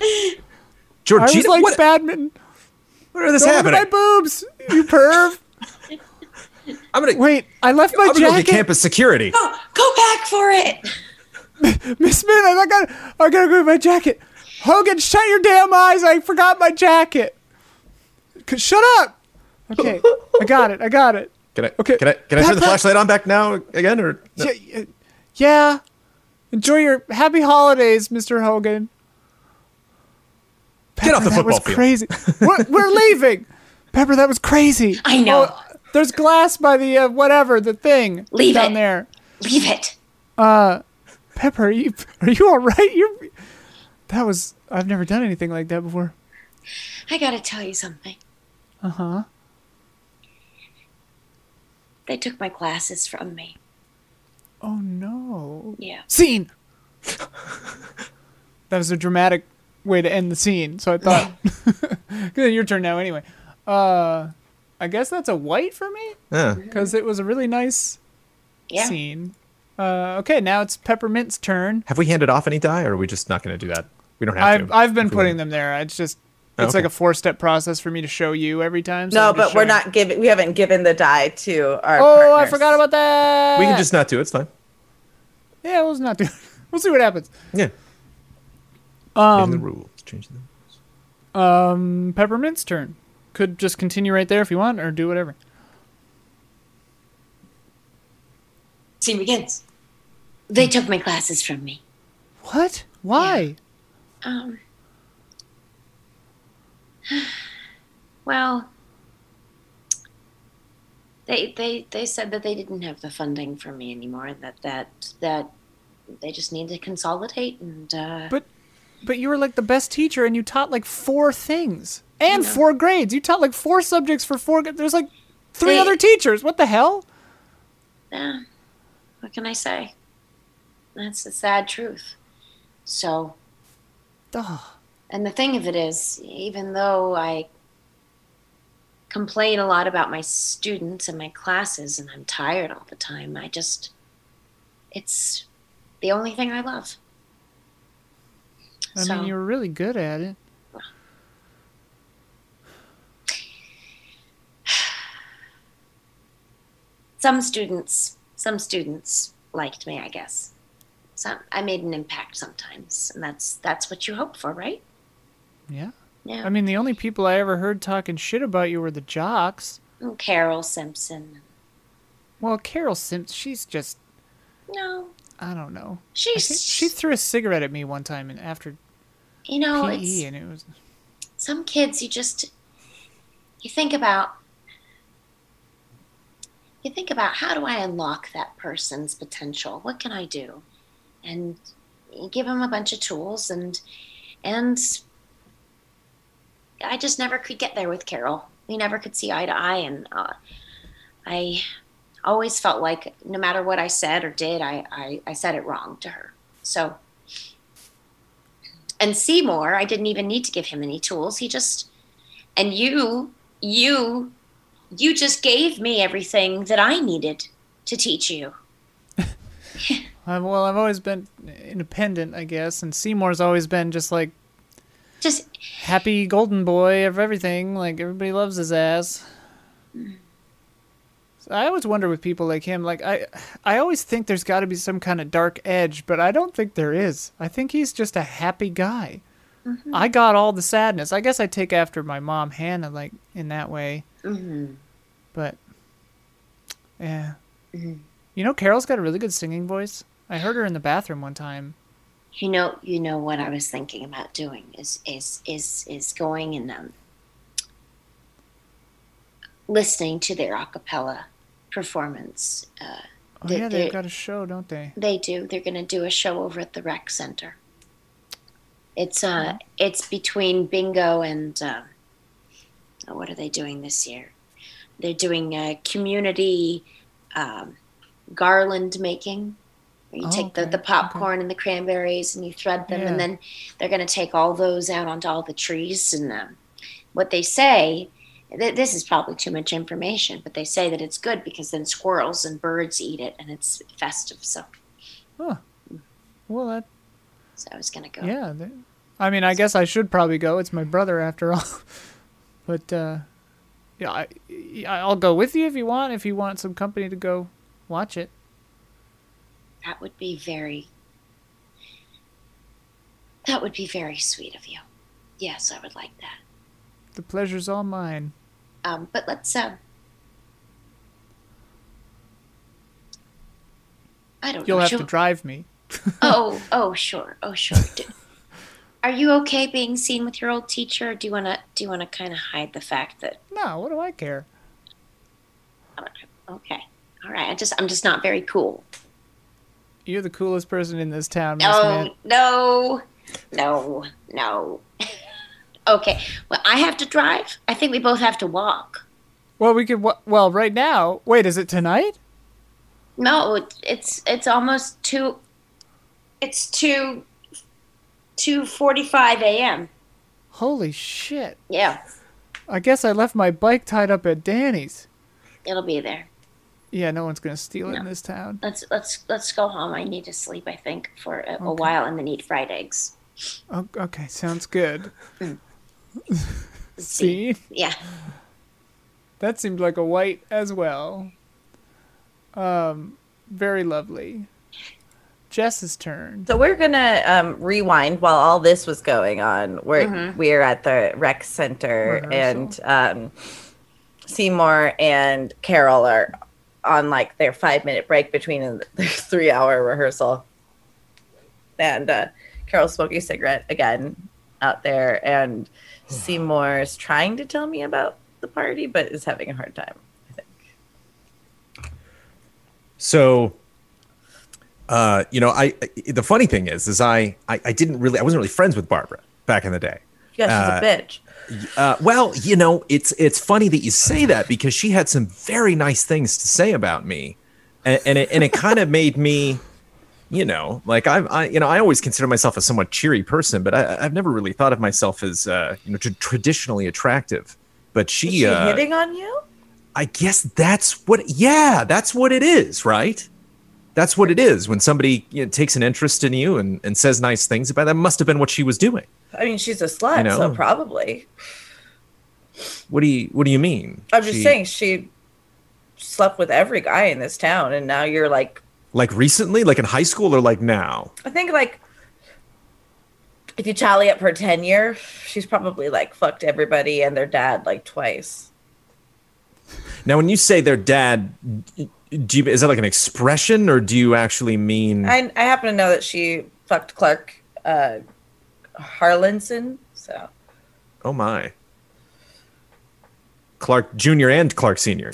Speaker 1: was
Speaker 2: Georgina,
Speaker 1: like
Speaker 2: what,
Speaker 1: badminton.
Speaker 2: what is this
Speaker 1: Don't look at
Speaker 2: happening?
Speaker 1: my boobs, you perv.
Speaker 2: I'm gonna,
Speaker 1: Wait, I left my
Speaker 2: I'm gonna go
Speaker 1: jacket.
Speaker 2: get campus security.
Speaker 4: Go, go back for it.
Speaker 1: Miss Smith, I got, I gotta go get my jacket. Hogan, shut your damn eyes! I forgot my jacket. C- Shut up. Okay, I got it. I got it.
Speaker 2: Can I?
Speaker 1: Okay.
Speaker 2: Okay. Can I? Can I turn the
Speaker 1: Pepper-
Speaker 2: flashlight on back now again? Or no?
Speaker 1: Y- y- uh, Yeah. Enjoy your happy holidays, Mr. Hogan.
Speaker 2: Get off the
Speaker 1: that was
Speaker 2: football field.
Speaker 1: crazy. we're, we're leaving. Pepper, that was crazy.
Speaker 4: I know.
Speaker 1: there's glass by the uh, whatever the thing
Speaker 4: Leave
Speaker 1: down
Speaker 4: it.
Speaker 1: there.
Speaker 4: Leave it.
Speaker 1: Pepper, are you are you all right? You that was I've never done anything like that before.
Speaker 4: I gotta tell you something.
Speaker 1: Uh huh.
Speaker 4: They took my glasses from me.
Speaker 1: Oh no.
Speaker 4: Yeah.
Speaker 1: Scene. that was a dramatic way to end the scene. So I thought, good, your turn now. Anyway, uh, I guess that's a white for me
Speaker 2: Yeah.
Speaker 1: because it was a really nice
Speaker 4: Yeah.
Speaker 1: scene. Uh, okay, now it's Peppermint's turn.
Speaker 2: Have we handed off any die, or are we just not going to do that? We don't have
Speaker 1: I've
Speaker 2: to.
Speaker 1: I've been
Speaker 2: If we
Speaker 1: putting
Speaker 2: want.
Speaker 1: them there. It's just
Speaker 2: Oh,
Speaker 1: it's like
Speaker 2: okay.
Speaker 1: a four step process for me to show you every time. so
Speaker 3: No,
Speaker 1: I'm just
Speaker 3: but we're
Speaker 1: showing-
Speaker 3: not giving. We haven't given the die to our.
Speaker 1: Oh, I
Speaker 3: partners.
Speaker 1: forgot about that.
Speaker 2: We can just not do it. It's fine.
Speaker 1: Yeah, we'll not do. We'll see what happens.
Speaker 2: Yeah. Changing the
Speaker 1: Um,
Speaker 2: rules. Changing the rules.
Speaker 1: um, Peppermint's turn. Could just continue right there if you want, or do whatever.
Speaker 4: Scene begins. They took my glasses from me.
Speaker 1: What? Why?
Speaker 4: Um. Well, they they they said that they didn't have the funding for me anymore. That that that they just need to consolidate and uh,
Speaker 1: But, but you were like the best teacher, and you taught like four things and
Speaker 4: know.
Speaker 1: four grades. You taught like four subjects for four. gr- There's like three
Speaker 4: They-
Speaker 1: other teachers. What the hell?
Speaker 4: yeah, what can I say? That's the sad truth. So
Speaker 1: Duh.
Speaker 4: And the thing of it is, even though I complain a lot about my students and my classes and I'm tired all the time, I just, it's the only thing I love.
Speaker 1: I
Speaker 4: So-
Speaker 1: mean, you were really good at it.
Speaker 4: Some students, some students liked me, I guess. Some, I made an impact sometimes, and that's that's what you hope for, right?
Speaker 1: Yeah.
Speaker 4: Yeah.
Speaker 1: I mean, the only people I ever heard talking shit about you were the jocks.
Speaker 4: And Carol Simpson.
Speaker 1: Well, Carol Sims, she's just
Speaker 4: No,
Speaker 1: I don't know. I think
Speaker 4: she's
Speaker 1: she threw a cigarette at me one time, and after
Speaker 4: you know, it's
Speaker 1: PE, and it was
Speaker 4: some kids you just you think about you think about how do i unlock that person's potential what can i do and you give them a bunch of tools and and i just never could get there with carol we never could see eye to eye and uh, i always felt like no matter what i said or did I, I i said it wrong to her so and Seymour, I didn't even need to give him any tools. He just and you, you, you just gave me everything that I needed to teach you.
Speaker 1: I've, well, I've always been independent, I guess, and Seymour's always been just like
Speaker 4: Just
Speaker 1: happy golden boy of everything. Like everybody loves his ass. So I always wonder with people like him. Like I, I always think there's got to be some kind of dark edge, but I don't think there is. I think he's just a happy guy. I got all the sadness. I guess I take after my mom Hannah, like in that way. But yeah, you know, Carol's got a really good singing voice. I heard her in the bathroom one time.
Speaker 4: you know you know what I was thinking about doing is is is is going and um, listening to their a cappella performance. Uh,
Speaker 1: Oh
Speaker 4: They-
Speaker 1: yeah, they've
Speaker 4: they-
Speaker 1: got a show, don't they?
Speaker 4: They do. They're going to do a show over at the rec center. It's
Speaker 1: Mm-hmm.
Speaker 4: uh, it's between bingo and um, oh, what are they doing this year? They're doing a community um, garland making. where You
Speaker 1: Oh,
Speaker 4: take
Speaker 1: okay,
Speaker 4: the, the
Speaker 1: okay.
Speaker 4: popcorn and the cranberries and you thread them,
Speaker 1: Yeah.
Speaker 4: and then they're going to take all those out onto all the trees. And um, what they say, th- this is probably too much information, but they say that it's good because then squirrels and birds eat it, and it's festive. So.
Speaker 1: Well, that
Speaker 4: So I was gonna go.
Speaker 1: Yeah. They, I mean, I guess I should probably go. It's my brother after all. but uh, yeah, I, I- I'll go with you if you want. If you want some company to go watch it.
Speaker 4: That would be very. That would be very sweet of you. Yes, I would like that.
Speaker 1: The pleasure's all mine.
Speaker 4: Um, but let's. Um, I don't
Speaker 1: You'll
Speaker 4: know.
Speaker 1: have
Speaker 4: shall-
Speaker 1: to drive me.
Speaker 4: oh, oh, sure, oh, sure. Do- are you okay being seen with your old teacher? Or do you wanna do you wanna kind of hide the fact that?
Speaker 1: No, what do I care?
Speaker 4: Okay, all right. I just I'm just not very cool.
Speaker 1: You're the coolest person in this town, Miss
Speaker 4: No,
Speaker 1: Matt.
Speaker 4: no, no, no. okay. Well, I have to drive. I think we both have to walk.
Speaker 1: Well, we could. wa- Well, right now. Wait, is it tonight?
Speaker 4: No, it- it's it's almost two. It's two. Two forty-five a.m.
Speaker 1: Holy shit!
Speaker 4: Yeah,
Speaker 1: I guess I left my bike tied up at Danny's.
Speaker 4: it'll be there.
Speaker 1: Yeah, no one's gonna steal it in
Speaker 4: No.
Speaker 1: this town.
Speaker 4: Let's let's let's go home. I need to sleep. I think for a, a while, and then eat fried eggs.
Speaker 1: Oh, okay, sounds good. See?
Speaker 4: See. Yeah.
Speaker 1: That seemed like a white as well. Um, very lovely. Jess's turn.
Speaker 3: So we're gonna um, rewind while all this was going on. We're
Speaker 2: Mm-hmm.
Speaker 3: we're at the rec center,
Speaker 1: Rehearsal.
Speaker 3: and um, Seymour and Carol are on like their five minute break between their three hour rehearsal. And uh, Carol's smoking a cigarette again out there, and Seymour's trying to tell me about the party, but is having a hard time.
Speaker 2: So, uh, you know, I, I- the funny thing is, is I, I I didn't really I wasn't really friends with Barbara back in the day.
Speaker 3: Yeah, she's a bitch.
Speaker 2: Uh, well, you know, it's it's funny that you say that because she had some very nice things to say about me, and, and it and it kind of made me, you know, like I'm I you know I always consider myself a somewhat cheery person, but I, I've never really thought of myself as uh, you know tr- traditionally attractive. But she,
Speaker 3: Is she
Speaker 2: uh,
Speaker 3: hitting on you?
Speaker 2: I guess that's what, yeah, that's what it is, right? That's what it is when somebody you know, takes an interest in you and, and says nice things about that. Must have been what she was doing.
Speaker 3: I mean, she's a slut,
Speaker 2: You know.
Speaker 3: so probably.
Speaker 2: What do you What do you mean?
Speaker 3: I'm just
Speaker 2: She-
Speaker 3: saying she slept with every guy in this town, and now you're like,
Speaker 2: Like recently, like in high school, or like now?
Speaker 3: I think like if you tally up her tenure, she's probably like fucked everybody and their dad like twice.
Speaker 2: Now, when you say their dad, do you, is that like an expression, or do you actually mean?
Speaker 3: I I happen to know that she fucked Clark uh, Harlinson, so
Speaker 2: oh my, Clark Junior and Clark Senior.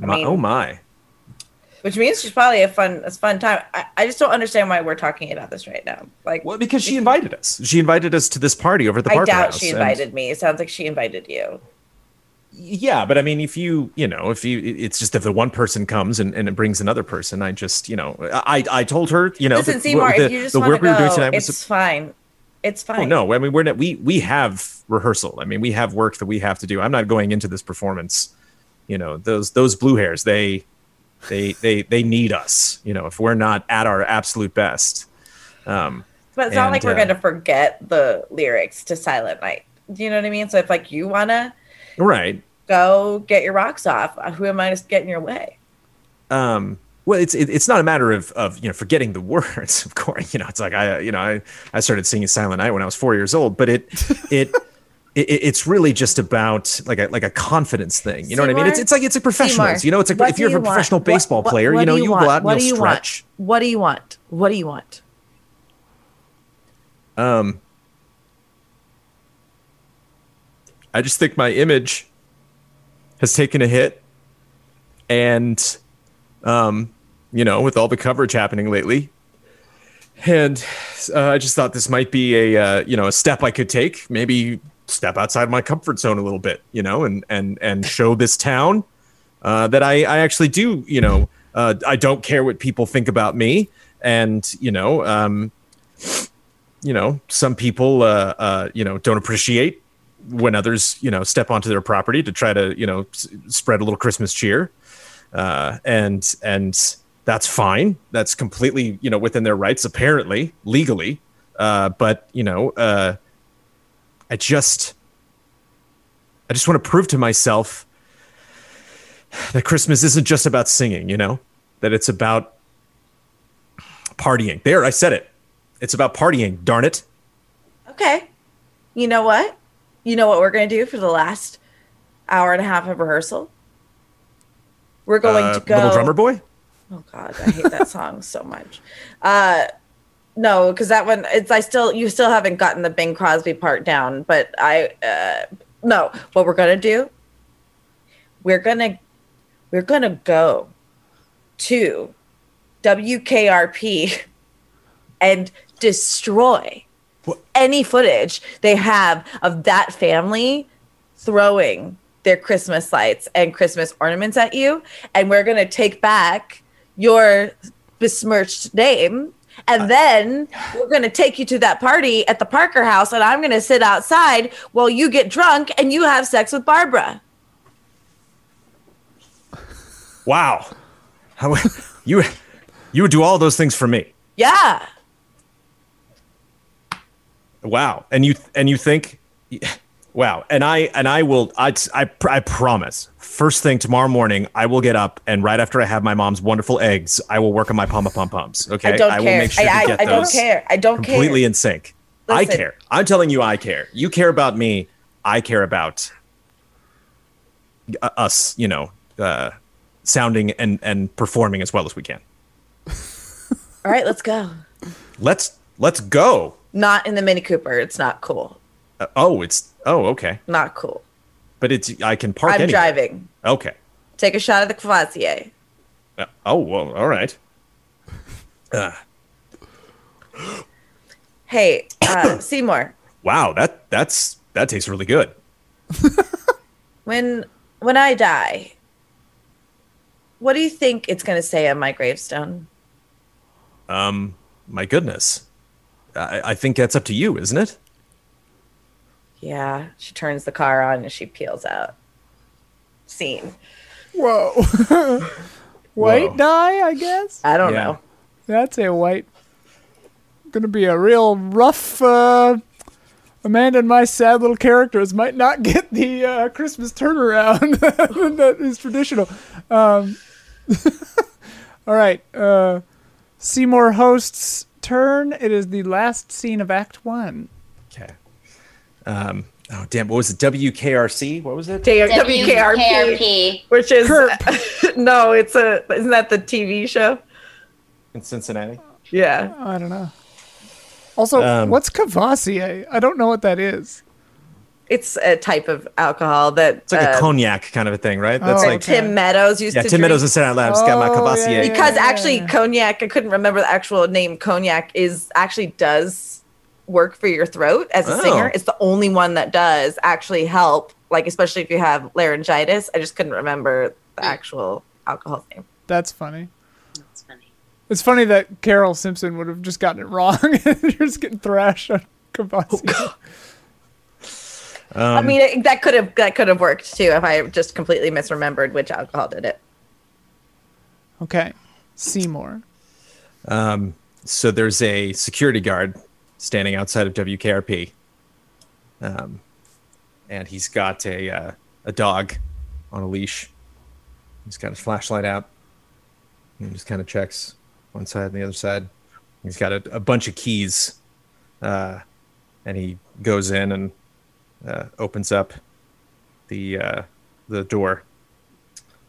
Speaker 2: My,
Speaker 3: mean-
Speaker 2: oh my.
Speaker 3: which means she's probably a fun a fun time. I, I just don't understand why we're talking about this right now. Like,
Speaker 2: Well, because she invited us. She invited us to this party over at the
Speaker 3: I
Speaker 2: Parker
Speaker 3: doubt
Speaker 2: House,
Speaker 3: she
Speaker 2: and-
Speaker 3: invited me. It sounds like she invited you.
Speaker 2: yeah but i mean if you you know if you it- it's just if the one person comes and, and it brings another person i just you know i i told her you know
Speaker 3: Listen,
Speaker 2: that
Speaker 3: Seymour,
Speaker 2: the,
Speaker 3: if you just
Speaker 2: the
Speaker 3: want to
Speaker 2: work we were doing
Speaker 3: go,
Speaker 2: tonight
Speaker 3: it's
Speaker 2: was
Speaker 3: fine. It's fine.
Speaker 2: oh no i mean we're not we we have rehearsal i mean we have work that we have to do i'm not going into this performance you know those those blue hairs they They they they need us. You know, if we're not at our absolute best. Um,
Speaker 3: But it's not
Speaker 2: And,
Speaker 3: like we're
Speaker 2: uh,
Speaker 3: gonna forget the lyrics to Silent Night. Do you know what I mean? So if like you wanna
Speaker 2: right.
Speaker 3: go get your rocks off, uh, who am I to get in your way?
Speaker 2: um well it's it, it's not a matter of of you know forgetting the words of course you know it's like i you know i i started singing silent night when i was four years old but it it, it it's really just about like a like a confidence thing you know what i mean it's
Speaker 3: Seymour?
Speaker 2: it's like it's a professional
Speaker 3: Seymour,
Speaker 2: you know it's like
Speaker 3: what
Speaker 2: if
Speaker 3: do
Speaker 2: you're a
Speaker 3: you want?
Speaker 2: professional
Speaker 3: What-
Speaker 2: baseball
Speaker 3: what-
Speaker 2: player
Speaker 3: what
Speaker 2: you know
Speaker 3: do
Speaker 2: you
Speaker 3: want?
Speaker 2: go out
Speaker 3: What
Speaker 2: and
Speaker 3: do
Speaker 2: you'll
Speaker 3: you
Speaker 2: stretch
Speaker 3: Want? What do you want? What do you want?
Speaker 2: um i just think my image has taken a hit and um you know with all the coverage happening lately and uh, i just thought this might be a uh, you know a step i could take maybe step outside my comfort zone a little bit you know and and and show this town uh, that i i actually do you know uh, i don't care what people think about me and you know um you know some people uh, uh you know don't appreciate when others you know step onto their property to try to you know s- spread a little christmas cheer uh, and and that's fine. That's completely you know within their rights, apparently legally. Uh, but you know, uh, I just I just want to prove to myself that Christmas isn't just about singing. You know, that it's about partying. There, I said it. It's about partying. Darn it.
Speaker 3: Okay. You know what? You know what we're gonna do for the last hour and a half of rehearsal? We're going
Speaker 2: Uh,
Speaker 3: to go
Speaker 2: Little drummer boy.
Speaker 3: Oh God, I hate that song so much. Uh, no, because that one, it's I still you still haven't gotten the Bing Crosby part down. But I, uh, no, what we're gonna do? We're gonna, we're gonna go to WKRP and destroy
Speaker 2: What?
Speaker 3: any footage they have of that family throwing their Christmas lights and Christmas ornaments at you, and we're gonna take back your besmirched name.
Speaker 2: Uh,
Speaker 3: And then we're going to take you to that party at the Parker house, and I'm going to sit outside while you get drunk and you have sex with Barbara.
Speaker 2: Wow. How, you you would do all those things for me.
Speaker 3: Yeah.
Speaker 2: Wow. And you and you think wow. And I and I will I I, pr- I promise. First thing tomorrow morning, I will get up and right after I have my mom's wonderful eggs, I will work on my pom pom poms. Okay.
Speaker 3: I don't care.
Speaker 2: will make sure
Speaker 3: I, I,
Speaker 2: to get
Speaker 3: I
Speaker 2: those
Speaker 3: don't care. I don't care.
Speaker 2: completely in sync. I
Speaker 3: Listen.
Speaker 2: care. I'm telling you I care. You care about me. I care about uh, us, you know, uh, sounding and and performing as well as we can.
Speaker 3: All right, let's go.
Speaker 2: Let's let's go.
Speaker 3: Not in the Mini Cooper. It's not cool.
Speaker 2: Uh, oh, it's oh, okay.
Speaker 3: Not cool.
Speaker 2: But it's I can park
Speaker 3: I'm
Speaker 2: anywhere.
Speaker 3: driving.
Speaker 2: Okay.
Speaker 3: Take a shot of the Cavassier.
Speaker 2: Uh, oh, well, all right.
Speaker 3: Hey, uh, Seymour,
Speaker 2: Wow, that that's that tastes really good.
Speaker 3: when when I die, what do you think it's going to say on my gravestone?
Speaker 2: Um, my goodness, I, I think that's up to you, isn't it?
Speaker 3: Yeah, she turns the car on and she peels out. Scene.
Speaker 1: Whoa. white
Speaker 2: Whoa.
Speaker 1: dye, I guess.
Speaker 3: I don't
Speaker 2: Yeah.
Speaker 3: know.
Speaker 1: That's a white. Gonna be a real rough. Uh, Amanda and my sad little characters might not get the uh, Christmas turnaround that is traditional. Um, all right, uh, Seymour hosts turn. It is the last scene of Act One.
Speaker 2: Okay. Um. Oh damn! What was it? WKRC? What was it?
Speaker 3: WKRP,
Speaker 4: WKRP.
Speaker 3: which is no, it's a isn't that the TV show?
Speaker 2: In Cincinnati. Oh.
Speaker 3: Yeah,
Speaker 1: I don't know. Also,
Speaker 2: Um,
Speaker 1: what's Cavassier? I don't know what that is.
Speaker 3: it's a type of alcohol that
Speaker 2: It's like a
Speaker 3: uh,
Speaker 2: cognac kind of a thing, right? That's
Speaker 1: Oh,
Speaker 2: like
Speaker 1: okay.
Speaker 3: Tim Meadows used
Speaker 2: yeah.
Speaker 3: to
Speaker 2: Tim Meadows and
Speaker 3: drink.
Speaker 2: Sarah Labs got my
Speaker 1: Oh,
Speaker 2: Cavassier.
Speaker 1: yeah, yeah,
Speaker 3: because
Speaker 1: yeah,
Speaker 3: actually
Speaker 1: yeah.
Speaker 3: cognac, I couldn't remember the actual name. Cognac is actually does work for your throat as a
Speaker 2: Oh.
Speaker 3: singer. It's the only one that does actually help. Like especially if you have laryngitis. I just couldn't remember the actual alcohol name.
Speaker 1: That's funny.
Speaker 4: That's funny.
Speaker 1: It's funny that Carol Simpson would have just gotten it wrong. You're just getting thrashed on Cavassier.
Speaker 3: I mean, it- that could have that could have worked too if I just completely misremembered which alcohol did it.
Speaker 1: Okay. Seymour.
Speaker 2: Um, so there's a security guard standing outside of WKRP, um, and he's got a uh, a dog on a leash. He's got his flashlight out. He just kind of checks one side and the other side. He's got a, a bunch of keys, uh, and he goes in and uh, opens up the uh, the door,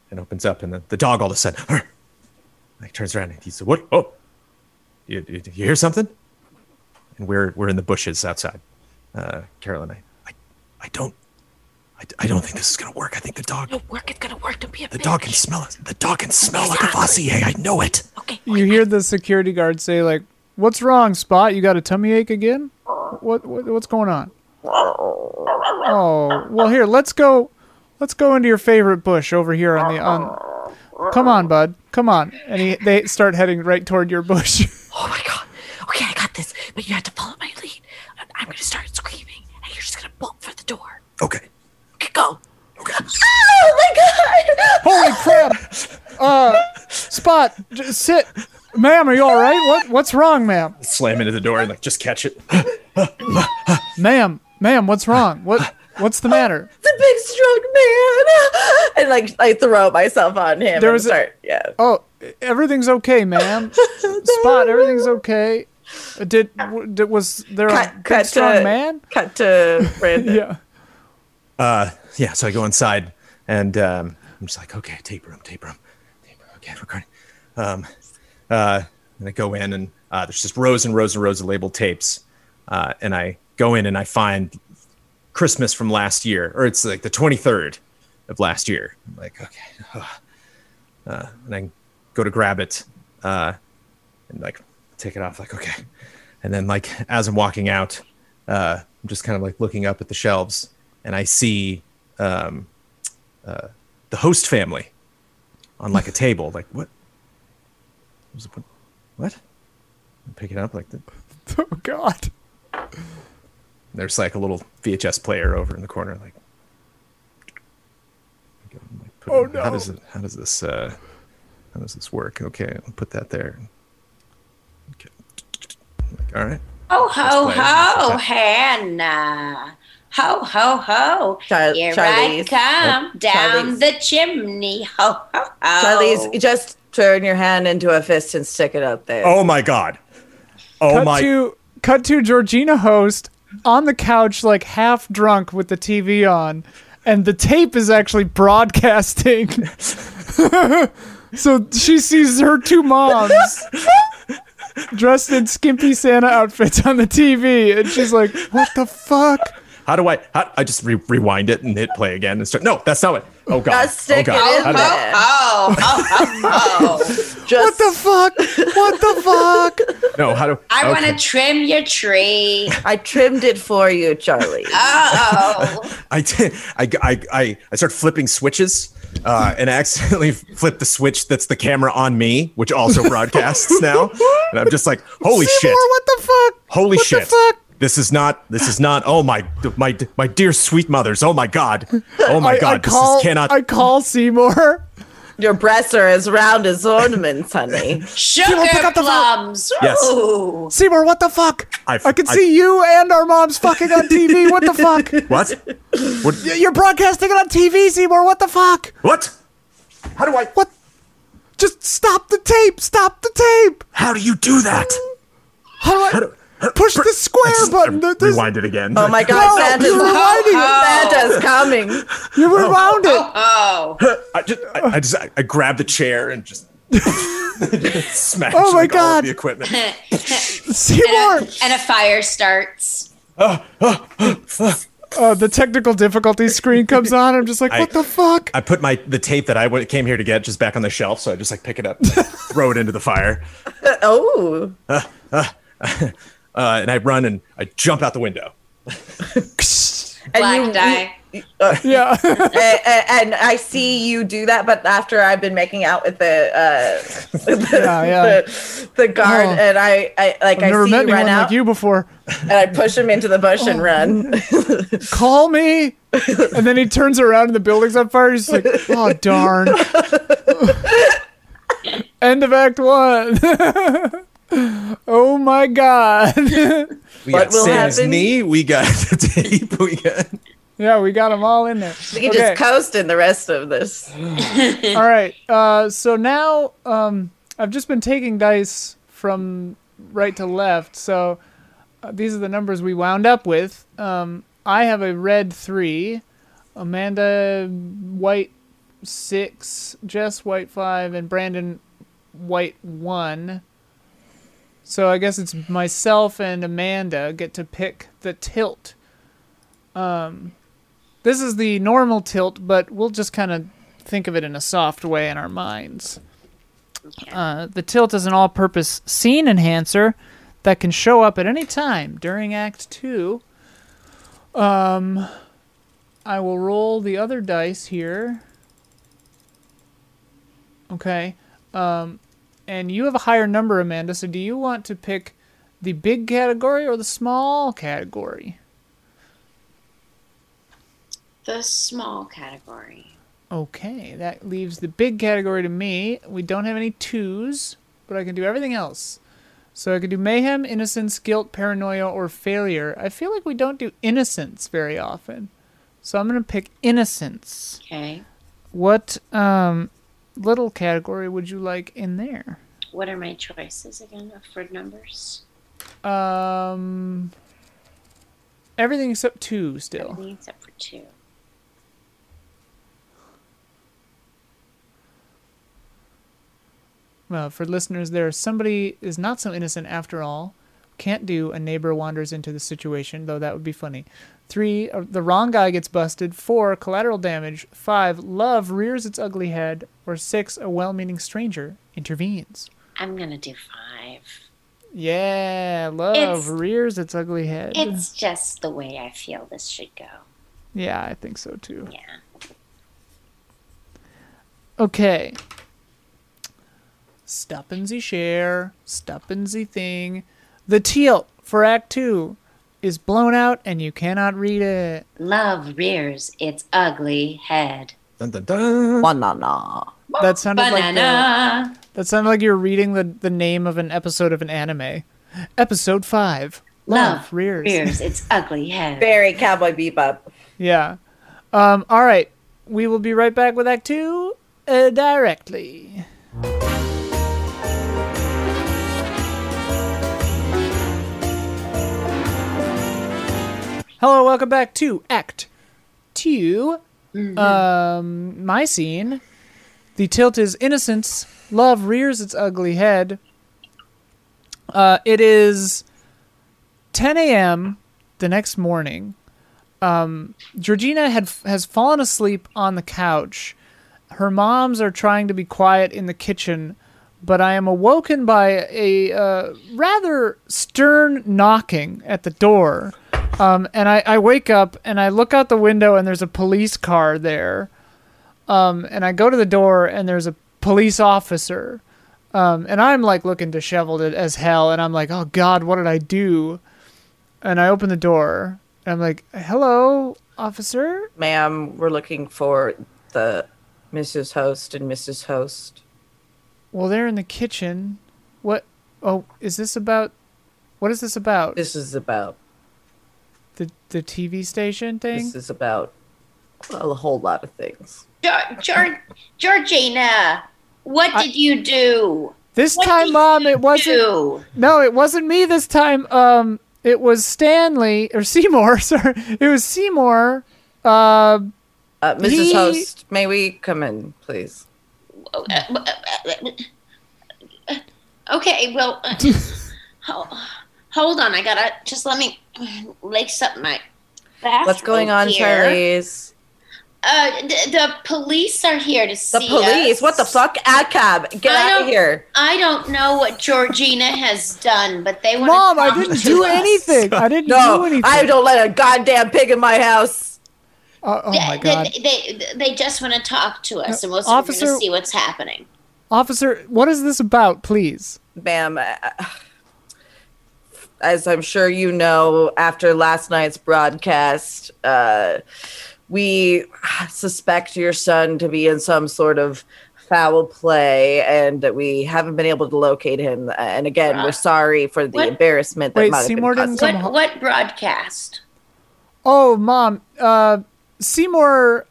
Speaker 2: and opens up, and the, the dog all of a sudden like turns around and he said, "What? Oh, you, you, you hear something?" And we're we're in the bushes outside. Uh, Carolyn, I, I, I don't, I, I don't think this is gonna work. I think the dog,
Speaker 7: It'll work. It's gonna work. Don't be a
Speaker 2: the
Speaker 7: bitch.
Speaker 2: dog can smell us. The dog can smell like a Vossier. I know it.
Speaker 7: Okay.
Speaker 1: You hear the security guard say, like, what's wrong, Spot? You got a tummy ache again? What, what what's going on? Oh, well here, let's go let's go into your favorite bush over here on the on Come on, bud. Come on. And he, they start heading right toward your bush.
Speaker 7: Oh my god. Okay, I got this. But you have to follow my lead. I- I'm gonna start screaming, and you're just gonna bolt for the door.
Speaker 2: Okay.
Speaker 7: Okay, go.
Speaker 3: Oh
Speaker 1: Holy crap! Uh, Spot, j- sit. Ma'am, are you all right? What what's wrong, ma'am?
Speaker 2: Slam into the door and like just catch it.
Speaker 1: Ma'am, ma'am, what's wrong? What what's the matter?
Speaker 3: The big strong man. And like I throw myself on him.
Speaker 1: There
Speaker 3: and
Speaker 1: was a-
Speaker 3: start, yeah.
Speaker 1: Oh, everything's okay, ma'am. Spot, everything's okay. Uh, Did, w- did was there a
Speaker 3: Cut,
Speaker 1: big
Speaker 3: cut
Speaker 1: strong
Speaker 3: to
Speaker 1: man?
Speaker 3: Cut to Brandon.
Speaker 1: Yeah.
Speaker 2: yeah, so I go inside and um, I'm just like, okay, tape room, tape room, tape room. Okay, recording. Um, uh, and I go in and uh, there's just rows and rows and rows of labeled tapes. Uh, and I go in and I find Christmas from last year, or it's like the 23rd of last year. I'm like, okay. Uh, and I go to grab it uh, and like take it off, like, okay. And then, like, as I'm walking out, uh, I'm just kind of like looking up at the shelves and I see um, uh, the host family on like a table. Like, what? Was it- What? I pick it up. Like, th-
Speaker 1: Oh God.
Speaker 2: there's like a little VHS player over in the corner. Like, I go, I'm like, put
Speaker 1: Oh,
Speaker 2: it- How
Speaker 1: no.
Speaker 2: does it, how does this uh, how does this work? Okay, I'll put that there. Okay. Like, all right.
Speaker 5: Ho ho
Speaker 2: play.
Speaker 5: ho, Hannah. Ho ho ho.
Speaker 3: Char-
Speaker 5: Here
Speaker 3: Charlize.
Speaker 5: I come down
Speaker 3: Charlize.
Speaker 5: the chimney. Ho ho ho.
Speaker 3: Charlize, just turn your hand into a fist and stick it up there.
Speaker 2: Oh my god. Oh
Speaker 1: cut
Speaker 2: my.
Speaker 1: to cut to Georgina host on the couch like half drunk with the TV on and the tape is actually broadcasting. so she sees her two moms dressed in skimpy Santa outfits on the TV and she's like, "What the fuck?"
Speaker 2: How do I? How, I just re- rewind it and hit play again and start. No, that's not what. Oh god.
Speaker 3: Just stick
Speaker 2: oh
Speaker 3: it
Speaker 2: god.
Speaker 3: in
Speaker 2: How do I-
Speaker 3: there.
Speaker 5: Oh, ho ho ho.
Speaker 1: What
Speaker 3: Just
Speaker 1: the fuck? What the fuck?
Speaker 2: no, how do
Speaker 5: I want
Speaker 2: okay.
Speaker 5: to trim your tree.
Speaker 3: I trimmed it for you, Charlie.
Speaker 5: Oh.
Speaker 2: I did. I, I, I, I start flipping switches uh, and I accidentally flip the switch that's the camera on me, which also broadcasts now. And I'm just like, holy
Speaker 1: Seymour,
Speaker 2: shit!
Speaker 1: what the fuck?
Speaker 2: Holy
Speaker 1: what
Speaker 2: shit!
Speaker 1: The fuck?
Speaker 2: This is not. This is not. Oh my, my, my dear sweet mothers. Oh my god. Oh my
Speaker 1: I- I
Speaker 2: god.
Speaker 1: call-
Speaker 2: this is cannot.
Speaker 1: I call Seymour.
Speaker 3: Your breasts are as round as ornaments, honey.
Speaker 5: Sugar
Speaker 1: pick up the phone.
Speaker 5: plums.
Speaker 2: Yes.
Speaker 5: Ooh.
Speaker 1: Seymour, what the fuck?
Speaker 2: I've-
Speaker 1: I can
Speaker 2: I-
Speaker 1: see you and our moms fucking on TV. What the fuck?
Speaker 2: what? What?
Speaker 1: You're broadcasting it on TV, Seymour. What the fuck?
Speaker 2: What? How do I?
Speaker 1: What? Just stop the tape. Stop the tape.
Speaker 2: How do you do that?
Speaker 1: How do uh, I push the
Speaker 2: I
Speaker 1: square
Speaker 2: just-
Speaker 1: button?
Speaker 2: I
Speaker 1: The- this-
Speaker 2: rewind it again.
Speaker 3: Oh my god,
Speaker 1: No,
Speaker 3: Santa's,
Speaker 1: you're reminding
Speaker 5: me.
Speaker 3: Santa's coming.
Speaker 1: You rewound it.
Speaker 5: Oh.
Speaker 2: I just, I, I just, I, I grab the chair and just. smash
Speaker 1: Oh my
Speaker 2: like, all of
Speaker 1: God.
Speaker 2: the equipment.
Speaker 1: Seymour.
Speaker 5: And a fire starts.
Speaker 1: Uh, the technical difficulty screen comes on. I'm just like,
Speaker 2: I-
Speaker 1: what the fuck?
Speaker 2: I put my the tape that I w- came here to get just back on the shelf, so I just like pick it up, throw it into the fire,
Speaker 3: Oh,
Speaker 2: uh, and I run and I jump out the window.
Speaker 5: Black
Speaker 3: you-
Speaker 5: dye.
Speaker 1: yeah.
Speaker 3: and, and I see you do that, but after I've been making out with the uh, the,
Speaker 1: Yeah, yeah.
Speaker 3: the, the guard,
Speaker 1: Oh.
Speaker 3: and I, I like
Speaker 1: I've never
Speaker 3: I see
Speaker 1: met
Speaker 3: you
Speaker 1: anyone
Speaker 3: run out,
Speaker 1: like you Oh. before.
Speaker 3: and I push him into the bush and run.
Speaker 1: Call me. And then he turns around and the building's on fire. He's just like, oh, darn. End of Act One. oh my God.
Speaker 2: We
Speaker 3: What
Speaker 2: got
Speaker 3: will
Speaker 2: Sam's
Speaker 3: happen?
Speaker 2: knee. We got the tape. We got.
Speaker 1: yeah, we got them all in there.
Speaker 3: We can
Speaker 1: Okay.
Speaker 3: just coast in the rest of this.
Speaker 1: All right. Uh, so now um, I've just been taking dice from right to left. So uh, these are the numbers we wound up with. Um, I have a red three, Amanda white six, Jess white five, and Brandon white one. So I guess it's myself and Amanda get to pick the tilt. Um, this is the normal tilt, but we'll just kind of think of it in a soft way in our minds. Uh, the tilt is an all purpose scene enhancer that can show up at any time during Act 2. Um, I will roll the other dice here. Okay. Um, and you have a higher number, Amanda, so do you want to pick the big category or the small category?
Speaker 5: The small category.
Speaker 1: Okay, that leaves the big category to me. We don't have any twos, but I can do everything else. So I could do mayhem, innocence, guilt, paranoia, or failure. I feel like we don't do innocence very often. So I'm going to pick innocence.
Speaker 5: Okay.
Speaker 1: What um, little category would you like in there?
Speaker 5: What are my choices again Oh, for numbers?
Speaker 1: Um, everything except two still.
Speaker 5: Everything except for two.
Speaker 1: Well, Uh, for listeners there, somebody is not so innocent after all. Can't do a neighbor wanders into the situation, though that would be funny. Three, uh, the wrong guy gets busted. Four, collateral damage. Five, love rears its ugly head. Or six, a well meaning stranger intervenes.
Speaker 5: I'm gonna do five.
Speaker 1: Yeah, love
Speaker 5: It's-
Speaker 1: rears its ugly head.
Speaker 3: Mm-hmm.
Speaker 5: It's just the way I feel this should go.
Speaker 1: Yeah, I think so too.
Speaker 5: Yeah.
Speaker 1: Okay. Stoppin' ze share, stoppin' ze thing. The teal for Act Two is blown out and you cannot read it.
Speaker 5: Love rears its ugly head.
Speaker 2: Dun, dun, dun.
Speaker 3: Banana.
Speaker 1: That sounded like the,
Speaker 5: Banana.
Speaker 1: that sounded like you were reading the, the name of an episode of an anime. Episode five.
Speaker 5: Love
Speaker 1: rears.
Speaker 5: rears its ugly head.
Speaker 3: Very cowboy bebop.
Speaker 1: Yeah. Um, all right. We will be right back with Act Two uh, directly. Hello, welcome back to Act Two. Um, my scene. The tilt is innocence. Love rears its ugly head. Uh, it is 10 a.m. the next morning. Georgina had has fallen asleep on the couch. Her moms are trying to be quiet in the kitchen, but I am awoken by a uh, rather stern knocking at the door. Um, and I, I wake up and I look out the window and there's a police car there. Um, and I go to the door and there's a police officer. Um, and I'm like looking disheveled as hell. And I'm like, oh God, what did I do? And I open the door and I'm like, hello, officer.
Speaker 3: Ma'am, we're looking for the Mrs. Host and Mrs. Host.
Speaker 1: Well, they're in the kitchen. What? Oh, is this about? What is this about?
Speaker 3: This is about
Speaker 1: the the TV station thing?
Speaker 3: this is about well, a whole lot of things.
Speaker 5: Geor- Geor- Georgina, what did you do?
Speaker 1: This
Speaker 5: What
Speaker 1: time,
Speaker 5: did
Speaker 1: Mom,
Speaker 5: you
Speaker 1: it wasn't.
Speaker 5: do?
Speaker 1: No, it wasn't me this time. Um, it was Stanley or Seymour. Sorry, it was Seymour. Uh,
Speaker 3: Uh, Mrs.
Speaker 1: He-
Speaker 3: Host, may we come in, please?
Speaker 5: Oh, uh, uh, uh, uh, uh, Okay, well, uh, ho- hold on. I gotta just let me lace up my. bathrobe
Speaker 3: What's going on,
Speaker 5: here.
Speaker 3: Charlize?
Speaker 5: Uh, d- the police are here to
Speaker 3: The
Speaker 5: see
Speaker 3: police?
Speaker 5: us.
Speaker 3: What the fuck? ACAB, get out
Speaker 5: I
Speaker 3: of
Speaker 5: don't-
Speaker 3: here.
Speaker 5: I don't know what Georgina has done, but they want.
Speaker 1: Mom,
Speaker 5: to
Speaker 1: I
Speaker 5: talk
Speaker 1: didn't
Speaker 5: to
Speaker 1: do
Speaker 5: us.
Speaker 1: anything. I didn't do
Speaker 3: No,
Speaker 1: anything.
Speaker 3: I don't let a goddamn pig in my house.
Speaker 1: Uh, oh
Speaker 5: They-
Speaker 1: my
Speaker 5: they-
Speaker 1: God,
Speaker 5: They, they just want to talk to us, and we'll
Speaker 1: Officer-
Speaker 5: Officer- see what's happening.
Speaker 1: officer, what is this about, please?
Speaker 3: Ma'am, uh, as I'm sure you know, after last night's broadcast, uh, we suspect your son to be in some sort of foul play and that we haven't been able to locate him. Uh, and again, we're sorry for the
Speaker 4: Ah. What?
Speaker 3: embarrassment that
Speaker 1: Wait,
Speaker 3: might have
Speaker 1: Seymour
Speaker 3: been
Speaker 1: didn't
Speaker 3: caused.
Speaker 1: come-
Speaker 4: What what broadcast?
Speaker 1: Oh, mom. Uh, Seymour.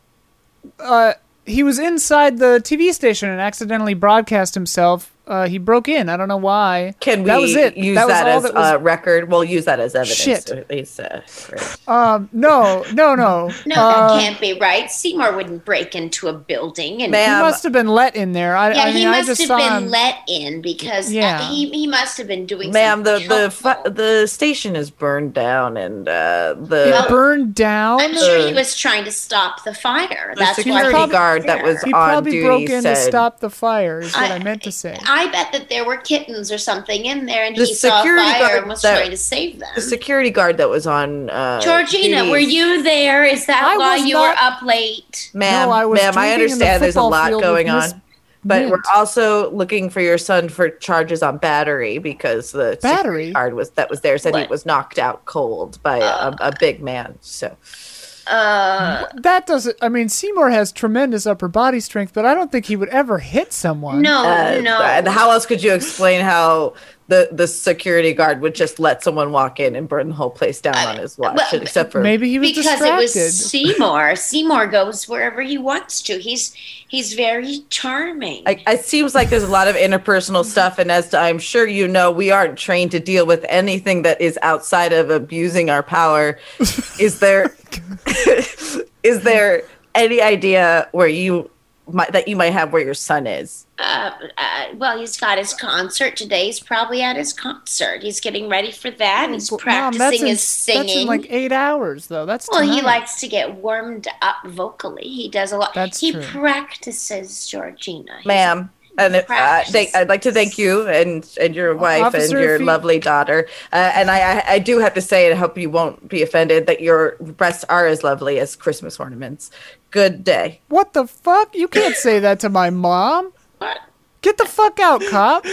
Speaker 1: Uh, he was inside the TV station and accidentally broadcast himself. Uh, he broke in. I don't know why.
Speaker 3: Can we
Speaker 1: that was it.
Speaker 3: use
Speaker 1: that
Speaker 3: that,
Speaker 1: was all
Speaker 3: as
Speaker 1: that was.
Speaker 3: uh, record? We'll use that as evidence.
Speaker 1: Shit.
Speaker 3: At least, uh, right.
Speaker 1: um, no, no, no.
Speaker 4: No,
Speaker 1: Uh,
Speaker 4: that can't be right. Seymour wouldn't break into a building and.
Speaker 3: Ma'am,
Speaker 1: He must have been let in there. I,
Speaker 4: yeah,
Speaker 1: I mean,
Speaker 4: he
Speaker 1: I
Speaker 4: must
Speaker 1: just
Speaker 4: have
Speaker 1: saw
Speaker 4: been
Speaker 1: him.
Speaker 4: let in because uh,
Speaker 1: Yeah.
Speaker 4: he, he must have been doing
Speaker 3: ma'am, the
Speaker 4: something
Speaker 3: the
Speaker 4: helpful.
Speaker 3: fu- the station is burned down, and uh, the
Speaker 4: No.
Speaker 1: burned down.
Speaker 4: I'm sure he was trying to stop the fire.
Speaker 3: The
Speaker 4: That's
Speaker 3: security
Speaker 4: why
Speaker 3: guard that was
Speaker 1: He
Speaker 3: on
Speaker 1: probably
Speaker 3: duty
Speaker 1: broke in to
Speaker 3: said-
Speaker 1: stop the fire. Is what I,
Speaker 4: I-
Speaker 1: meant to say.
Speaker 4: I bet that there were kittens or something in there, and
Speaker 3: The
Speaker 4: he saw a
Speaker 3: security
Speaker 4: fire
Speaker 3: guard
Speaker 4: and was
Speaker 3: that-
Speaker 4: trying to save them.
Speaker 3: the security guard that was on uh,
Speaker 4: Georgina,
Speaker 3: duty-
Speaker 4: were you there? Is that
Speaker 1: I
Speaker 4: why
Speaker 1: was
Speaker 4: you
Speaker 1: not-
Speaker 4: were up late?
Speaker 3: ma'am?
Speaker 1: No, I was
Speaker 3: ma'am, I
Speaker 1: drinking in the
Speaker 3: understand. There's a
Speaker 1: football
Speaker 3: lot
Speaker 1: field with
Speaker 3: going
Speaker 1: Miss
Speaker 3: on, but
Speaker 1: Mint.
Speaker 3: we're also looking for your son for charges on battery because the security
Speaker 1: Battery?
Speaker 3: guard was that was there said he
Speaker 4: What?
Speaker 3: was knocked out cold by a, a big man. So
Speaker 4: Uh,
Speaker 1: That doesn't. I mean, Seymour has tremendous upper body strength, but I don't think he would ever hit someone.
Speaker 4: no,
Speaker 3: uh,
Speaker 4: Oh, no.
Speaker 3: and how else could you explain how? The, the security guard would just let someone walk in and burn the whole place down on his watch,
Speaker 4: well,
Speaker 3: except for
Speaker 1: Maybe he was
Speaker 4: because
Speaker 1: distracted.
Speaker 4: it was Seymour. Seymour goes wherever he wants to. He's he's very charming.
Speaker 3: I, it seems like there's a lot of interpersonal stuff, and as I'm sure you know, we aren't trained to deal with anything that is outside of abusing our power. Is there, is there any idea where you might that you might have where your son is?
Speaker 4: uh, uh, well, he's got his concert today. He's probably at his concert. He's getting ready for that. He's
Speaker 1: Well, Mom,
Speaker 4: practicing
Speaker 1: that's in-
Speaker 4: his singing.
Speaker 1: That's in like eight hours, though. That's
Speaker 4: Well, he
Speaker 1: tonight.
Speaker 4: likes to get warmed up vocally. He does a lot.
Speaker 1: That's
Speaker 4: he
Speaker 1: true.
Speaker 4: practices Georgina. He's-
Speaker 3: ma'am. And uh,
Speaker 4: Practice.
Speaker 3: thank, I'd like to thank you and and your wife
Speaker 1: Officer,
Speaker 3: and your
Speaker 1: if you-
Speaker 3: lovely daughter. Uh, and I, I I do have to say, and I hope you won't be offended, that your breasts are as lovely as Christmas ornaments. Good day.
Speaker 1: What the fuck? You can't say that to my mom.
Speaker 4: What?
Speaker 1: Get the fuck out, cop.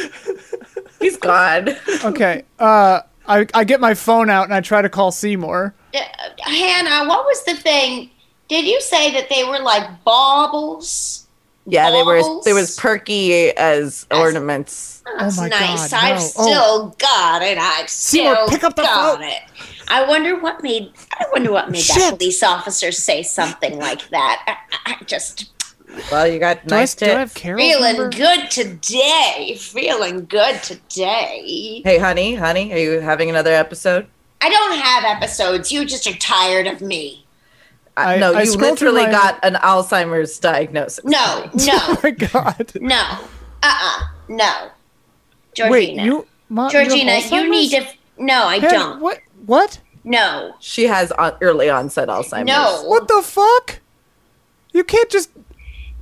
Speaker 3: He's gone.
Speaker 1: Okay. Uh, I I get my phone out and I try to call Seymour.
Speaker 4: Uh, Hannah, what was the thing? Did you say that they were like baubles?
Speaker 3: Yeah, they were they was
Speaker 4: Balls.
Speaker 3: perky as
Speaker 4: As-
Speaker 3: ornaments.
Speaker 4: That's
Speaker 1: Oh my
Speaker 4: nice.
Speaker 1: God,
Speaker 4: I've
Speaker 1: no. Oh.
Speaker 4: still got it. I've
Speaker 1: Seymour,
Speaker 4: still
Speaker 1: pick up the
Speaker 4: got
Speaker 1: phone.
Speaker 4: it. I wonder what made. I wonder what made that
Speaker 1: Shit.
Speaker 4: police officer say something like that. I, I- I just
Speaker 3: Well, you got
Speaker 1: Do,
Speaker 3: nice
Speaker 1: I, do I
Speaker 3: tits.
Speaker 1: have Carol's
Speaker 4: feeling
Speaker 1: number?
Speaker 4: good today. Feeling good today.
Speaker 3: Hey, honey, honey, are you having another episode?
Speaker 4: I don't have episodes. You just are tired of me.
Speaker 1: I-
Speaker 3: I, Uh, no,
Speaker 1: I
Speaker 3: you
Speaker 1: scrolled through
Speaker 3: literally
Speaker 1: my-
Speaker 3: got an Alzheimer's diagnosis.
Speaker 4: No,
Speaker 1: Oh
Speaker 4: no,
Speaker 1: my god.
Speaker 4: no. Uh uh no. Georgina.
Speaker 1: Wait, you, mom,
Speaker 4: Georgina,
Speaker 1: you, have
Speaker 4: you, need
Speaker 1: Alzheimer's?
Speaker 4: to. No, I
Speaker 1: Hannah,
Speaker 4: don't.
Speaker 1: What? What?
Speaker 4: No.
Speaker 3: she has on, early onset Alzheimer's.
Speaker 4: No.
Speaker 1: What the fuck? You can't just.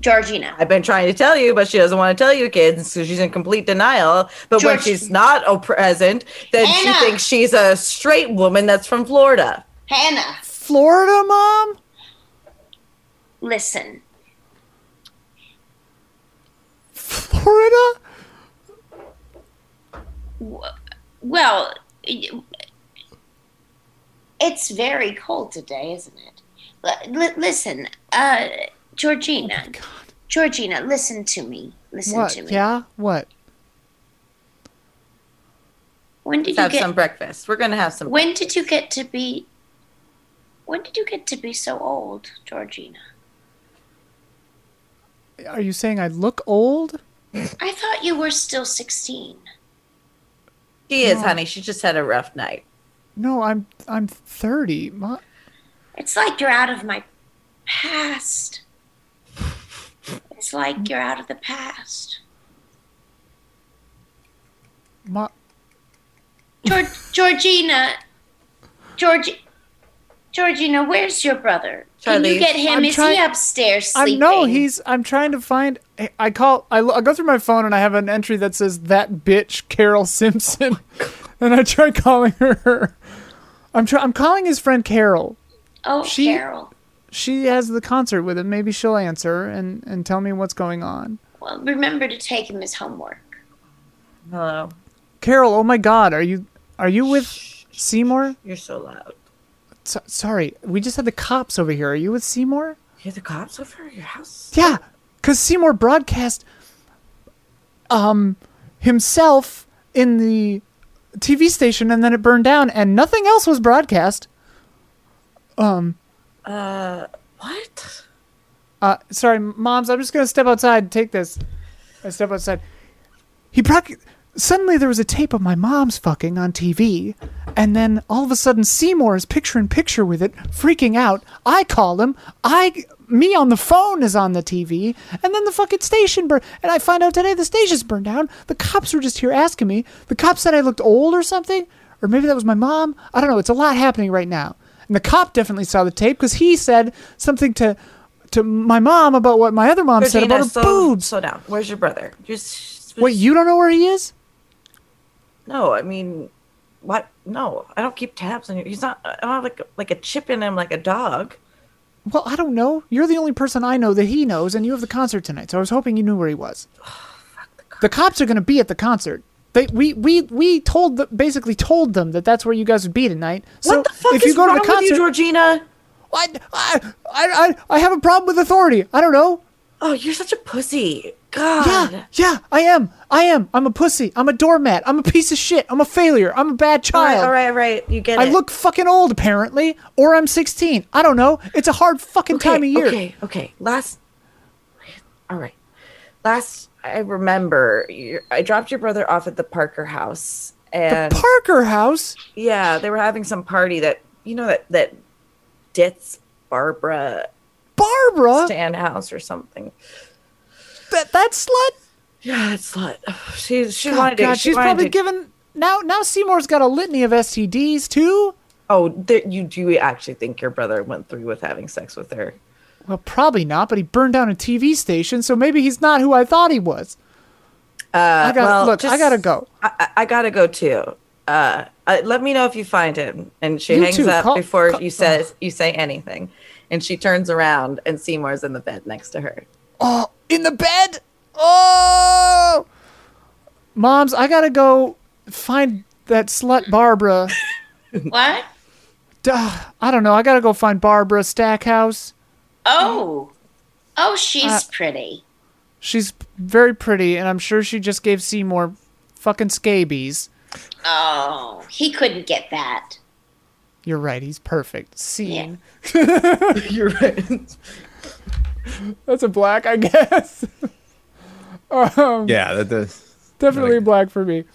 Speaker 4: Georgina.
Speaker 3: I've been trying to tell you, but she doesn't want to tell you, kids. So she's in complete denial. But when
Speaker 4: George-
Speaker 3: she's not a present, then
Speaker 4: Anna.
Speaker 3: she thinks she's a straight woman that's from Florida.
Speaker 4: Hannah,
Speaker 1: Florida, mom.
Speaker 4: listen.
Speaker 1: Florida.
Speaker 4: Well, y- it's very cold today, isn't it? L- li- listen, uh, Georgina. Georgina, listen to me. Listen
Speaker 1: Oh What?
Speaker 4: to me.
Speaker 1: Yeah. What?
Speaker 4: When did
Speaker 3: Let's have
Speaker 4: you get
Speaker 3: some breakfast. We're gonna have some.
Speaker 4: When did you get to be? When did you get to be so old, Georgina?
Speaker 1: Are you saying I look old?
Speaker 4: I thought you were still sixteen.
Speaker 3: she is, honey. She just had a rough night.
Speaker 1: No, I'm I'm 30. Ma-
Speaker 4: It's like you're out of my past. It's like you're out of the past.
Speaker 1: ma-
Speaker 4: Geor- Georgina, Georgi- Georgina, where's your brother? Can
Speaker 3: Charlie.
Speaker 4: you get him?
Speaker 1: I'm
Speaker 4: Is
Speaker 1: trying-
Speaker 4: he upstairs
Speaker 1: I
Speaker 4: sleeping?
Speaker 1: know he's. I'm trying to find. I call. I, lo- I go through my phone and I have an entry that says that bitch Carol Simpson, and I try calling her. I'm try, I'm calling his friend Carol.
Speaker 4: Oh,
Speaker 1: she-
Speaker 4: Carol.
Speaker 1: She has the concert with him. Maybe she'll answer and and tell me what's going on.
Speaker 4: Well, remember to take him his homework.
Speaker 3: Hello.
Speaker 1: Carol, oh my God, are you are you with Seymour?
Speaker 3: You're so loud.
Speaker 1: So, sorry, we just had the cops over here. Are you with Seymour?
Speaker 3: You're the cops over at your house?
Speaker 1: Yeah. because Seymour broadcast um, himself in the TV station, and then it burned down, and nothing else was broadcast.
Speaker 3: What?
Speaker 1: Uh, sorry, moms. I'm just gonna step outside. and Take this. I step outside. He broc- suddenly there was a tape of my mom's fucking on TV, and then all of a sudden Seymour is picture in picture with it, freaking out. I call him. I me on the phone is on the TV, and then the fucking station burned. And I find out today the station's burned down. The cops were just here asking me. The cops said I looked old or something, or maybe that was my mom. I don't know. It's a lot happening right now. And the cop definitely saw the tape because he said something to to my mom about what my other mom said about her
Speaker 3: slow,
Speaker 1: boobs.
Speaker 3: slow down. Where's your brother? Just
Speaker 1: Wait, you don't know where he is?
Speaker 3: No, I mean, what? No, I don't keep tabs on you. He's not. I don't have like like a chip in him like a dog.
Speaker 1: Well, I don't know. You're the only person I know that he knows, and you have the concert tonight, so I was hoping you knew where he was. the cops are going to be at the concert. They, we we we told the, basically told them that that's where you guys would be tonight. So
Speaker 3: what the fuck
Speaker 1: if
Speaker 3: is
Speaker 1: you go
Speaker 3: wrong
Speaker 1: to the concert,
Speaker 3: with you, Georgina?
Speaker 1: I, I, I, I I have a problem with authority. I don't know.
Speaker 3: Oh, you're such a pussy. God.
Speaker 1: Yeah, yeah, I am. I am. I'm a pussy. I'm a doormat. I'm a piece of shit. I'm a failure. I'm a bad
Speaker 3: All right,
Speaker 1: child.
Speaker 3: all right, all right. You get
Speaker 1: I
Speaker 3: it.
Speaker 1: look fucking old apparently, or I'm 16. I don't know. It's a hard fucking
Speaker 3: okay,
Speaker 1: time of year.
Speaker 3: Okay, okay. Last. All right. Last, I remember you I dropped your brother off at the Parker house,
Speaker 1: The
Speaker 3: and
Speaker 1: Parker House.
Speaker 3: yeah, they were having some party that you know that that Ditz Barbara Oh.
Speaker 1: Barbara,
Speaker 3: Stanhouse or something.
Speaker 1: that that slut.
Speaker 3: Yeah, it's slut. She she
Speaker 1: Oh,
Speaker 3: wanted
Speaker 1: God,
Speaker 3: to. She
Speaker 1: she's
Speaker 3: wanted
Speaker 1: probably
Speaker 3: to-
Speaker 1: given now. Now Seymour's got a litany of STDs too.
Speaker 3: Oh, th- you do actually think your brother went through with having sex with her?
Speaker 1: Well, probably not. But he burned down a TV station, so maybe he's not who I thought he was.
Speaker 3: Uh,
Speaker 1: I gotta
Speaker 3: well,
Speaker 1: look. I
Speaker 3: just-
Speaker 1: gotta go.
Speaker 3: I, I- I gotta go too. Uh, uh, let me know if you find him. And she
Speaker 1: You
Speaker 3: hangs
Speaker 1: too.
Speaker 3: up
Speaker 1: Call-
Speaker 3: before
Speaker 1: call- uh.
Speaker 3: you says you say anything. And she turns around and Seymour's in the bed next to her.
Speaker 1: Oh, in the bed. Oh, moms, I gotta go find that slut Barbara.
Speaker 4: What?
Speaker 1: Duh, I don't know. I gotta go find Barbara Stackhouse.
Speaker 4: Oh, oh, she's
Speaker 1: Mm. Uh,
Speaker 4: pretty.
Speaker 1: She's very pretty, and I'm sure she just gave Seymour fucking scabies.
Speaker 4: Oh, he couldn't get that.
Speaker 1: You're right. He's perfect. Scene.
Speaker 4: Yeah.
Speaker 3: You're right.
Speaker 1: That's a black, I guess. um,
Speaker 2: Yeah, that, that,
Speaker 1: definitely
Speaker 2: Like-
Speaker 1: black for me.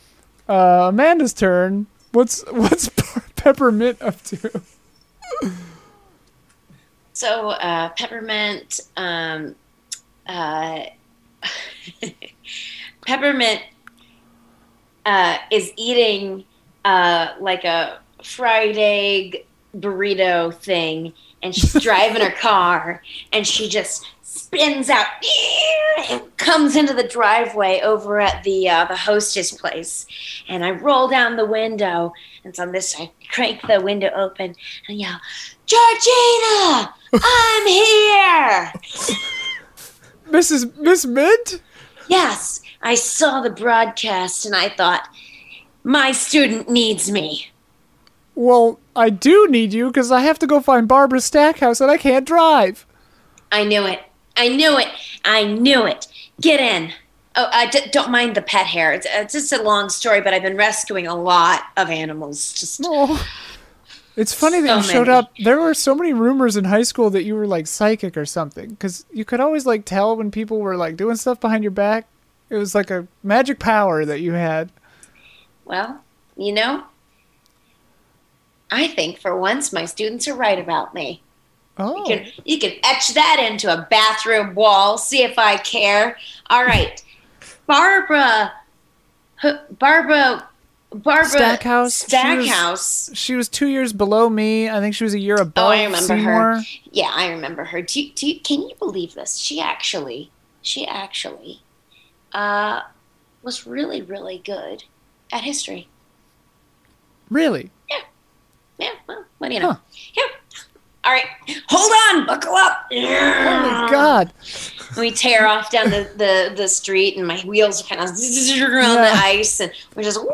Speaker 1: Uh, Amanda's turn. What's what's peppermint up to?
Speaker 4: So uh, peppermint, um, uh, peppermint uh, is eating uh, like a fried egg burrito thing, and she's driving her car, and she just spins out and comes into the driveway over at the uh, the hostess place, and I roll down the window, and so on this I crank the window open and yell, Georgina, I'm here.
Speaker 1: Mrs. Miss Mint?
Speaker 4: Yes, I saw the broadcast and I thought, my student needs me.
Speaker 1: Well, I do need you because I have to go find Barbara Stackhouse and I can't drive.
Speaker 4: I knew it. I knew it. I knew it. Get in. Oh, I d- don't mind the pet hair. It's, it's just a long story, but I've been rescuing a lot of animals. Just
Speaker 1: Oh. It's funny that
Speaker 4: So
Speaker 1: you showed
Speaker 4: many.
Speaker 1: up. There were so many rumors in high school that you were like psychic or something because you could always like tell when people were like doing stuff behind your back. It was like a magic power that you had.
Speaker 4: well, you know. I think for once my students are right about me.
Speaker 1: Oh,
Speaker 4: You can, you can etch that into a bathroom wall. See if I care. All right, Barbara, H- Barbara, Barbara
Speaker 1: Stackhouse? She was-
Speaker 4: Stackhouse.
Speaker 1: she was two years below me. I think she was a year above.
Speaker 4: Oh, I remember her.
Speaker 1: Seymour.
Speaker 4: Yeah, I remember her. Do you, do you, can you believe this? She actually, she actually, uh, was really really good at history.
Speaker 1: Really?
Speaker 4: Yeah, well, what do you know?
Speaker 1: Huh.
Speaker 4: Yeah. All right, hold on, buckle up. Ah.
Speaker 1: Oh God.
Speaker 4: And we tear off down the, the, the street, and my wheels are kind of on the
Speaker 1: Yeah.
Speaker 4: ice, and we're just woo!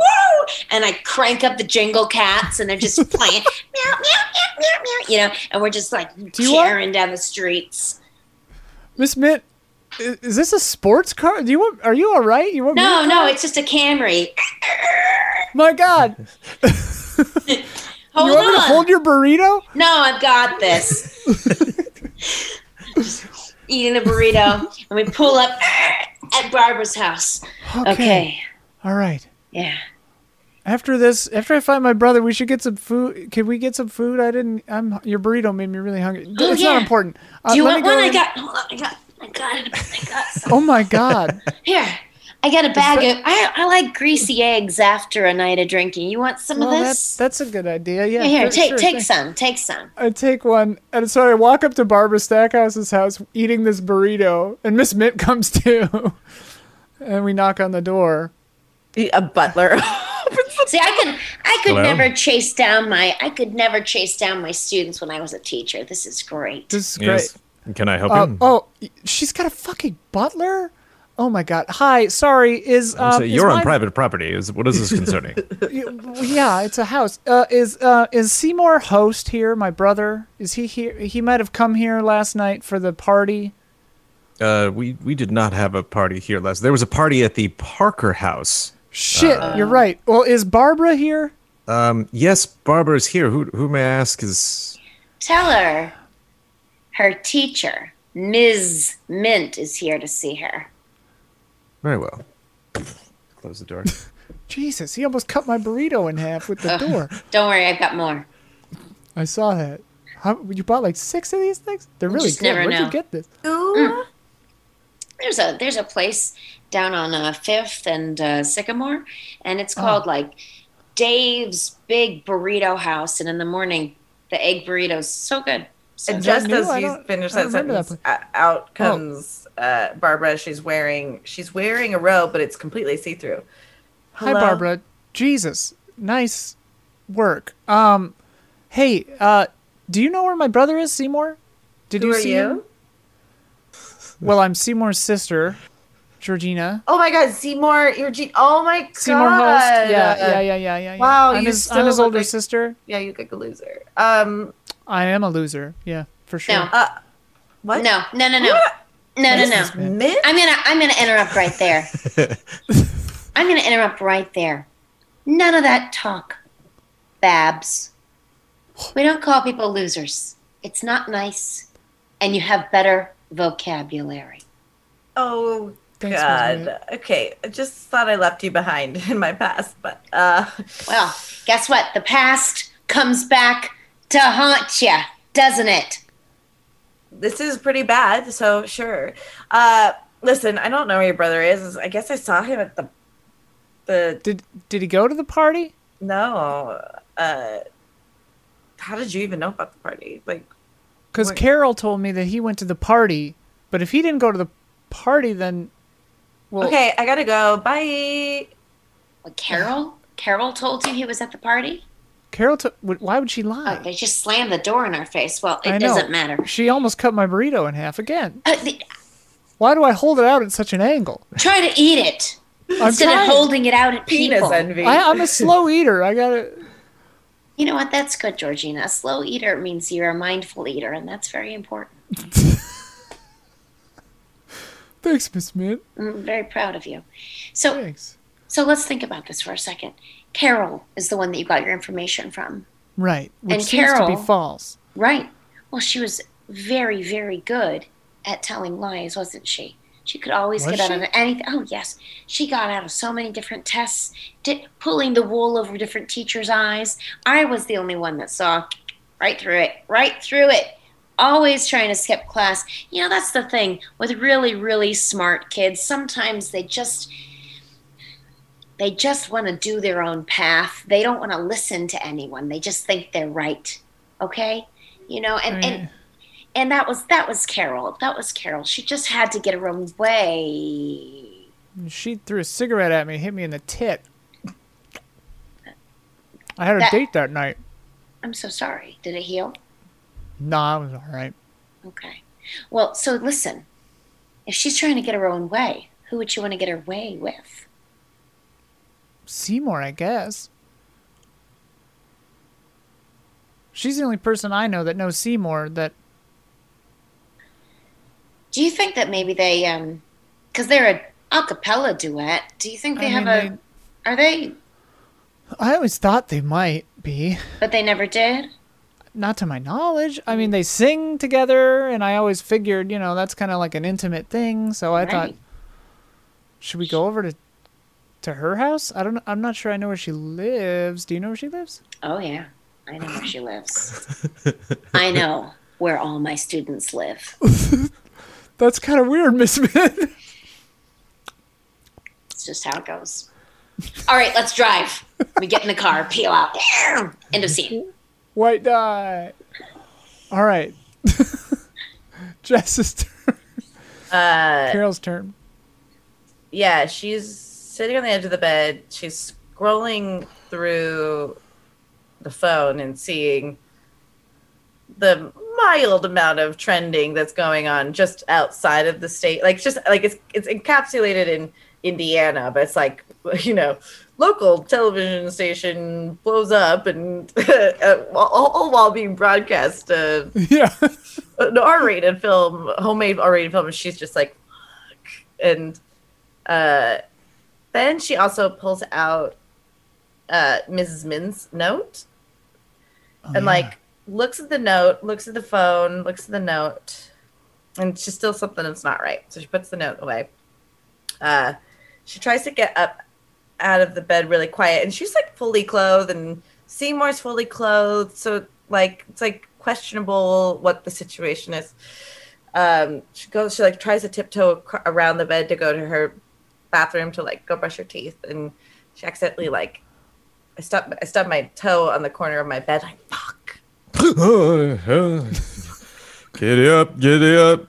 Speaker 4: And I crank up the jingle cats, and they're just playing meow, meow, meow, meow, meow, you know, and we're just like
Speaker 1: you want-
Speaker 4: tearing down the streets.
Speaker 1: Miss Mint, i- is this a sports car? Do you want? Are you all right? You want?
Speaker 4: No,
Speaker 1: me-
Speaker 4: no, it's just a Camry.
Speaker 1: My God!
Speaker 4: Hold
Speaker 1: you want me to
Speaker 4: on.
Speaker 1: hold your burrito?
Speaker 4: No, I've got this. Just eating a burrito, and we pull up at Barbara's house.
Speaker 1: Okay.
Speaker 4: Okay.
Speaker 1: All right.
Speaker 4: Yeah.
Speaker 1: After this, after I find my brother, we should get some food. Can we get some food? I didn't. I'm your burrito made me really hungry.
Speaker 4: Oh,
Speaker 1: it's
Speaker 4: yeah.
Speaker 1: not important. Uh,
Speaker 4: Do you
Speaker 1: let
Speaker 4: want
Speaker 1: me go
Speaker 4: one? I
Speaker 1: in-
Speaker 4: got. Hold on. I got. I got it. I got some.
Speaker 1: Oh my God!
Speaker 4: Here. I got a bag of. I, I like greasy eggs after a night of drinking. You want some
Speaker 1: well,
Speaker 4: of
Speaker 1: that,
Speaker 4: this?
Speaker 1: that's a good idea. Yeah.
Speaker 4: here,
Speaker 1: for
Speaker 4: take
Speaker 1: sure.
Speaker 4: take
Speaker 1: Thank-
Speaker 4: some. Take some.
Speaker 1: I take one, and so I walk up to Barbara Stackhouse's house eating this burrito, and Miss Mint comes too, and we knock on the door.
Speaker 3: A butler.
Speaker 4: See, I could I could
Speaker 2: Hello?
Speaker 4: never chase down my I could never chase down my students when I was a teacher. This is great.
Speaker 1: This is great.
Speaker 2: Yes. Can I help
Speaker 1: Uh,
Speaker 2: you?
Speaker 1: oh, y- she's got a fucking butler. Oh my god. Hi. Sorry. Is
Speaker 2: I'll
Speaker 3: uh,
Speaker 1: um,
Speaker 2: say,
Speaker 1: is
Speaker 2: you're on
Speaker 1: my-
Speaker 2: private property. Is what is this concerning?
Speaker 1: Yeah, it's a house. Uh, is uh, is Seymour host here? My brother. Is he here? He might have come here last night for the party.
Speaker 2: uh, we we did not have a party here last. There was a party at the Parker House.
Speaker 1: Shit. you're right. Well, is Barbara here?
Speaker 2: Um, yes, Barbara's here. Who who may I ask is?
Speaker 4: Tell her her teacher, Ms. Mint, is here to see her.
Speaker 2: Very well. Close the door.
Speaker 1: Jesus, he almost cut my burrito in half with the door.
Speaker 4: Don't worry, I've got more.
Speaker 1: I saw that. How, you bought like six of these things? They're really
Speaker 4: just
Speaker 1: good.
Speaker 4: never
Speaker 1: Where'd
Speaker 4: know.
Speaker 1: you get this? Mm.
Speaker 3: Ooh.
Speaker 4: There's a there's a place down on uh, Fifth and uh, Sycamore, and
Speaker 3: Oh.
Speaker 4: it's called like Dave's Big Burrito House. And in the morning, the egg burritos so good. So
Speaker 3: And
Speaker 4: good.
Speaker 3: just
Speaker 1: new?
Speaker 3: as
Speaker 1: I
Speaker 3: you
Speaker 1: don't-
Speaker 3: finish
Speaker 1: I
Speaker 3: that
Speaker 1: don't remember that Oh.
Speaker 3: sentence, uh, out comes uh, Barbara. She's wearing she's wearing a robe, but it's completely see through.
Speaker 1: Hi, Barbara. Jesus, nice work. Um, hey, uh, do you know where my brother is, Seymour? Did
Speaker 3: Who
Speaker 1: you
Speaker 3: are
Speaker 1: see
Speaker 3: you?
Speaker 1: him? Well, I'm Seymour's sister, Georgina.
Speaker 3: Oh my God, Seymour, your Gene. Oh my God.
Speaker 1: Seymour host. Yeah, yeah, yeah, yeah, yeah. yeah.
Speaker 3: Wow,
Speaker 1: I'm
Speaker 3: you
Speaker 1: his,
Speaker 3: still
Speaker 1: I'm his
Speaker 3: look
Speaker 1: older
Speaker 3: like-
Speaker 1: sister.
Speaker 3: Yeah, you look like a loser. Um,
Speaker 1: I am a loser. Yeah, for sure.
Speaker 4: No.
Speaker 3: uh, what?
Speaker 4: No, no, no, no,
Speaker 3: What?
Speaker 4: no, no,
Speaker 3: This
Speaker 4: no.
Speaker 3: is mint?
Speaker 4: I'm gonna I'm gonna interrupt right there. I'm gonna interrupt right there. None of that talk, Babs. We don't call people losers. It's not nice, and you have better vocabulary.
Speaker 3: Oh
Speaker 1: Thanks, Miss Mint.
Speaker 3: God. Okay, I just thought I left you behind in my past, but uh,
Speaker 4: Well, guess what? The past comes back to haunt you, doesn't it?
Speaker 3: this is pretty bad. So sure. Uh, listen, I don't know where your brother is. I guess I saw him at the the
Speaker 1: Did did he go to the party?
Speaker 3: no. Uh, how did you even know about the party? Like,
Speaker 1: Because
Speaker 3: Wait.
Speaker 1: Carol told me that he went to the party, but if he didn't go to the party, then well,
Speaker 3: okay, I gotta go. Bye.
Speaker 4: What, Carol? Carol told you he was at the party.
Speaker 1: Carol. To- why would she lie?
Speaker 4: Oh, they just slammed the door in our face. Well,
Speaker 1: I
Speaker 4: it
Speaker 1: know.
Speaker 4: doesn't matter.
Speaker 1: She almost cut my burrito in half again.
Speaker 4: Uh, th-
Speaker 1: Why do I hold it out at such an angle?
Speaker 4: try to eat it
Speaker 1: I'm
Speaker 4: instead
Speaker 1: trying.
Speaker 4: of holding it out at
Speaker 3: Penis
Speaker 4: people.
Speaker 3: envy.
Speaker 1: I, I'm a slow eater. I gotta.
Speaker 4: You know what? That's good, Georgina. A slow eater means you're a mindful eater, and that's very important.
Speaker 1: Thanks, Miss Mint.
Speaker 4: I'm very proud of you. So,
Speaker 1: Thanks.
Speaker 4: so let's think about this for a second. Carol is the one that you got your information from,
Speaker 1: Right, which
Speaker 4: And
Speaker 1: seems to
Speaker 4: Carol-
Speaker 1: be false.
Speaker 4: right? Well, she was very, very good at telling lies, wasn't she? She could always
Speaker 1: Was
Speaker 4: get out
Speaker 1: she?
Speaker 4: of anything. Oh yes, she got out of so many different tests, di- pulling the wool over different teachers' eyes. I was the only one that saw right through it, right through it. always trying to skip class. You know, that's the thing with really, really smart kids. Sometimes they just they just want to do their own path. They don't want to listen to anyone. They just think they're right. Okay? You know, and and and that was that was Carol. That was Carol. She just had to get her own way.
Speaker 1: She threw a cigarette at me, and hit me in the tit. I had a
Speaker 4: That-
Speaker 1: date that night.
Speaker 4: I'm so sorry. Did it heal?
Speaker 1: Nah, I was all right.
Speaker 4: Okay. Well, so listen. If she's trying to get her own way, who would she want to get her way with?
Speaker 1: Seymour, I guess. She's the only person I know that knows Seymour that
Speaker 5: Do you think that maybe they, um, because they're a a cappella duet, do you think they
Speaker 1: I
Speaker 5: have
Speaker 1: mean,
Speaker 5: a? Are they?
Speaker 1: I always thought they might be.
Speaker 5: But they never did.
Speaker 1: Not to my knowledge. I mean, they sing together, and I always figured, you know, that's kind of like an intimate thing. So I thought,
Speaker 5: Right.
Speaker 1: should we go over to to her house? I don't. know. I'm not sure. I know where she lives. Do you know where she lives?
Speaker 5: Oh yeah, I know where she lives. I know where all my students live.
Speaker 1: That's kind of weird, Miss Smith.
Speaker 5: It's just how it goes. All right, let's drive. We get in the car, peel out. End of scene.
Speaker 1: White dye. All right. Jess's turn.
Speaker 3: Uh,
Speaker 1: Carol's turn.
Speaker 3: yeah, she's sitting on the edge of the bed. She's scrolling through the phone and seeing the mild amount of trending that's going on just outside of the state. Like just like it's it's encapsulated in Indiana, but it's like you know, local television station blows up and uh, all, all while being broadcast uh,
Speaker 1: Yeah.
Speaker 3: an Uh, R-rated film, homemade R-rated film, and she's just like, fuck. And uh, then she also pulls out uh, Mrs. Min's note
Speaker 1: Oh,
Speaker 3: and like looks at the note, looks at the phone, looks at the note, and she's still something that's not right. So she puts the note away. Uh, she tries to get up out of the bed really quiet, and she's like fully clothed, and Seymour's fully clothed, so like it's like questionable what the situation is. Um, she goes, she like tries to tiptoe ac- around the bed to go to her bathroom to like go brush her teeth, and she accidentally like I stubbed I stubbed my toe on the corner of my bed, like fuck.
Speaker 2: Giddy up, giddy up.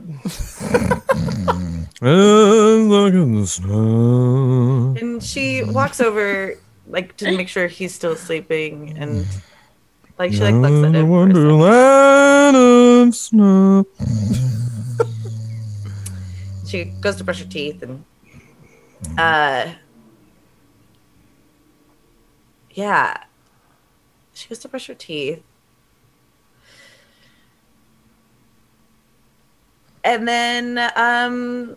Speaker 2: And look at the snow.
Speaker 3: And she walks over, like, to make sure he's still sleeping, and like she like looks at
Speaker 2: And the
Speaker 3: him. for a second.
Speaker 2: wonderland of snow.
Speaker 3: She goes to brush her teeth, and uh, yeah, she goes to brush her teeth, and then um,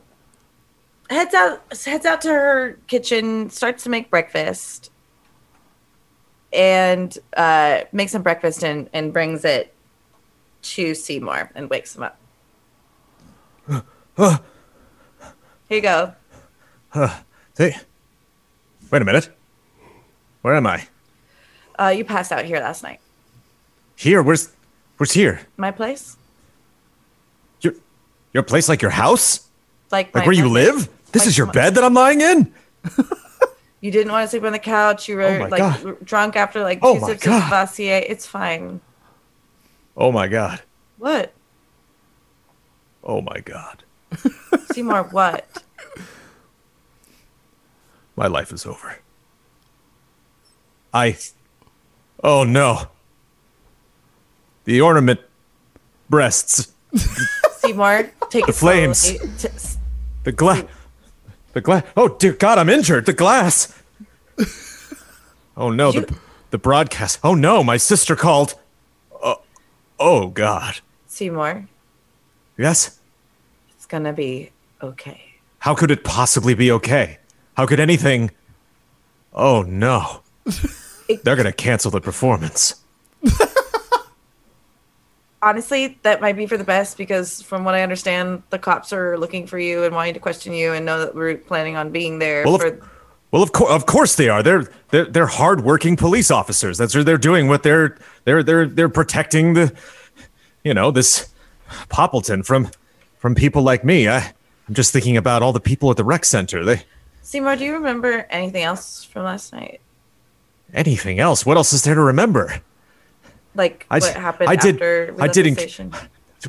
Speaker 3: heads out heads out to her kitchen, starts to make breakfast. and uh, makes him breakfast and, and brings it to Seymour and wakes him up. Here you go.
Speaker 2: Hey, wait a minute. Where am I?
Speaker 3: Uh, you passed out here last night.
Speaker 2: Here, where's where's here?
Speaker 3: My place?
Speaker 2: Your your place like your house?
Speaker 3: Like,
Speaker 2: Like
Speaker 3: my
Speaker 2: where you
Speaker 3: place.
Speaker 2: live? This
Speaker 3: Like
Speaker 2: is your
Speaker 3: my-
Speaker 2: bed that I'm lying in?
Speaker 3: You didn't want to sleep on the couch. You were
Speaker 2: Oh my
Speaker 3: like
Speaker 2: God.
Speaker 3: r- drunk after like
Speaker 2: Oh
Speaker 3: two
Speaker 2: my
Speaker 3: sips
Speaker 2: God.
Speaker 3: of Vassier. It's fine.
Speaker 2: Oh my god.
Speaker 3: What?
Speaker 2: Oh my god.
Speaker 3: Seymour, what?
Speaker 2: My life is over. I. Oh no. The ornament breasts.
Speaker 3: Seymour, take the it
Speaker 2: flames.
Speaker 3: slowly. T- s-
Speaker 2: The glass. The glass. Oh dear God, I'm injured. The glass. Oh no. The, the broadcast. Oh no, my sister called. Oh, oh God.
Speaker 3: Seymour,
Speaker 2: Yes?
Speaker 3: it's gonna be okay.
Speaker 2: How could it possibly be okay? How could anything. Oh no. They're going to cancel the performance.
Speaker 3: honestly, that might be for the best because, from what I understand, the cops are looking for you and wanting to question you and know that we're planning on being there.
Speaker 2: Well,
Speaker 3: for,
Speaker 2: of, well, of course, of course they are. They're they're they're hardworking police officers. That's what they're doing. What they're they're they're they're protecting the, you know, this Poppleton from from people like me. I I'm just thinking about all the people at the rec center. They
Speaker 3: Seymour, do you remember anything else from last night?
Speaker 2: anything else? What else is there to remember?
Speaker 3: Like
Speaker 2: I-
Speaker 3: what happened
Speaker 2: I did-
Speaker 3: after we
Speaker 2: I
Speaker 3: left the
Speaker 2: didn't-
Speaker 3: station?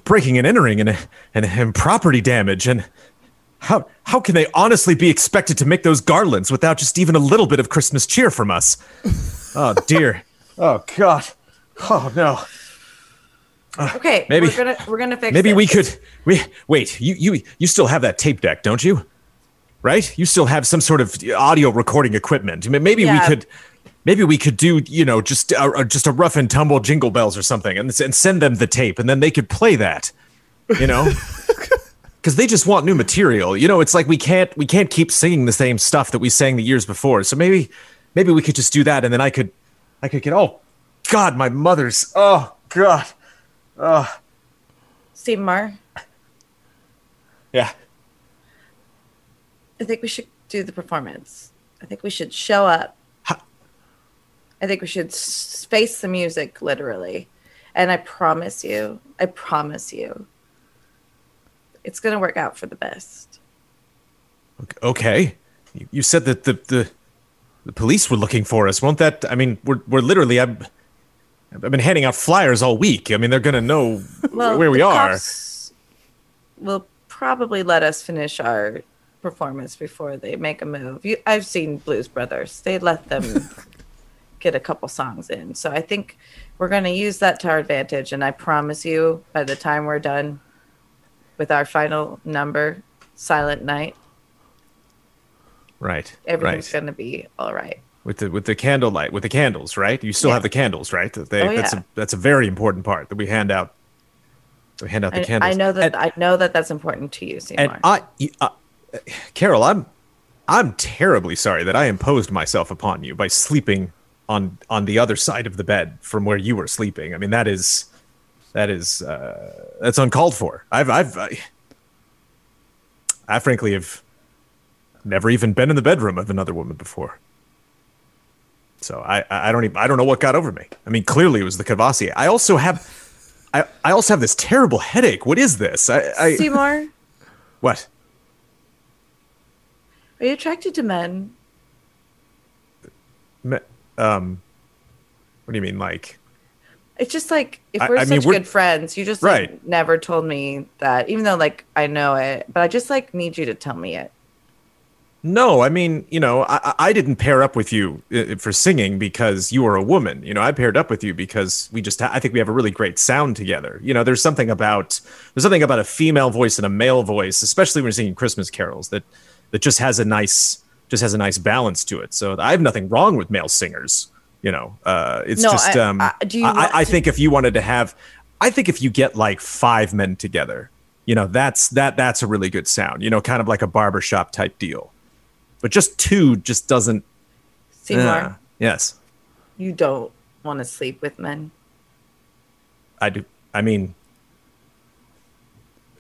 Speaker 2: breaking and entering and, and and property damage and how how can they honestly be expected to make those garlands without just even a little bit of Christmas cheer from us? Oh dear. oh god. Oh no.
Speaker 3: Okay,
Speaker 2: maybe-
Speaker 3: we're gonna we're gonna fix.
Speaker 2: Maybe
Speaker 3: it.
Speaker 2: we could we wait, you you you still have that tape deck, don't you? Right? You still have some sort of audio recording equipment. M- Maybe we
Speaker 3: Yeah.
Speaker 2: could maybe we could do, you know, just a, a- just a rough and tumble jingle bells or something and, s- and send them the tape and then they could play that. You know? because they just want new material. You know, it's like we can't we can't keep singing the same stuff that we sang the years before. So maybe maybe we could just do that, and then I could I could get oh god, my mother's oh god, oh
Speaker 3: Steve Mar,
Speaker 2: yeah.
Speaker 3: I think we should do the performance. I think we should show up.
Speaker 2: Ha-
Speaker 3: I think we should s- space the music literally. And I promise you, I promise you, it's going to work out for the best.
Speaker 2: Okay, you, you said that the the the police were looking for us. Won't that? I mean, we're we're literally I'm. I've been handing out flyers all week. I mean, they're gonna know where we
Speaker 3: the
Speaker 2: are.
Speaker 3: cops Will probably let us finish our performance before they make a move. You, I've seen Blues Brothers; they let them get a couple songs in, so I think we're going to use that to our advantage. And I promise you, by the time we're done with our final number, Silent Night,
Speaker 2: Right,
Speaker 3: everything's
Speaker 2: right.
Speaker 3: going to be all right.
Speaker 2: with the with the candlelight with the candles right you still have the candles right That they,
Speaker 3: Oh,
Speaker 2: that's
Speaker 3: yeah.
Speaker 2: a that's a very important part that we hand out we hand out the
Speaker 3: I,
Speaker 2: candles
Speaker 3: I know
Speaker 2: and,
Speaker 3: that I know that that's important to you, Seymour.
Speaker 2: and I, you- uh, carol i'm i'm terribly sorry that i imposed myself upon you by sleeping on on the other side of the bed from where you were sleeping i mean that is that is uh that's uncalled for i've i've i, I frankly have never even been in the bedroom of another woman before So I I I don't even I don't know what got over me. I mean, clearly it was the Cavassier. I also have I I also have this terrible headache. What is this? I, I
Speaker 3: Seymour,
Speaker 2: what?
Speaker 3: are you attracted to men?
Speaker 2: Me- Um, what do you mean? Like
Speaker 3: It's just like if
Speaker 2: I-
Speaker 3: we're
Speaker 2: I mean,
Speaker 3: such
Speaker 2: we're-
Speaker 3: good friends, you just
Speaker 2: Right.
Speaker 3: like, never told me that, even though like I know it, but I just like need you to tell me it.
Speaker 2: no? I mean, you know, I I- I didn't pair up with you uh, for singing because you were a woman. You know, I paired up with you because we just ha- I think we have a really great sound together. You know, there's something about there's something about a female voice and a male voice, especially when you're singing Christmas carols that that just has a nice just has a nice balance to it. So I have nothing wrong with male singers. You know, uh, it's
Speaker 3: No,
Speaker 2: just
Speaker 3: I-
Speaker 2: um,
Speaker 3: I- do you
Speaker 2: I,
Speaker 3: want
Speaker 2: I
Speaker 3: to-
Speaker 2: think if you wanted to have, I think if you get like five men together, you know, that's that that's a really good sound. You know, kind of like a barbershop type deal. But just two just doesn't.
Speaker 3: Seymour,
Speaker 2: Yeah. yes,
Speaker 3: you don't want to sleep with men.
Speaker 2: I do. I mean,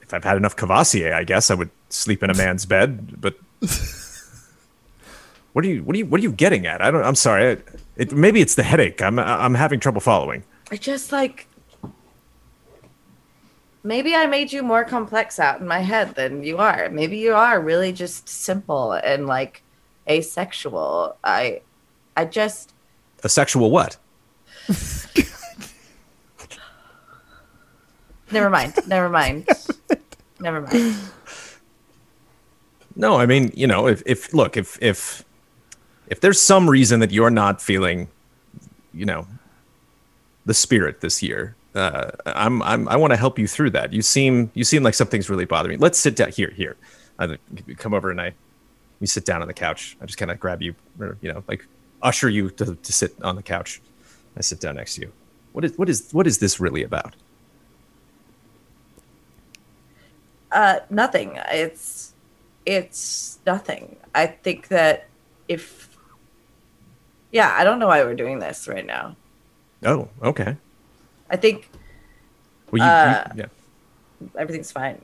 Speaker 2: if I've had enough Cavassier, I guess I would sleep in a man's bed. But what are you? What are you? What are you getting at? I don't. I'm sorry. It, it, maybe it's the headache. I'm. I'm having trouble following.
Speaker 3: I just like maybe I made you more complex out in my head than you are. Maybe you are really just simple and like asexual. I I just
Speaker 2: A sexual what?
Speaker 3: never mind. Never mind. Never mind.
Speaker 2: No, I mean, you know, if if look, if if if there's some reason that you're not feeling, you know, the spirit this year, uh, I'm I'm I want to help you through that. You seem you seem like something's really bothering. you. Let's sit down here here. I come over and I we sit down on the couch. I just kind of grab you or you know, like usher you to to sit on the couch. I sit down next to you. What is what is what is this really about?
Speaker 3: Uh, nothing. It's it's nothing. I think that if yeah, I don't know why we're doing this right now.
Speaker 2: Oh, okay.
Speaker 3: I think
Speaker 2: Well, you,
Speaker 3: Uh,
Speaker 2: you yeah.
Speaker 3: everything's fine.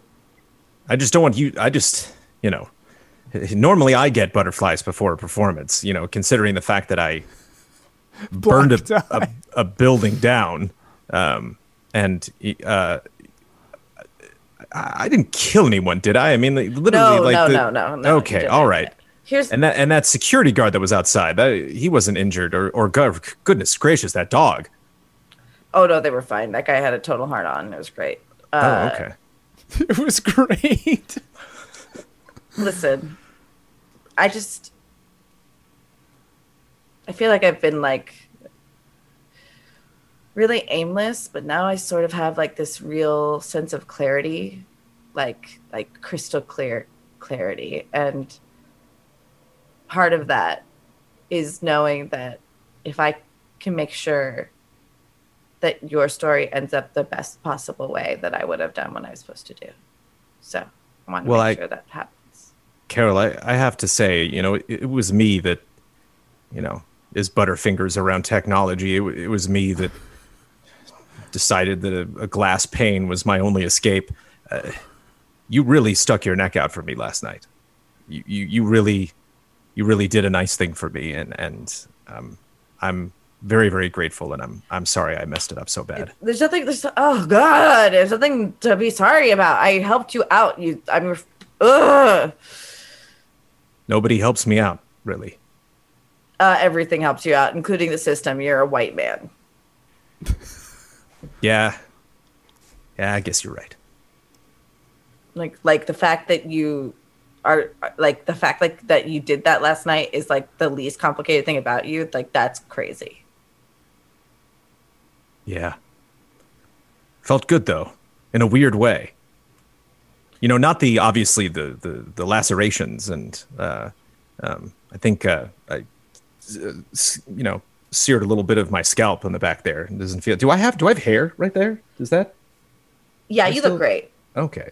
Speaker 2: I just don't want you. I just, you know, normally I get butterflies before a performance. You know, considering the fact that I burned a,
Speaker 1: Black
Speaker 2: a,
Speaker 1: tie.
Speaker 2: a building down, um, and uh, I I didn't kill anyone, did I? I mean, like, literally,
Speaker 3: No,
Speaker 2: like
Speaker 3: no,
Speaker 2: the-
Speaker 3: no, no, no. you
Speaker 2: Okay,
Speaker 3: didn't.
Speaker 2: all right.
Speaker 3: Here's
Speaker 2: And that and that security guard that was outside, that, he wasn't injured, or or go- goodness gracious, that dog.
Speaker 3: oh no, they were fine. That guy had a total heart on. It was great.
Speaker 2: Oh,
Speaker 3: Uh,
Speaker 2: okay.
Speaker 1: It was great.
Speaker 3: Listen, I just I feel like I've been like really aimless, but now I sort of have like this real sense of clarity, like like crystal clear clarity and part of that is knowing that if I can make sure that your story ends up the best possible way that I would have done what I was supposed to do. So I want to
Speaker 2: Well,
Speaker 3: make
Speaker 2: I-
Speaker 3: sure that happens.
Speaker 2: Carol, I, I have to say, you know, it, it was me that, you know, is butterfingers around technology. It, wa- it was me that decided that a, a glass pane was my only escape. Uh, you really stuck your neck out for me last night. You, you, you really, you really did a nice thing for me, and and um, I'm very very grateful, and I'm I'm sorry I messed it up so bad.
Speaker 3: There's nothing. There's oh god. There's nothing to be sorry about. I helped you out. You. I'm. your- Ugh.
Speaker 2: Nobody helps me out really.
Speaker 3: Uh, everything helps you out, including the system. You're a white man.
Speaker 2: Yeah, yeah, I guess you're right.
Speaker 3: like like the fact that you are like the fact like that you did that last night is like the least complicated thing about you like that's crazy
Speaker 2: Yeah. Felt good though, in a weird way. You know, not the obviously the the, the lacerations and uh, um, I think uh, I uh, s- you know seared a little bit of my scalp in the back there. It doesn't feel. Do I have do I have hair right there? Does that
Speaker 3: yeah
Speaker 2: I
Speaker 3: you
Speaker 2: still-
Speaker 3: look great
Speaker 2: okay?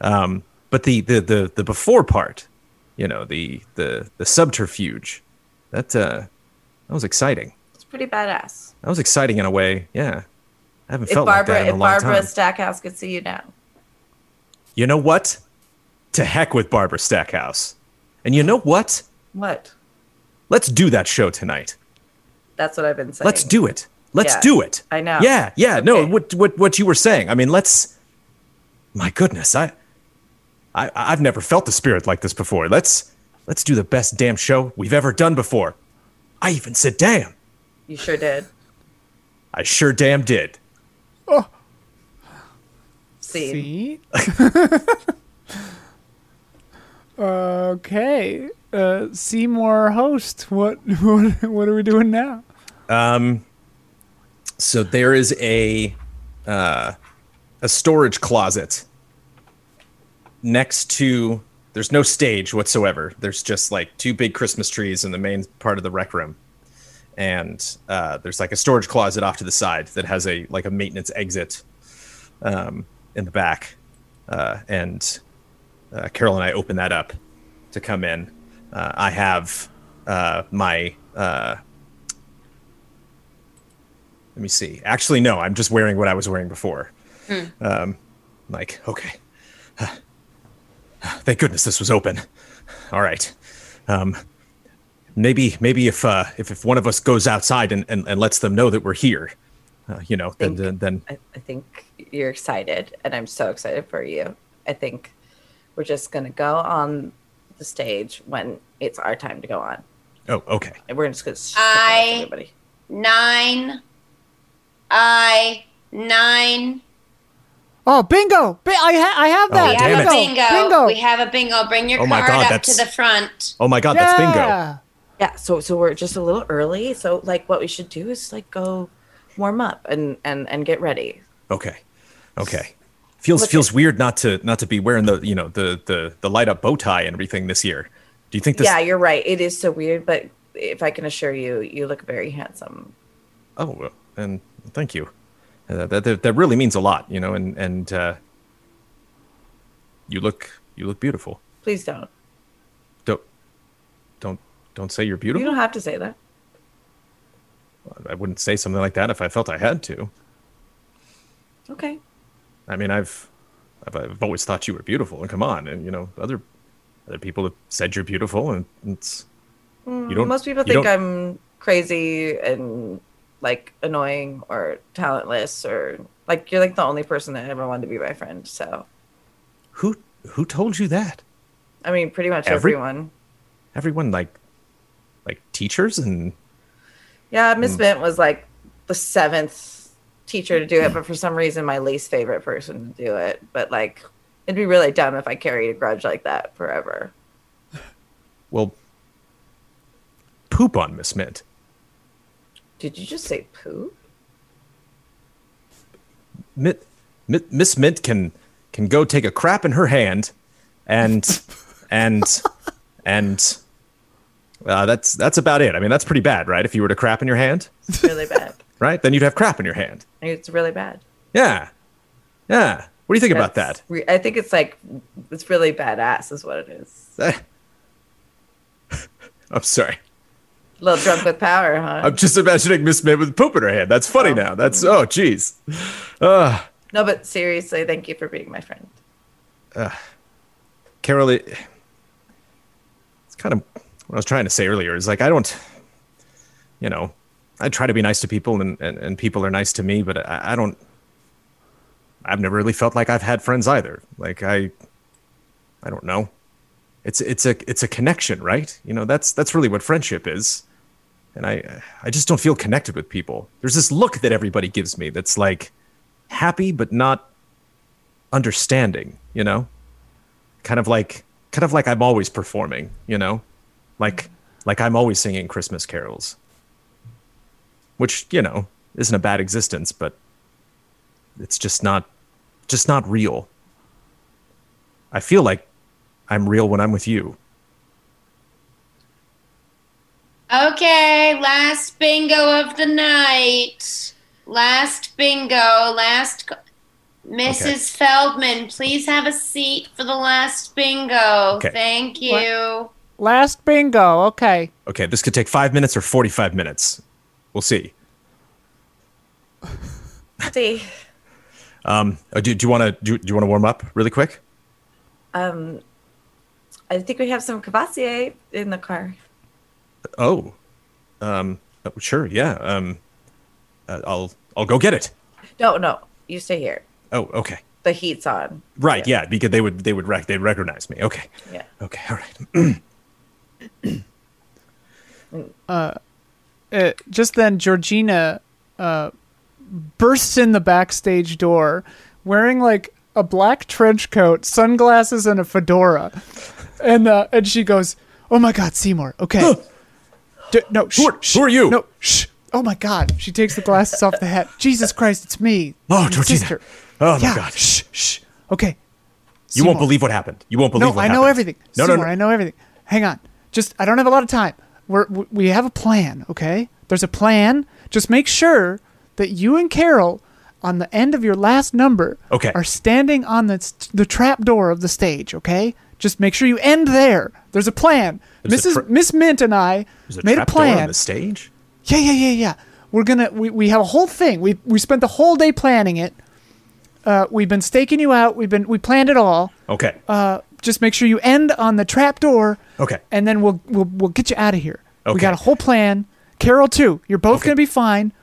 Speaker 2: Um, but the, the the the before part, you know, the the the subterfuge, that uh, that was exciting.
Speaker 3: it's pretty badass
Speaker 2: That was exciting in a way. Yeah, I haven't
Speaker 3: if
Speaker 2: felt
Speaker 3: barbara
Speaker 2: like that in a
Speaker 3: if
Speaker 2: long
Speaker 3: barbara
Speaker 2: time.
Speaker 3: stackhouse could see you now
Speaker 2: You know what? To heck with Barbara Stackhouse. And you know what?
Speaker 3: what
Speaker 2: Let's do that show tonight.
Speaker 3: that's what i've been saying
Speaker 2: Let's do it. Let's
Speaker 3: Yeah,
Speaker 2: do it.
Speaker 3: I know.
Speaker 2: Yeah, yeah. No,
Speaker 3: Okay.
Speaker 2: what what what you were saying. I mean, let's My goodness, I I I've never felt the spirit like this before. Let's let's do the best damn show we've ever done before. I even said damn.
Speaker 3: you sure did
Speaker 2: I sure damn did.
Speaker 3: see,
Speaker 1: See? okay. Uh, Seymour host. What, what what are we doing now?
Speaker 2: So there is a uh, a storage closet next to. There's no stage whatsoever. There's just like two big Christmas trees in the main part of the rec room, and uh, there's like a storage closet off to the side that has a like a maintenance exit um, in the back, uh, and uh, Carol and I open that up to come in. Uh, I have uh, my uh, let me see. Actually, no, I'm just wearing what I was wearing before. Um, like, okay. Thank goodness this was open. All right. Um, maybe, maybe if, uh, if, if one of us goes outside and, and, and lets them know that we're here, uh, you know, then,
Speaker 3: Think-
Speaker 2: then, then
Speaker 3: I, I think you're excited and i'm so excited for you i think we're just gonna go on the stage when it's our time to go on
Speaker 2: oh, okay.
Speaker 3: and we're just gonna
Speaker 5: I-
Speaker 3: surprise everybody
Speaker 5: Nine. I nine.
Speaker 1: Oh, bingo! Bi- I ha- I have that.
Speaker 5: we have
Speaker 2: damn
Speaker 5: a
Speaker 2: it.
Speaker 5: bingo.
Speaker 1: Bingo.
Speaker 5: We have a bingo. Bring your
Speaker 2: Oh my
Speaker 5: card
Speaker 2: God,
Speaker 5: up
Speaker 2: that's-
Speaker 5: to the front.
Speaker 2: Oh my God, that's bingo.
Speaker 1: yeah.
Speaker 3: Yeah, so so we're just a little early. So like what we should do is like go warm up and and and get ready.
Speaker 2: Okay. Okay. Feels, feels weird not to, not to be wearing the, you know, the, the, the light up bow tie and everything this year. Do you think this,
Speaker 3: yeah, you're right. It is so weird, but if I can assure you, you look very handsome.
Speaker 2: Oh, well, and thank you. Uh, that, that that really means a lot, you know. And and uh, you look you look beautiful.
Speaker 3: Please don't.
Speaker 2: Don't don't don't say you're
Speaker 3: You
Speaker 2: beautiful.
Speaker 3: don't have to say that.
Speaker 2: I wouldn't say something like that if I felt I had to.
Speaker 3: Okay.
Speaker 2: I mean, I've I've, I've always thought you were beautiful, and come on, and you know, other other people have said you're beautiful, and it's you don't.
Speaker 3: Mm, Most people
Speaker 2: you
Speaker 3: think
Speaker 2: don't-
Speaker 3: I'm crazy and like annoying or talentless or like you're like the only person that ever wanted to be my friend. So
Speaker 2: Who who told you that?
Speaker 3: I mean, pretty much
Speaker 2: Every-
Speaker 3: everyone.
Speaker 2: Everyone like like teachers and Hmm.
Speaker 3: Yeah, Miss Mint was like the seventh teacher to do it, but for some reason, my least favorite person to do it. But like, it'd be really dumb if I carried a grudge like that forever.
Speaker 2: well, poop on Miss Mint.
Speaker 3: Did you just say poop?
Speaker 2: Mi- Mi- Miss Mint can can go take a crap in her hand, and and and uh, that's that's about it. I mean, that's pretty bad, right? If you were to crap in your hand,
Speaker 3: It's really bad.
Speaker 2: right, then you'd have crap in your hand.
Speaker 3: It's really bad.
Speaker 2: Yeah, yeah. What do you think about that?
Speaker 3: That's re- I think it's like It's really badass, is what it is.
Speaker 2: I'm sorry.
Speaker 3: A little drunk with power, huh?
Speaker 2: I'm just imagining Miss May with poop in her hand. That's funny now. That's oh jeez. Uh,
Speaker 3: no, but seriously, thank you for being my friend.
Speaker 2: Carol, it, it's kind of what I was trying to say earlier. Is like I don't, you know, I try to be nice to people, and and, and people are nice to me, but I, I don't. I've never really felt like I've had friends either. Like I, I don't know. It's it's a it's a connection, right? You know, that's that's really what friendship is. And I I just don't feel connected with people. There's this look that everybody gives me that's like happy but not understanding. You know kind of like kind of like I'm always performing, you know? Like like I'm always singing Christmas carols. Which, you know, isn't a bad existence, but it's just not just not real. I feel like I'm real when I'm with you.
Speaker 4: Okay, last bingo of the night. Last bingo, last. c- Mrs. Feldman, please have a seat for the last bingo.
Speaker 2: Okay.
Speaker 4: Thank you.
Speaker 1: Last bingo. Okay.
Speaker 2: Okay, this could take 5 minutes or 45 minutes. We'll see.
Speaker 3: See,
Speaker 2: Um uh, do, do you want to do, do you want to warm up really quick?
Speaker 3: um, I think we have some Cavassier in the car.
Speaker 2: Oh. Um uh, sure, yeah. Um uh, I'll I'll go get it.
Speaker 3: No, no, you stay here.
Speaker 2: Oh, okay.
Speaker 3: The heat's on.
Speaker 2: Right, yeah, because they would they would rec- they'd recognize me. Okay.
Speaker 3: Yeah.
Speaker 2: Okay, all right.
Speaker 1: Uh, just then, Georgina uh, bursts in the backstage door wearing like a black trench coat, sunglasses, and a fedora. And uh, and she goes, "Oh my God, Seymour. Okay, D- no, shh,
Speaker 2: Who are-
Speaker 1: shh,
Speaker 2: who are you?
Speaker 1: No, shh. Oh my God. She takes the glasses off the hat. Jesus Christ, it's me.
Speaker 2: Oh,
Speaker 1: your
Speaker 2: Georgina.
Speaker 1: sister.
Speaker 2: Oh my
Speaker 1: yeah,
Speaker 2: god.
Speaker 1: Shh, shh. Okay.
Speaker 2: You
Speaker 1: Seymour.
Speaker 2: won't believe what happened. You won't believe
Speaker 1: no,
Speaker 2: what
Speaker 1: I
Speaker 2: happened.
Speaker 1: know everything.
Speaker 2: No,
Speaker 1: Seymour,
Speaker 2: no, no.
Speaker 1: I know everything. Hang on. Just I don't have a lot of time. We're w- we have a plan, okay? There's a plan. Just make sure that you and Carol on the end of your last number
Speaker 2: Okay.
Speaker 1: are standing on the st- the trap door of the stage, okay? Just make sure you end there. There's a plan.
Speaker 2: There's a
Speaker 1: Mrs.
Speaker 2: tra-
Speaker 1: Miss Mint and I
Speaker 2: There's a
Speaker 1: made a
Speaker 2: trap door
Speaker 1: plan.
Speaker 2: on the stage.
Speaker 1: Yeah, yeah, yeah, yeah. We're gonna we, we have a whole thing. We we spent the whole day planning it. Uh, we've been staking you out. We've been we planned it all
Speaker 2: Okay.
Speaker 1: uh, just make sure you end on the trap door.
Speaker 2: Okay.
Speaker 1: And then we'll we'll we'll get you out of here. We
Speaker 2: Okay.
Speaker 1: got a whole plan. Carol too. You're both
Speaker 2: Okay.
Speaker 1: gonna be fine.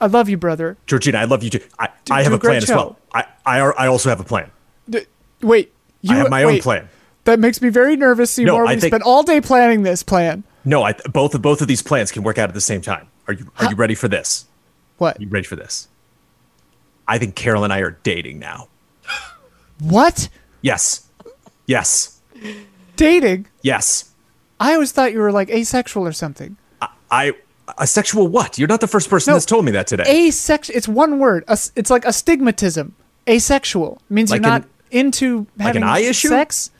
Speaker 1: I love you, brother.
Speaker 2: Georgina, I love you too. I, I
Speaker 1: do
Speaker 2: have
Speaker 1: a
Speaker 2: a plan
Speaker 1: great
Speaker 2: as
Speaker 1: show.
Speaker 2: well. I, I, are- I also have a plan.
Speaker 1: D- wait. You,
Speaker 2: I have my own
Speaker 1: wait.
Speaker 2: plan.
Speaker 1: That makes me very nervous, Seymour.
Speaker 2: I
Speaker 1: we
Speaker 2: think-
Speaker 1: spent all day planning this plan.
Speaker 2: No, I, both of both of these plans can work out at the same time. Are you are you ready for this?
Speaker 1: What?
Speaker 2: You ready for this? I think Carol and I are dating now.
Speaker 1: What?
Speaker 2: Yes. Yes.
Speaker 1: Dating?
Speaker 2: Yes.
Speaker 1: I always thought you were like asexual or something.
Speaker 2: I a sexual what? You're not the first person
Speaker 1: No.
Speaker 2: that's told me that today.
Speaker 1: Asexual. It's one word. As- It's like astigmatism. Asexual means
Speaker 2: Like
Speaker 1: you're
Speaker 2: an-
Speaker 1: not into having
Speaker 2: an eye issue?
Speaker 1: sex.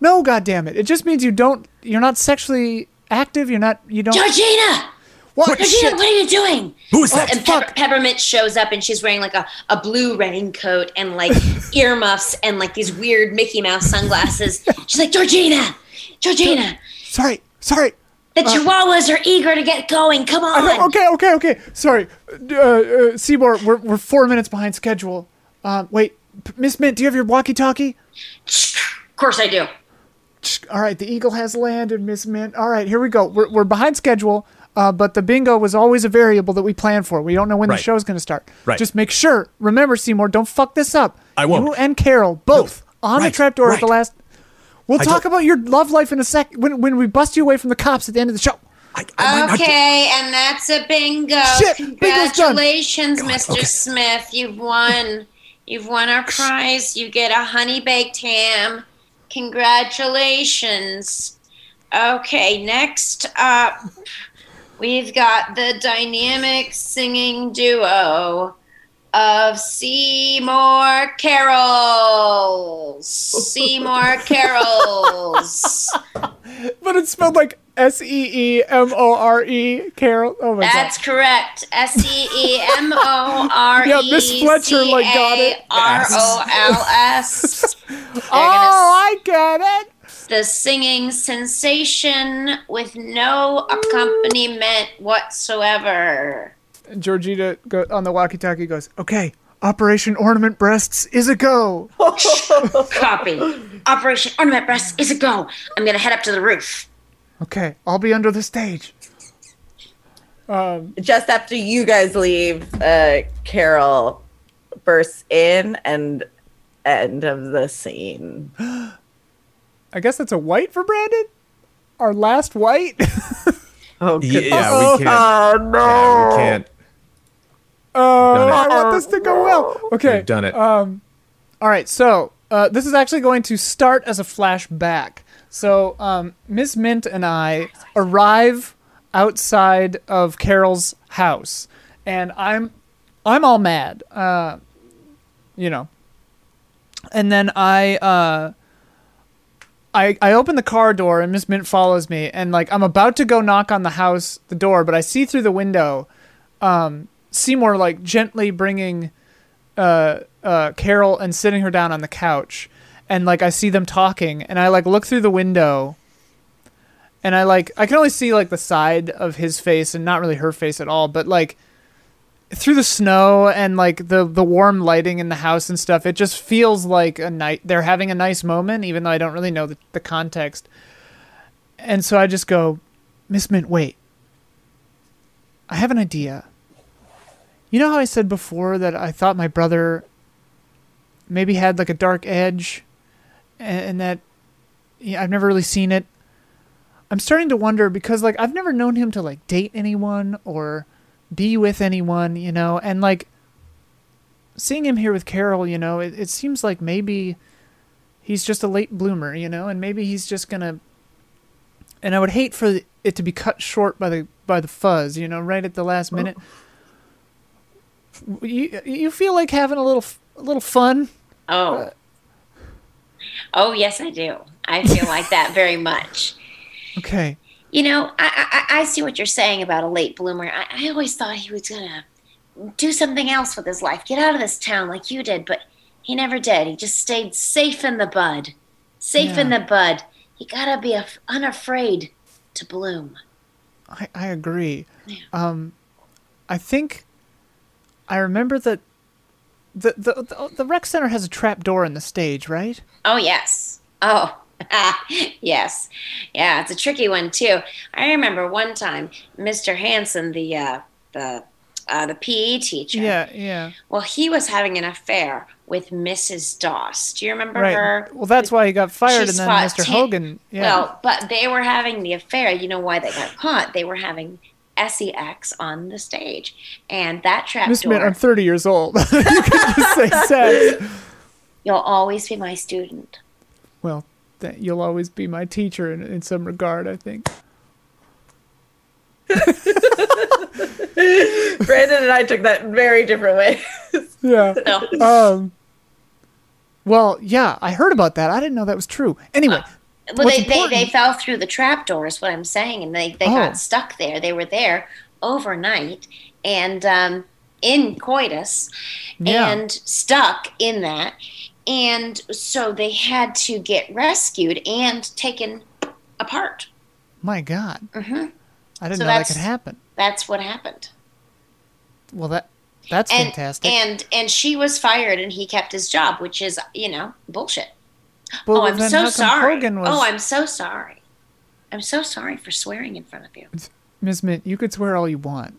Speaker 1: No, goddamn it! It just means you don't. You're not sexually active. You're not. You don't.
Speaker 4: Georgina!
Speaker 1: what?
Speaker 4: Georgina, what are you doing? Oh,
Speaker 2: Who is that?
Speaker 4: And Pepper,
Speaker 1: Fuck.
Speaker 4: Peppermint shows up and she's wearing like a, a blue raincoat and like earmuffs and like these weird Mickey Mouse sunglasses. She's like, Georgina, Georgina,
Speaker 1: Sorry, sorry.
Speaker 4: the chihuahuas are eager to get going. Come on.
Speaker 1: I don't- okay, okay, okay. Sorry, uh, uh, Seymour. We're we're four minutes behind schedule. Um, wait, P- Miss Mint, do you have your walkie-talkie?
Speaker 4: Of course I do.
Speaker 1: All right, the eagle has landed, Miss Mint. All right, here we go. We're, we're behind schedule, uh, but the bingo was always a variable that we planned for. We don't know when
Speaker 2: Right.
Speaker 1: the show's going to start.
Speaker 2: Right.
Speaker 1: Just make sure. Remember, Seymour, don't fuck this up.
Speaker 2: I won't.
Speaker 1: You and Carol both on
Speaker 2: Right,
Speaker 1: the trapdoor at the
Speaker 2: right.
Speaker 1: last. We'll
Speaker 2: I
Speaker 1: talk
Speaker 2: don't-
Speaker 1: about your love life in a sec when when we bust you away from the cops at the end of the show.
Speaker 2: I, I might not get-
Speaker 4: Okay, and that's a bingo.
Speaker 1: Shit, bingo's done.
Speaker 4: Congratulations, Mr.
Speaker 2: okay.
Speaker 4: Smith. You've won. You've won our prize. You get a honey baked ham. Congratulations. Okay, next up, we've got the dynamic singing duo of Seymour Carols. Seymour Carols.
Speaker 1: But it's spelled like S E E M O R E Carol. Oh my
Speaker 4: That's correct. S E E M O R E.
Speaker 1: Yeah, Miss Fletcher, like, got it.
Speaker 4: R O L S.
Speaker 1: god. Oh, I get it.
Speaker 4: The singing sensation with no accompaniment whatsoever.
Speaker 1: And Georgina go, on the walkie-talkie goes, "Okay, Operation Ornament Breasts is a go."
Speaker 4: Copy. Operation Ornament Breast is a go. I'm going to head up to the roof.
Speaker 1: Okay, I'll be under the stage. Um,
Speaker 3: Just after you guys leave, uh, Carol bursts in and end of the scene.
Speaker 1: I guess that's a white for Brandon. Our last white.
Speaker 3: Oh,
Speaker 2: Yeah,
Speaker 3: good-
Speaker 2: we can't.
Speaker 3: oh no.
Speaker 2: Yeah, we can't.
Speaker 1: Oh,
Speaker 2: Done it.
Speaker 1: I want this to go well. Okay.
Speaker 2: We've done it.
Speaker 1: Um, all right. So uh, this is actually going to start as a flashback. So um, Miss Mint and I arrive outside of Carol's house, and I'm I'm all mad. Uh, you know. And then I. Uh, I, I open the car door and Miss Mint follows me and like I'm about to go knock on the house the door but I see through the window um, Seymour like gently bringing uh, uh, Carol and sitting her down on the couch, and like I see them talking, and I like look through the window, and I like I can only see like the side of his face and not really her face at all, but like through the snow and like the the warm lighting in the house and stuff, it just feels like a night they're having a nice moment, even though I don't really know the, the context, and so I just go, Miss Mint, wait. I have an idea. You know how I said before that I thought my brother maybe had like a dark edge and, and that yeah, I've never really seen it. I'm starting to wonder because like I've never known him to like date anyone or be with anyone, you know, and like seeing him here with Carol, you know, it, it seems like maybe he's just a late bloomer, you know, and maybe he's just gonna and I would hate for it to be cut short by the by the fuzz, you know, right at the last minute you you feel like having a little f- a little fun. Uh.
Speaker 4: Oh. Oh, yes, I do. I feel like that very much.
Speaker 1: Okay.
Speaker 4: You know, I, I, I see what you're saying about a late bloomer. I, I always thought he was going to do something else with his life, get out of this town like you did, but he never did. He just stayed safe in the bud. Safe in the bud. You got to be af- unafraid to bloom.
Speaker 1: I, I agree. Um, I think I remember that the, the the the rec center has a trap door in the stage, right?
Speaker 4: Oh, yes. Oh, yes. Yeah, it's a tricky one, too. I remember one time Mr. Hanson, the, uh, the, uh, the PE teacher.
Speaker 1: yeah.
Speaker 4: Well, he was having an affair with Mrs. Doss. Do you remember her?
Speaker 1: Right. Well, that's why he got
Speaker 4: She
Speaker 1: fired, and then
Speaker 4: spot
Speaker 1: Mr.
Speaker 4: ta-
Speaker 1: Hogan. Yeah.
Speaker 4: Well, but they were having the affair. You know why they got caught? They were having sex on the stage, and that
Speaker 1: Miss
Speaker 4: trapdoor.
Speaker 1: Mint, I'm 30 years old. you can just say sex.
Speaker 4: You'll always be my student.
Speaker 1: Well, th- you'll always be my teacher in, in some regard, I think.
Speaker 3: Brandon and I took that very different way.
Speaker 1: Yeah.
Speaker 4: No.
Speaker 1: Um. Well, yeah, I heard about that. I didn't know that was true. Anyway,
Speaker 4: Uh. Well,
Speaker 1: What's
Speaker 4: they, they, they
Speaker 1: important-
Speaker 4: fell through the trapdoor, is what I'm saying, and they, they
Speaker 1: Oh.
Speaker 4: got stuck there. They were there overnight and um, in coitus
Speaker 1: Yeah.
Speaker 4: and stuck in that. And so they had to get rescued and taken apart.
Speaker 1: My God.
Speaker 4: Mhm.
Speaker 1: I didn't
Speaker 4: So
Speaker 1: know that
Speaker 4: that's-
Speaker 1: could happen.
Speaker 4: That's what happened.
Speaker 1: Well, that that's
Speaker 4: and,
Speaker 1: fantastic.
Speaker 4: And and she was fired, and he kept his job, which is you know bullshit.
Speaker 1: Well,
Speaker 4: oh, I'm
Speaker 1: then how
Speaker 4: so
Speaker 1: come
Speaker 4: sorry.
Speaker 1: Hogan was,
Speaker 4: Oh, I'm so sorry. I'm so sorry for swearing in front of you.
Speaker 1: Ms. Mint, you could swear all you want.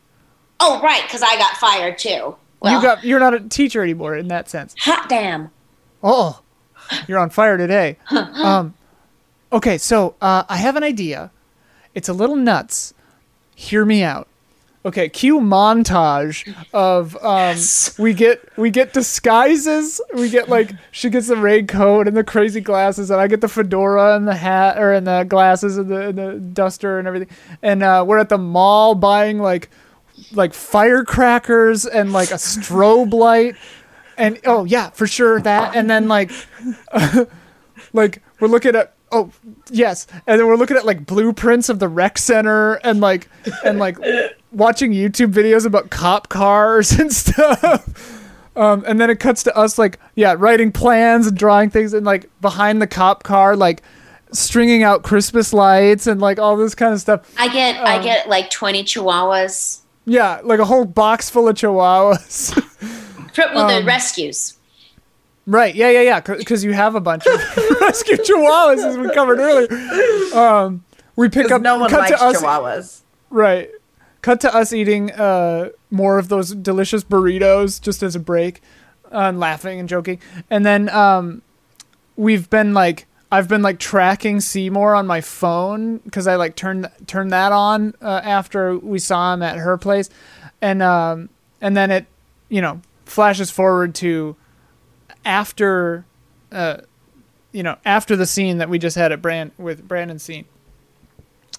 Speaker 4: Oh, right, because I got fired too. Well,
Speaker 1: you got you're not a teacher anymore in that sense.
Speaker 4: hot damn.
Speaker 1: Oh, you're on fire today. um, okay, so uh, I have an idea. It's a little nuts. Hear me out. Okay, cue montage of um, we get we get disguises. We get like she gets the raid coat and the crazy glasses, and I get the fedora and the hat or and the glasses and the, and the duster and everything. And uh, we're at the mall buying like like firecrackers and like a strobe light and oh yeah for sure that and then like like we're looking at oh yes and then we're looking at like blueprints of the rec center and like and like watching youtube videos about cop cars and stuff um, and then it cuts to us like yeah writing plans and drawing things and like behind the cop car like stringing out christmas lights and like all this kind of stuff
Speaker 4: I get
Speaker 1: Um,
Speaker 4: I get like 20 chihuahuas.
Speaker 1: yeah like a whole box full of chihuahuas
Speaker 4: Fr- Well,
Speaker 1: um,
Speaker 4: the rescues.
Speaker 1: Right. Yeah. Yeah. Yeah. Because you have a bunch of rescue chihuahuas, as we covered earlier. Um, we pick up.
Speaker 3: Because no one
Speaker 1: cut
Speaker 3: likes
Speaker 1: to us.
Speaker 3: chihuahuas.
Speaker 1: Right. Cut to us eating uh, more of those delicious burritos just as a break, uh, and laughing and joking. And then um, we've been like, I've been like tracking Seymour on my phone because I like turned turned that on uh, after we saw him at her place, and um, and then it, you know, flashes forward to after, uh, you know, after the scene that we just had at Brand with Brandon's scene.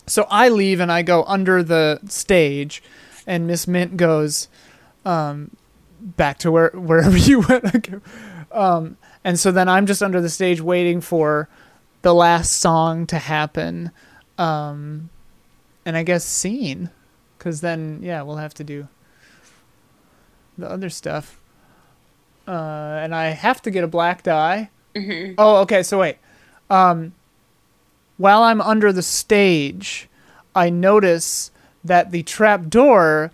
Speaker 1: So I leave and I go under the stage, and Miss Mint goes, um, back to where wherever you went. I go, um, and so then I'm just under the stage waiting for the last song to happen, um, and I guess scene, because then yeah we'll have to do the other stuff. Uh, and I have to get a black die. Oh, okay. So wait while I'm under the stage, I notice that the trap door,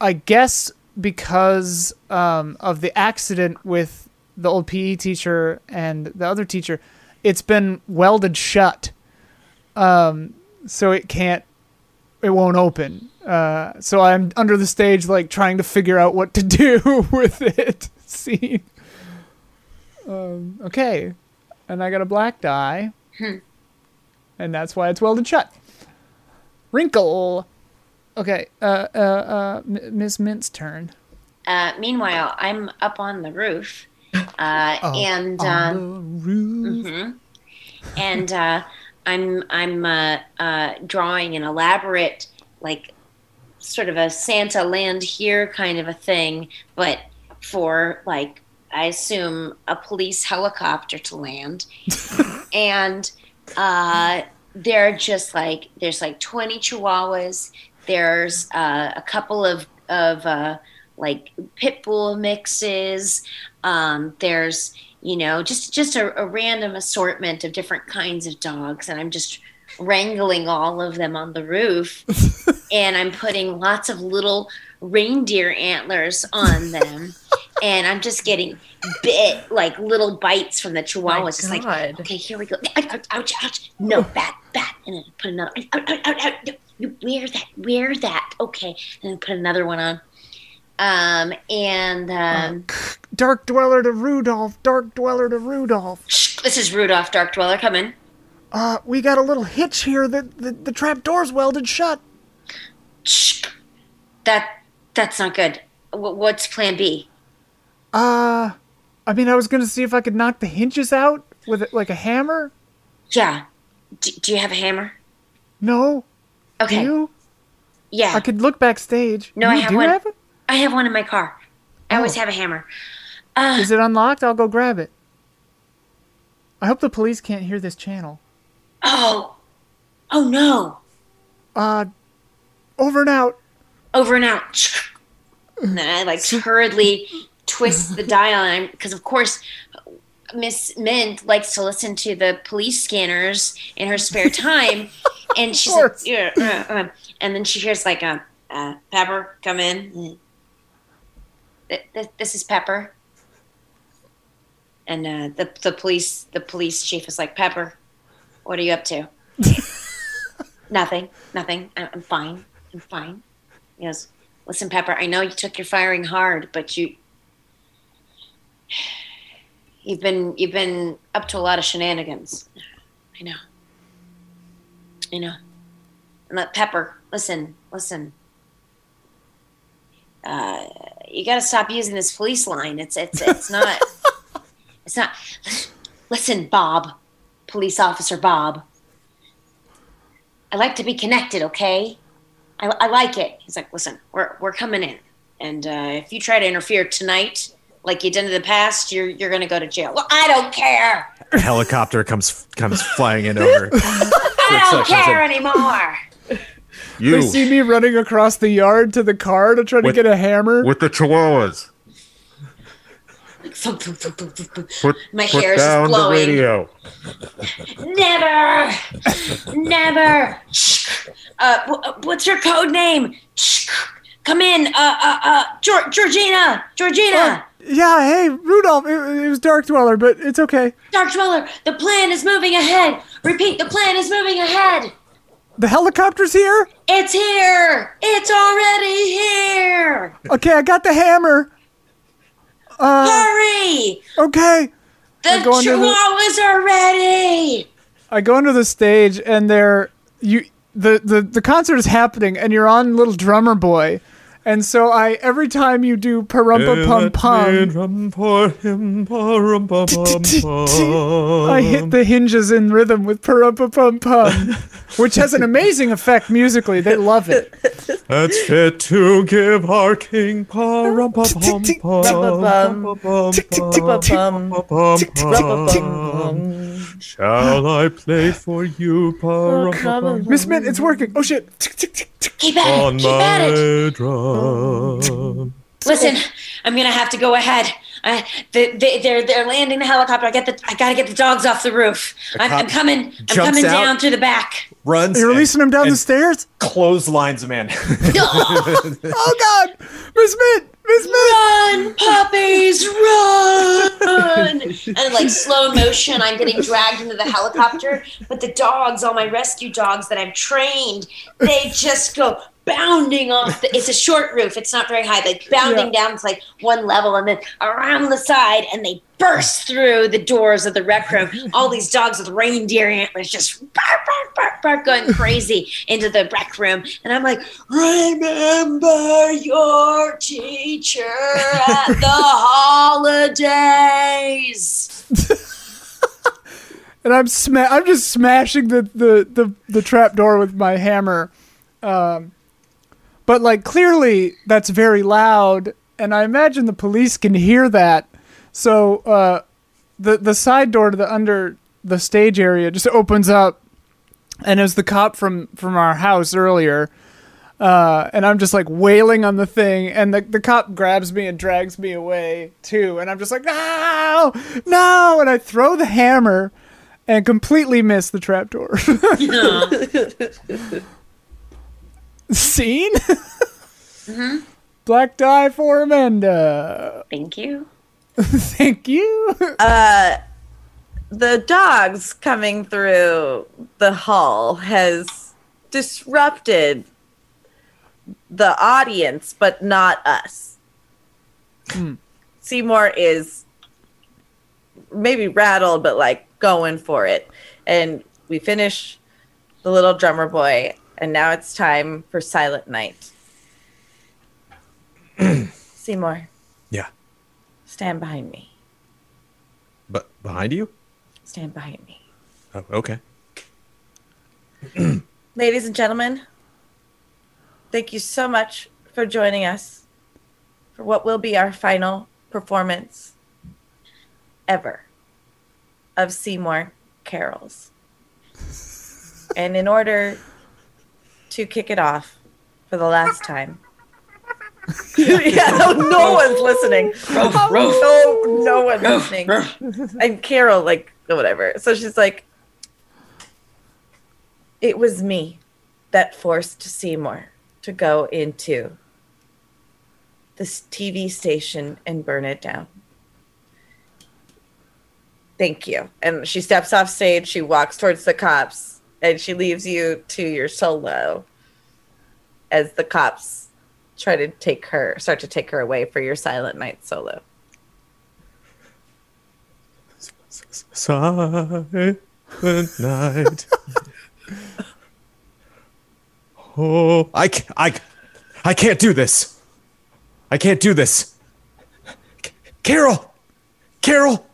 Speaker 1: I guess because um, of the accident with the old PE teacher and the other teacher, it's been welded shut. Um, so it can't, it won't open. Uh, so I'm under the stage, like trying to figure out what to do with it. See? Um, okay. And I got a black die and that's why it's welded shut. Wrinkle. Okay, uh, uh, uh, M- Miss Mint's turn.
Speaker 4: Uh, meanwhile, I'm up on the roof, uh,
Speaker 1: Oh,
Speaker 4: and
Speaker 1: On
Speaker 4: um,
Speaker 1: the roof.
Speaker 4: and uh, I'm I'm uh, uh, drawing an elaborate like sort of a Santa land here kind of a thing, but for like I assume a police helicopter to land, and uh, they're just like there's like 20 chihuahuas. There's uh, a couple of of uh, like pit bull mixes. Um, there's you know just just a, a random assortment of different kinds of dogs and i'm just wrangling all of them on the roof and i'm putting lots of little reindeer antlers on them and i'm just getting bit like little bites from the chihuahua it's just like
Speaker 3: God.
Speaker 4: okay here we go ouch ouch, ouch ouch no bat bat and then put another out out out out no, you wear that wear that okay and then put another one on um and um
Speaker 1: Dark Dweller to Rudolph. Dark Dweller to Rudolph.
Speaker 4: Shh, this is Rudolph Dark Dweller. Come in.
Speaker 1: Uh, we got a little hitch here. The, the, the trap door's welded shut.
Speaker 4: Shh. That that's not good. W- what's Plan B?
Speaker 1: Uh, I mean, I was gonna see if I could knock the hinges out with it, like a hammer.
Speaker 4: Yeah. D- do you have a hammer?
Speaker 1: No.
Speaker 4: Okay.
Speaker 1: Do you?
Speaker 4: yeah.
Speaker 1: I could look backstage.
Speaker 4: No,
Speaker 1: you
Speaker 4: I have
Speaker 1: do
Speaker 4: one.
Speaker 1: Have it?
Speaker 4: I have one in my car. I
Speaker 1: Oh.
Speaker 4: always have a hammer. Uh,
Speaker 1: Is it unlocked? I'll go grab it. I hope the police can't hear this channel.
Speaker 4: oh. Oh no.
Speaker 1: Uh, over and out.
Speaker 4: Over and out. Shh. And then I like hurriedly twist the dial, and I'm because of course. Miss Mint likes to listen to the police scanners in her spare time, and she's like,
Speaker 1: course.
Speaker 4: yeah, uh, uh," and then she hears like a uh, Pepper come in. Th- th- This is Pepper, and uh, the the police the police chief is like Pepper, what are you up to? nothing, nothing. I- I'm fine. I'm fine. He goes, listen, Pepper. I know you took your firing hard, but you You've been you've been up to a lot of shenanigans. I know. I know. And let Pepper, listen, listen. Uh, you got to stop using this police line. It's it's it's not. it's not. Listen, Bob, police officer Bob. I like to be connected, okay? I, I like it. He's like, listen, we're we're coming in, and uh, if you try to interfere tonight, like you did in the past, you're you're gonna go to jail. Well, I don't care.
Speaker 2: A helicopter comes comes flying in over.
Speaker 4: I don't
Speaker 2: Six sections
Speaker 4: care
Speaker 2: in.
Speaker 4: anymore.
Speaker 1: They see me running across the yard to the car to try to
Speaker 2: With-
Speaker 1: get a hammer.
Speaker 2: with the chihuahuas.
Speaker 4: Thump, thump, thump, thump, thump.
Speaker 2: Put,
Speaker 4: My put hair's just down the blowing.
Speaker 2: radio.
Speaker 4: Never, never. Uh, wh- uh, what's your code name? Come in, uh, uh, uh, Geor- Georgina, Georgina,
Speaker 1: yeah, hey, Rudolph, it, it was Dark Dweller, but it's okay.
Speaker 4: Dark Dweller. The plan is moving ahead. Repeat, the plan is moving ahead.
Speaker 1: The helicopter's here?
Speaker 4: It's here. It's already here.
Speaker 1: Okay, I got the hammer. Uh,
Speaker 4: Hurry!
Speaker 1: okay.
Speaker 4: The
Speaker 1: We're going to the-
Speaker 4: chihuahuas are ready.
Speaker 1: I go into the stage and they're you the, the the concert is happening and you're on little drummer boy. And so I every time you do parumpa pum pum I
Speaker 2: I
Speaker 1: hit the hinges in rhythm with parumpa pum pum which has an amazing effect musically. They love it.
Speaker 2: That's fit to give our king
Speaker 1: Tick, tick, Um, Tick, tick, tick,
Speaker 2: pa
Speaker 1: tick.
Speaker 2: Shall I play for you pa-rum-pa-pum,
Speaker 1: Miss Mint, it's working. Oh shit. Tick, tick, tick, tick.
Speaker 4: Keep at
Speaker 2: on
Speaker 4: it. Keep at it.
Speaker 2: my drum?
Speaker 4: Listen, I'm gonna have to go ahead. I, they, they, they're they're landing the helicopter. I get the I gotta get the dogs off the roof. I'm,
Speaker 2: cop
Speaker 4: I'm coming. I'm
Speaker 2: jumps
Speaker 4: coming
Speaker 2: out.
Speaker 4: down through the back.
Speaker 2: Runs.
Speaker 1: You're releasing him down the
Speaker 2: stairs.
Speaker 1: stairs?
Speaker 2: Clotheslines a man.
Speaker 1: Oh god. Miss Mint, Miss Mint.
Speaker 4: Run, puppies, run! and like slow motion, I'm getting dragged into the helicopter. But the dogs, all my rescue dogs that I've trained, they just go bounding off. The, it's a short roof; it's not very high. They bounding down to like one level, and then around the side, and they burst through the doors of the rec room. All these dogs with reindeer antlers just bark, bark, bark, bark, going crazy into the rec room, and I'm like, remember your teacher at the holidays.
Speaker 1: and I'm sma- I'm just smashing the the the, the trap door with my hammer. Um, but like clearly that's very loud, and I imagine the police can hear that. So uh, the the side door to the under the stage area just opens up, and it was the cop from from our house earlier. Uh, and I'm just like wailing on the thing, and the, the cop grabs me and drags me away too. And I'm just like, no, no. And I throw the hammer and completely miss the trapdoor. Scene? Black die for Amanda.
Speaker 8: Thank you.
Speaker 1: Thank you.
Speaker 3: the dogs coming through the hall has disrupted the audience, but not us. Seymour is maybe rattled, but like going for it. And we finish the little drummer boy, and now it's time for Silent Night. Seymour,
Speaker 2: yeah.
Speaker 3: stand behind me.
Speaker 2: But behind you?
Speaker 3: Stand behind me.
Speaker 2: Oh, okay.
Speaker 3: Ladies and gentlemen, thank you so much for joining us for what will be our final performance ever of Seymour Carols. and in order to kick it off for the last time, yeah, no, no one's listening. No, no one's listening. And Carol, like, whatever. So she's like, it was me that forced Seymour to go into this TV station and burn it down. Thank you. And she steps off stage, she walks towards the cops, and she leaves you to your solo as the cops try to take her, start to take her away for your silent night solo.
Speaker 2: Silent night. oh, I, ca- I, I can't do this. I can't do this. C- Carol, Carol,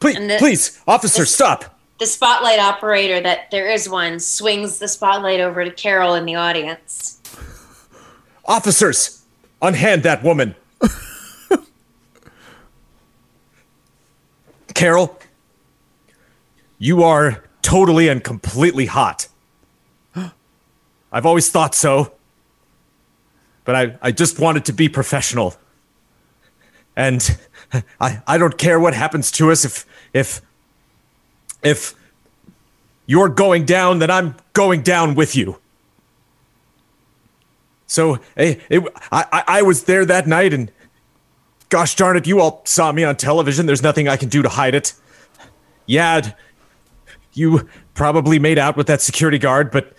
Speaker 2: please,
Speaker 8: And the-
Speaker 2: please, officer, stop.
Speaker 8: The spotlight operator, that there is one, swings the spotlight over to Carol in the audience.
Speaker 2: Officers, unhand that woman. Carol, you are totally and completely hot. I've always thought so. But I, I just wanted to be professional. And I, I don't care what happens to us if if if you're going down, then I'm going down with you. So eh, it, I, I- I was there that night, and gosh darn it, you all saw me on television. There's nothing I can do to hide it. Yeah, d- you probably made out with that security guard, but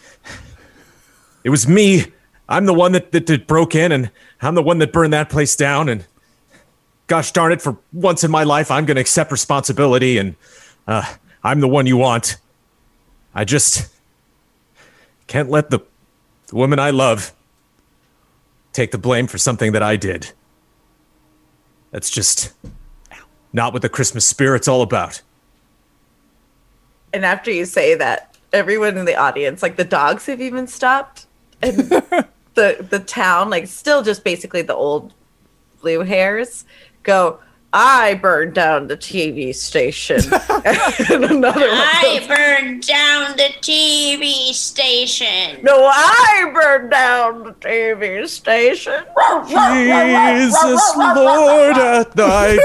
Speaker 2: it was me. I'm the one that, that, that broke in, and I'm the one that burned that place down. And gosh darn it, for once in my life, I'm going to accept responsibility, and uh, I'm the one you want. I just can't let the, the woman I love take the blame for something that I did. That's just not what the Christmas spirit's all about.
Speaker 3: And after you say that, everyone in the audience, like the dogs have even stopped. And the the town, like still just basically the old blue hairs, go, I burned down the TV station. and
Speaker 8: Oh.
Speaker 3: another one goes,
Speaker 5: I burned down the TV station.
Speaker 3: No, I burned down the TV station.
Speaker 2: Jesus Lord at thy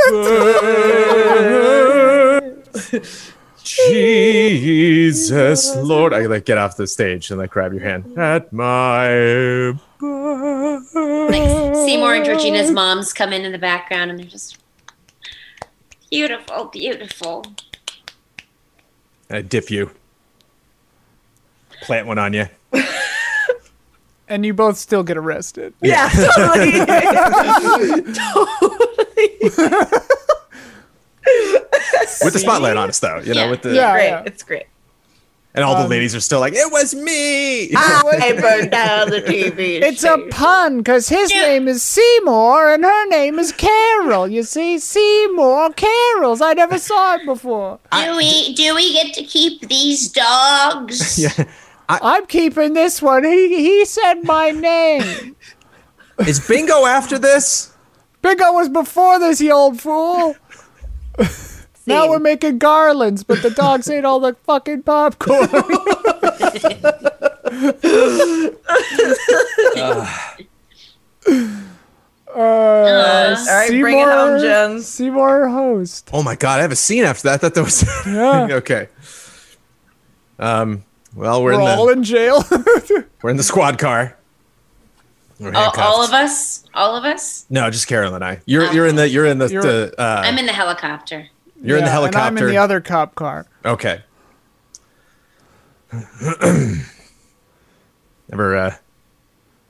Speaker 2: birth. Jesus Lord. I like get off the stage and like grab your hand.
Speaker 1: Mm-hmm.
Speaker 2: At my
Speaker 4: Like Seymour and Georgina's moms come in in the background and they're just
Speaker 5: Beautiful, beautiful.
Speaker 2: I dip you. Plant one on you.
Speaker 1: and you both still get arrested.
Speaker 3: Yeah, totally. totally.
Speaker 2: With the spotlight on us though, you know,
Speaker 4: Yeah.
Speaker 2: with the
Speaker 1: Yeah.
Speaker 3: Great. It's great.
Speaker 2: and all the
Speaker 1: Um,
Speaker 2: ladies are still like, It was me.
Speaker 3: I burned down the TV
Speaker 1: It's a
Speaker 3: station.
Speaker 1: pun because his name is Seymour and her name is Carol. You see, Seymour Carols. I never saw it before.
Speaker 5: Do we do we get to keep these dogs?
Speaker 2: yeah.
Speaker 1: I'm keeping this one. He he said my name.
Speaker 2: Is bingo after this?
Speaker 1: Bingo was before this, you old fool. now we're making garlands, but the dogs ate all the fucking popcorn.
Speaker 4: uh,
Speaker 3: All right, bring it
Speaker 1: Seymour-
Speaker 3: home, Jones.
Speaker 1: Seymour host.
Speaker 2: Oh my god, I have a scene after that. I thought that was
Speaker 1: Yeah.
Speaker 2: okay. Um well we're,
Speaker 1: We're
Speaker 2: in the
Speaker 1: all in jail.
Speaker 2: We're in the squad car. We're
Speaker 4: all, all of Ah.
Speaker 2: handcuffed.
Speaker 4: us, all of us.
Speaker 2: No, just Carol and I. You're you're in the you're in the,
Speaker 1: You're-
Speaker 2: the uh,
Speaker 4: I'm in the helicopter.
Speaker 2: you're in the
Speaker 1: Yeah, and
Speaker 2: helicopter.
Speaker 1: I'm in the other cop car.
Speaker 2: okay. never uh,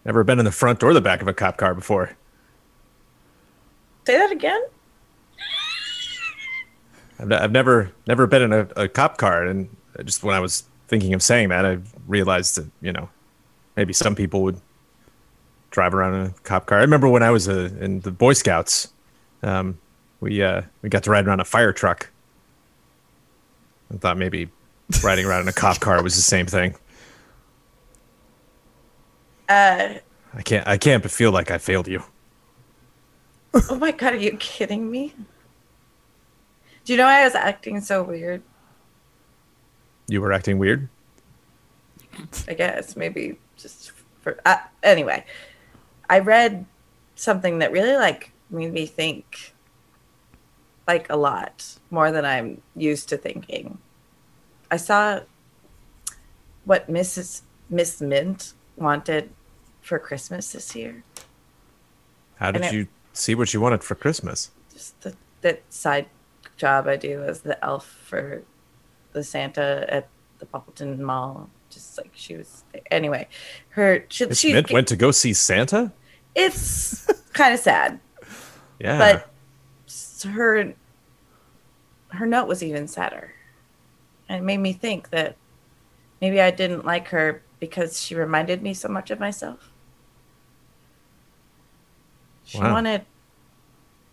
Speaker 2: never been in the front or the back of a cop car before.
Speaker 3: Say that again.
Speaker 2: I've, ne- I've never never been in a, a cop car, and just when I was thinking of saying that, I realized that you know maybe some people would drive around in a cop car. I remember when I was uh in the Boy Scouts, um, we uh, we got to ride around a fire truck. I thought maybe riding around in a cop car was the same thing.
Speaker 3: Uh,
Speaker 2: I can't I can't but feel like I failed you.
Speaker 3: oh my god, are you kidding me? Do you know I was acting so weird?
Speaker 2: You were acting weird.
Speaker 3: I guess maybe just for uh, anyway. I read something that really like made me think like a lot more than I'm used to thinking. I saw what Mrs. Miss Mint wanted for Christmas this year.
Speaker 2: How did
Speaker 3: And it-
Speaker 2: you see what you wanted for Christmas?
Speaker 3: Just the, that side job I do as the elf for the Santa at the Poppleton Mall. Just like she was anyway, her she,
Speaker 2: Miss
Speaker 3: she
Speaker 2: Mint went to go see Santa.
Speaker 3: it's kind of sad,
Speaker 2: Yeah,
Speaker 3: but s- her her note was even sadder, and it made me think that maybe I didn't like her because she reminded me so much of myself. She
Speaker 2: Wow.
Speaker 3: wanted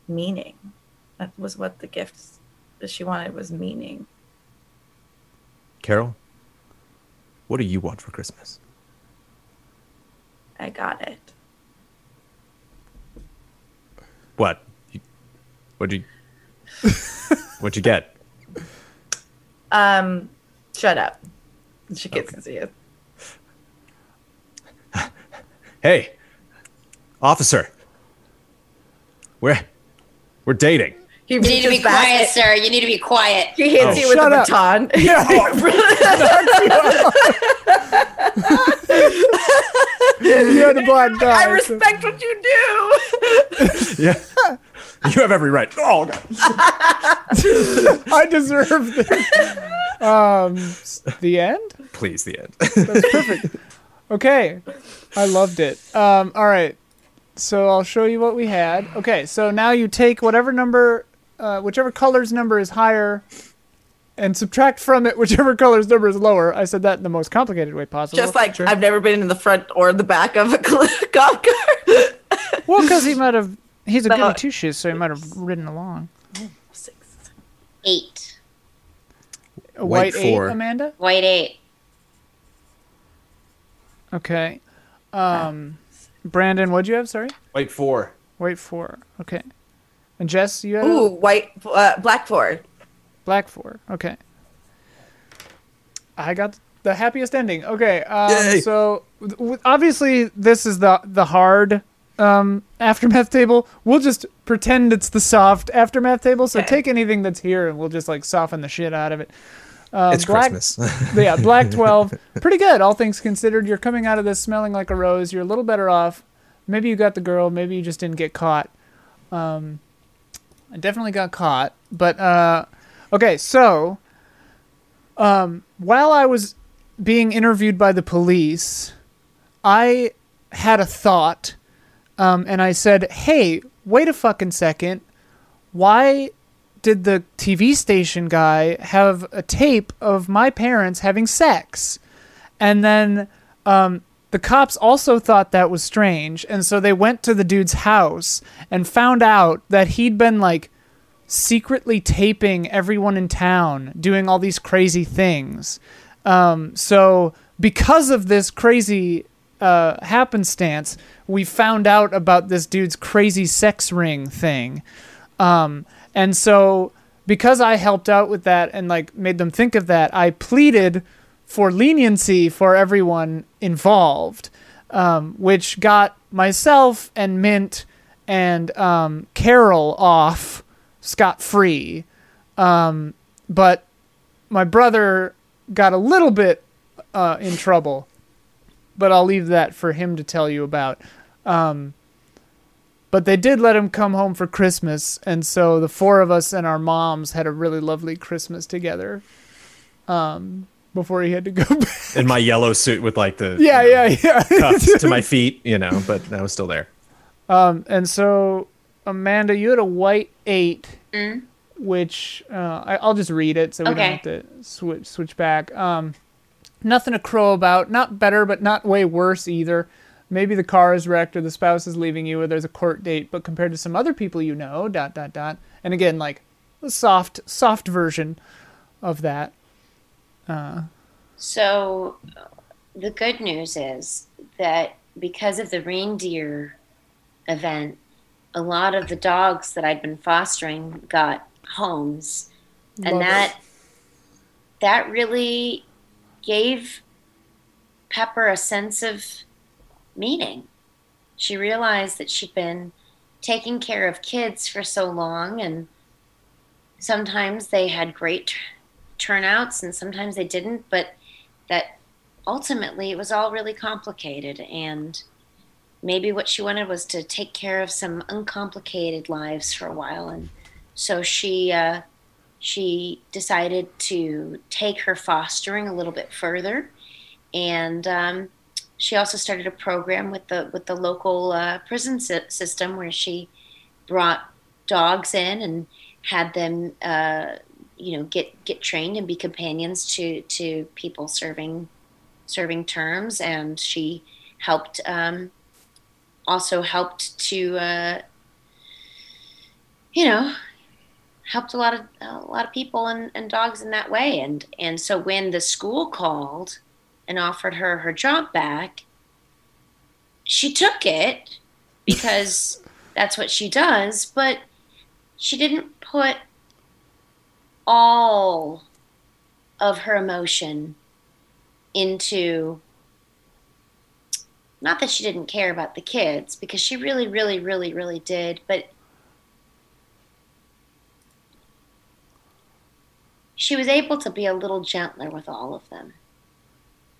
Speaker 3: meaning. That was what the gifts that she wanted was meaning.
Speaker 2: Carol, what do you want for Christmas?
Speaker 3: I got it.
Speaker 2: What? You- What'd you? What'd you get?
Speaker 3: Um, shut up. She gets to see you.
Speaker 2: Hey, officer, we're we're dating.
Speaker 3: He
Speaker 5: You need to be
Speaker 3: reaches back.
Speaker 5: quiet, sir. You need to be quiet.
Speaker 3: He hits
Speaker 2: Oh,
Speaker 3: you with a
Speaker 1: shut up.
Speaker 3: baton.
Speaker 1: you had a blind
Speaker 3: I
Speaker 1: guy. so-
Speaker 3: respect what you do.
Speaker 2: Yeah, you have every right. Oh God.
Speaker 1: I deserve this. Um, the end.
Speaker 2: Please, the end.
Speaker 1: Okay, I loved it. Um, all right, so I'll show you what we had. Okay, so now you take whatever number, uh, whichever color's number is higher, and subtract from it whichever color's number is lower. I said that in the most complicated way possible.
Speaker 3: Just like I've never been in the front or the back of a cl- golf cart.
Speaker 1: well, because he might have. He's a
Speaker 3: No.
Speaker 1: goody two shoes, so he might have ridden along.
Speaker 3: Six.
Speaker 4: Eight.
Speaker 1: A white,
Speaker 2: White
Speaker 1: eight,
Speaker 2: four.
Speaker 1: Amanda.
Speaker 4: White eight.
Speaker 1: Okay.
Speaker 3: Ah.
Speaker 1: Um, Brandon, what'd you have? Sorry.
Speaker 2: Wait four.
Speaker 1: White four. Okay. And Jess, you had a-
Speaker 3: Ooh, white, uh, black four.
Speaker 1: Black four. Okay. I got the happiest ending. Okay. Um,
Speaker 2: Yay.
Speaker 1: so w- w- obviously this is the the hard um, aftermath table. We'll just pretend it's the soft aftermath table. So
Speaker 3: Okay.
Speaker 1: take anything that's here and we'll just like soften the shit out of it. Um,
Speaker 2: it's
Speaker 1: black,
Speaker 2: Christmas.
Speaker 1: yeah, black twelve. Pretty good, all things considered. You're coming out of this smelling like a rose. You're a little better off. Maybe you got the girl. Maybe you just didn't get caught. Um, I definitely got caught. But uh, okay, so um, while I was being interviewed by the police, I had a thought, um, and I said, "Hey, wait a fucking second. Why did the TV station guy have a tape of my parents having sex? And then um, the cops also thought that was strange. And so they went to the dude's house and found out that he'd been like secretly taping everyone in town doing all these crazy things. Um, so because of this crazy uh, happenstance, we found out about this dude's crazy sex ring thing. Um, and so because I helped out with that and like made them think of that, I pleaded for leniency for everyone involved, um, which got myself and Mint and um, Carol off scot free. Um, but my brother got a little bit uh, in trouble, but I'll leave that for him to tell you about. Um, But they did let him come home for Christmas, and so the four of us and our moms had a really lovely Christmas together. Um, before he had to go back.
Speaker 2: In my yellow suit with like the
Speaker 1: yeah,
Speaker 2: you know,
Speaker 1: yeah, yeah.
Speaker 2: cuffs to my feet, you know, but I was still there.
Speaker 1: and so, Amanda, you had a white eight, which uh, I, I'll just read it so we
Speaker 4: Okay.
Speaker 1: don't have to switch switch back. Um, nothing to crow about. Not better, but not way worse either. Maybe the car is wrecked or the spouse is leaving you or there's a court date, but compared to some other people you know, dot dot dot. And again, like the soft soft version of that.
Speaker 4: So uh, the good news is that because of the reindeer event, a lot of the dogs that I'd been fostering got homes.
Speaker 1: Love
Speaker 4: and that that really gave Pepper a sense of meaning. She realized that she'd been taking care of kids for so long and sometimes they had great t- turnouts and sometimes they didn't, but that ultimately it was all really complicated and maybe what she wanted was to take care of some uncomplicated lives for a while and so she uh, she decided to take her fostering a little bit further and um, she also started a program with the with the local uh, prison sy- system where she brought dogs in and had them uh, you know get get trained and be companions to to people serving serving terms and she helped um, also helped to uh, you know helped a lot of a lot of people and, and dogs in that way and and so when the school called and offered her her job back she took it because that's what she does but she didn't put all of her emotion into not that she didn't care about the kids because she really really really really did but she was able to be a little gentler with all of them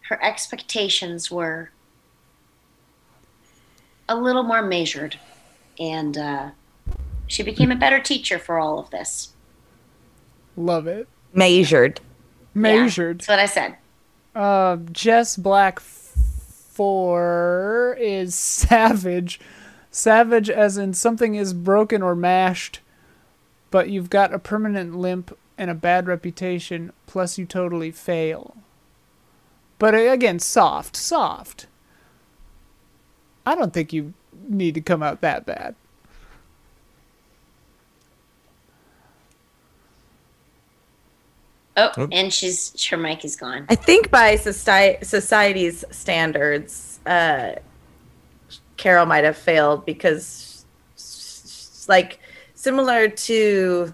Speaker 4: her expectations were a little more measured and uh, she became a better teacher for all of this
Speaker 1: Love it.
Speaker 3: Measured.
Speaker 1: Measured.
Speaker 4: that's what i said
Speaker 1: Uh, Jess Black 4 is savage. Savage as in something is broken or mashed, but you've got a permanent limp and a bad reputation, plus you totally fail. But uh, again, soft, soft. I don't think you need to come out that bad.
Speaker 4: oh
Speaker 2: Oop.
Speaker 4: and she's her mic is gone
Speaker 3: I think by society, society's standards, uh, Carol might have failed because, s- s- like, similar to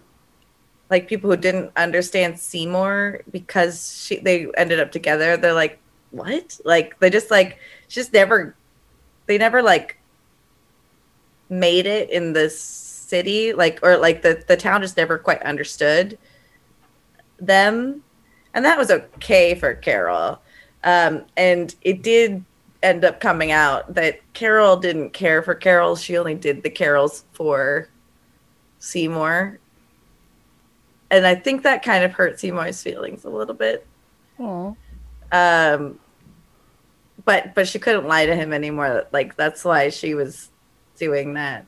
Speaker 3: like people who didn't understand Seymour because she they ended up together. They're like, what? Like they just like she just never they never like made it in the city like or like the the town just never quite understood them and that was okay for Carol. Um, and it did end up coming out that Carol didn't care for Carol. She only did the Carols for Seymour. And I think that kind of hurt Seymour's feelings a little bit.
Speaker 1: Oh,
Speaker 3: Um, but but she couldn't lie to him anymore. Like that's why she was doing that.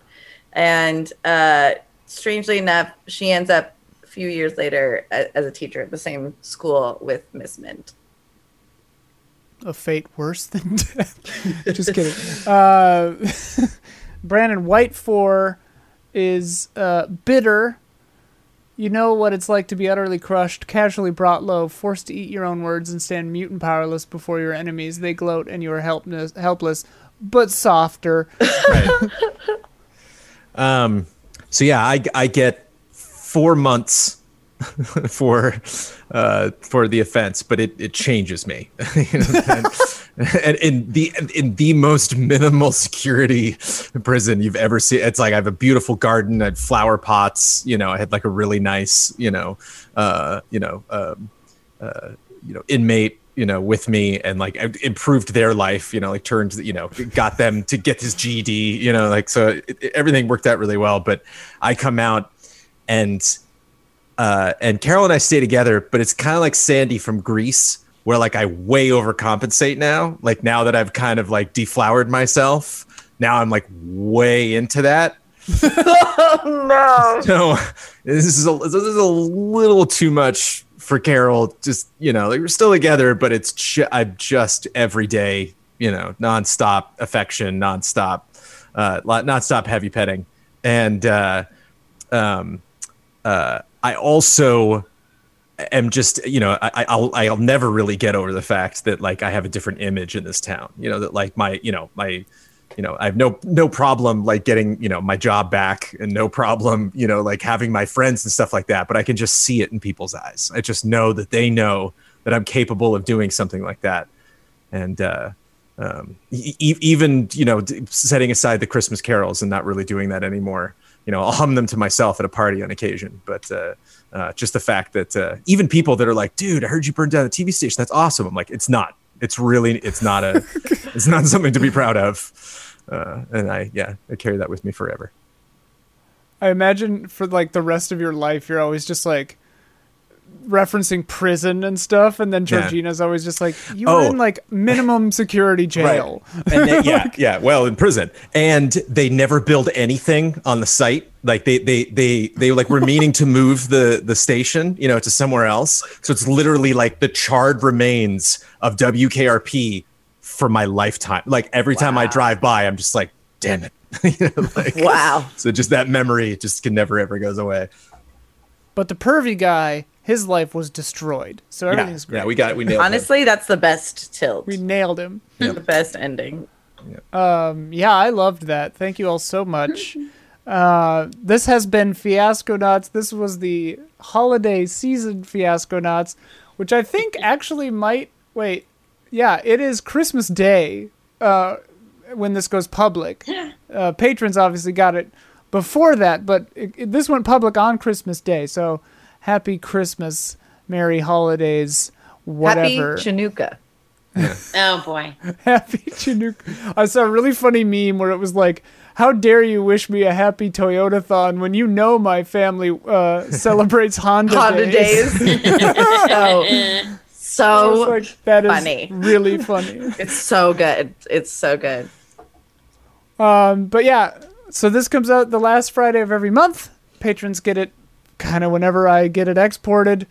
Speaker 3: And uh, strangely enough, she ends up a few years later a- as a teacher at the same school with Miss Mint.
Speaker 1: a fate worse than death. Just kidding. Uh, Brandon White for is uh, bitter. You know what it's like to be utterly crushed, casually brought low, forced to eat your own words and stand mute and powerless before your enemies. They gloat and you are helpless, helpless but softer.
Speaker 2: Um, so yeah, I, I get four months for uh, for the offense, but it, it changes me. You know, and, and in the in the most minimal security prison you've ever seen, it's like I have a beautiful garden, I had flower pots. You know, I had like a really nice, you know, uh, you know, um, you know inmate you know with me and like I improved their life you know like turned you know got them to get his ged you know like so it, it- everything worked out really well but i come out and uh and carol and i stay together but it's kind of like sandy from greece where like i way overcompensate now like now that i've kind of like deflowered myself now i'm like way into that
Speaker 3: no.
Speaker 2: no, this is a this is a little too much for Carol. Just you know, like we're still together, but it's ju- I'm just every day, you know, nonstop affection, nonstop, uh, lo- nonstop heavy petting, and uh, um, uh, I also am just you know I, I- I'll I'll never really get over the fact that like I have a different image in this town. You know that like my you know my you know I have no no problem like getting you know my job back and no problem you know like having my friends and stuff like that. But I can just see it in people's eyes. I just know that they know that I'm capable of doing something like that. And uh, um, e- e- even you know d- setting aside the Christmas carols and not really doing that anymore. You know, I'll hum them to myself at a party on occasion, but uh, uh, just the fact that uh, even people that are like, "Dude, I heard you burned down a TV station. That's awesome." I'm like, "It's not. It's really. It's not a. it's not something to be proud of." Uh, and I, yeah, I carry that with me forever.
Speaker 1: I imagine for like the rest of your life, you're always just like referencing prison and stuff, and then
Speaker 2: Yeah.
Speaker 1: Georgina's always just like, you
Speaker 2: Oh.
Speaker 1: were in like minimum security jail.
Speaker 2: And they- yeah, yeah. Well, in prison, and they never build anything on the site. Like they, they, they, they like were meaning to move the the station, you know, to somewhere else. So it's literally like the charred remains of WKRP for my lifetime. Like every time I drive by, I'm just like, damn it. You know, like-
Speaker 3: Wow.
Speaker 2: So just that memory just can never ever goes away.
Speaker 1: But the pervy guy, his life was destroyed. So
Speaker 2: Yeah,
Speaker 1: everything's great.
Speaker 2: yeah, we got we nailed it.
Speaker 3: Honestly, that's the best tilt.
Speaker 1: we nailed him.
Speaker 3: the best ending.
Speaker 1: Um, yeah, I loved that. Thank you all so much. Uh, this has been Fiasco Nuts. This was the holiday season Fiasco Nuts. which I think actually might wait. Yeah, it is Christmas Day uh, when this goes public. Uh, patrons obviously got it before that, but it, it- this went public on Christmas Day. So happy Christmas, merry holidays, whatever.
Speaker 3: Happy Chinooka.
Speaker 4: Oh boy.
Speaker 1: Happy Chinook. I saw a really funny meme where it was like, "How dare you wish me a happy Toyota thon when you know my family uh, celebrates Honda,
Speaker 3: Honda
Speaker 1: days."
Speaker 3: days. so
Speaker 1: I was
Speaker 3: Oh. so
Speaker 1: like, that is
Speaker 3: funny.
Speaker 1: really funny.
Speaker 3: it's so good. It's so good.
Speaker 1: Um, but yeah, so this comes out the last Friday of every month. Patrons get it kind of whenever I get it exported,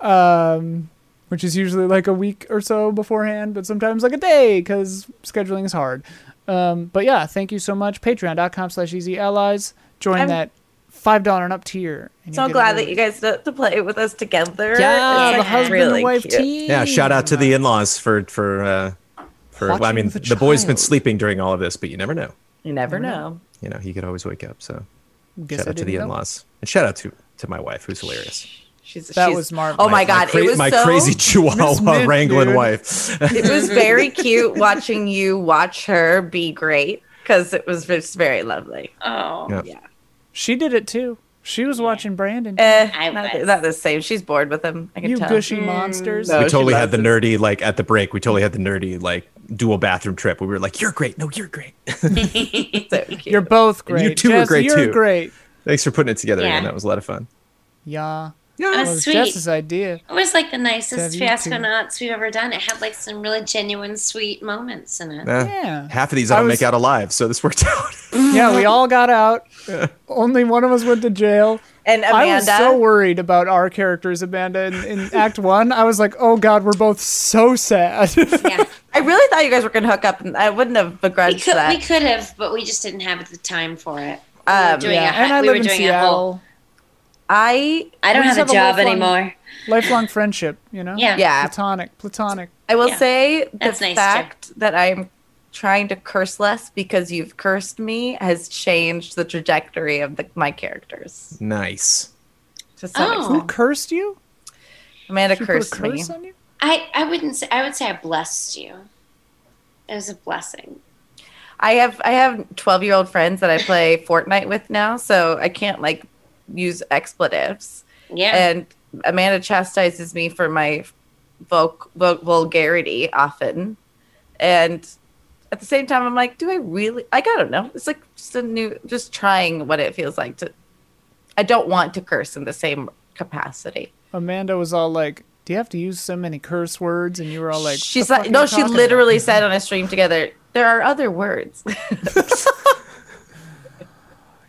Speaker 1: um, which is usually like a week or so beforehand, but sometimes like a day because scheduling is hard. Um, but yeah, thank you so much. Patreon.com slash easy allies. Join
Speaker 3: I'm-
Speaker 1: that $5 and up tier. and
Speaker 3: So
Speaker 1: you get
Speaker 3: glad
Speaker 1: it
Speaker 3: that you guys got to play with us together.
Speaker 1: Yeah,
Speaker 3: It's,
Speaker 1: the
Speaker 3: like,
Speaker 1: husband
Speaker 3: really
Speaker 1: and wife
Speaker 3: cute.
Speaker 1: team.
Speaker 2: Yeah, shout out to the in-laws for for uh, for. Well, I
Speaker 1: Watching
Speaker 2: mean,
Speaker 1: the
Speaker 2: the, boy's been
Speaker 1: child.
Speaker 2: sleeping during all of this, but you never know.
Speaker 3: You
Speaker 1: Mm-hmm.
Speaker 3: never know.
Speaker 2: You know, he could always wake up. So
Speaker 1: Guess
Speaker 2: shout
Speaker 1: I
Speaker 2: out to the
Speaker 1: didn't know.
Speaker 2: in-laws, and shout out to to my wife, who's hilarious.
Speaker 3: She's
Speaker 1: That
Speaker 3: she's-
Speaker 1: was Marvel.
Speaker 3: Oh my, god,
Speaker 2: cra-
Speaker 3: it was
Speaker 2: my
Speaker 3: so,
Speaker 2: crazy Chihuahua
Speaker 1: Miss Mint,
Speaker 2: wrangling
Speaker 1: dude.
Speaker 2: wife.
Speaker 3: It was very cute watching you watch her be great because it was just very lovely.
Speaker 5: Oh,
Speaker 2: Yeah.
Speaker 1: She did it too. She was watching Brandon.
Speaker 3: Eh,
Speaker 4: I
Speaker 3: not,
Speaker 4: was.
Speaker 3: not the same. She's bored with him. I can
Speaker 1: you
Speaker 3: tell.
Speaker 1: gushy monsters.
Speaker 3: no.
Speaker 2: we
Speaker 3: she
Speaker 2: totally had
Speaker 3: loves
Speaker 2: the
Speaker 3: it.
Speaker 2: nerdy like at the break. We totally had the nerdy like dual bathroom trip. We were like, "You're great. No, you're great."
Speaker 3: So cute.
Speaker 1: You're both
Speaker 2: And
Speaker 1: great.
Speaker 2: you two are
Speaker 1: Jess,
Speaker 2: great,
Speaker 1: you're
Speaker 2: too.
Speaker 1: great.
Speaker 2: Thanks for putting it together.
Speaker 4: Yeah.
Speaker 2: Yeah. that was a lot of fun.
Speaker 1: Yeah.
Speaker 4: It
Speaker 1: That
Speaker 4: was
Speaker 1: was
Speaker 4: sweet.
Speaker 1: Jess's idea.
Speaker 4: It was like the nicest
Speaker 1: Have you two?
Speaker 4: fiasconauts we've ever done. It had like some really genuine sweet moments in it.
Speaker 2: Eh,
Speaker 1: Yeah.
Speaker 2: Half of these
Speaker 1: I
Speaker 2: I don't
Speaker 1: was-
Speaker 2: make out alive, so this worked out.
Speaker 1: Yeah, we all got out. Only one of us went to jail.
Speaker 3: and Amanda.
Speaker 1: I was so worried about our characters, Amanda, in, in Act One. I was like, oh God, we're both so sad.
Speaker 4: Yeah.
Speaker 3: I really thought you guys were going to hook up, and I wouldn't have
Speaker 4: We
Speaker 3: begrudged
Speaker 4: could, we
Speaker 3: that.
Speaker 4: could have, but we just didn't have the time for it. We were
Speaker 3: Um,
Speaker 4: doing
Speaker 1: Yeah,
Speaker 4: a hi-
Speaker 1: and I
Speaker 4: we
Speaker 1: live
Speaker 4: were
Speaker 1: in
Speaker 4: doing a whole.
Speaker 1: Seattle.
Speaker 3: I
Speaker 4: I don't
Speaker 1: We just
Speaker 4: have a
Speaker 1: have
Speaker 4: job
Speaker 1: a lifelong-
Speaker 4: anymore.
Speaker 1: Lifelong friendship, you know?
Speaker 4: Yeah.
Speaker 3: yeah,
Speaker 1: Platonic, platonic.
Speaker 3: I will
Speaker 4: Yeah.
Speaker 3: say the
Speaker 4: That's nice, too.
Speaker 3: fact that I'm trying to curse less because you've cursed me has changed the trajectory of the, my characters.
Speaker 2: nice.
Speaker 3: To some
Speaker 4: Oh.
Speaker 1: Who
Speaker 3: extent.
Speaker 1: cursed you?
Speaker 3: Amanda
Speaker 1: She
Speaker 3: cursed
Speaker 1: put a curse
Speaker 3: me.
Speaker 1: on you?
Speaker 4: I, I wouldn't say, I would say I blessed you. It was a blessing.
Speaker 3: I have I have twelve year old friends that I play Fortnite with now, so I can't like use expletives.
Speaker 4: Yeah.
Speaker 3: and Amanda chastises me for my voc- vul vulgarity often. And at the same time, I'm like, do I really? Like, I don't know. It's like just a new, just trying what it feels like to. I don't want to curse in the same capacity.
Speaker 1: Amanda was all like, do you have to use so many curse words? And you were all like,
Speaker 3: She's
Speaker 1: "The fuck
Speaker 3: like,
Speaker 1: are
Speaker 3: no,
Speaker 1: you
Speaker 3: she
Speaker 1: talking about?"
Speaker 3: literally said on a stream together, there are other words.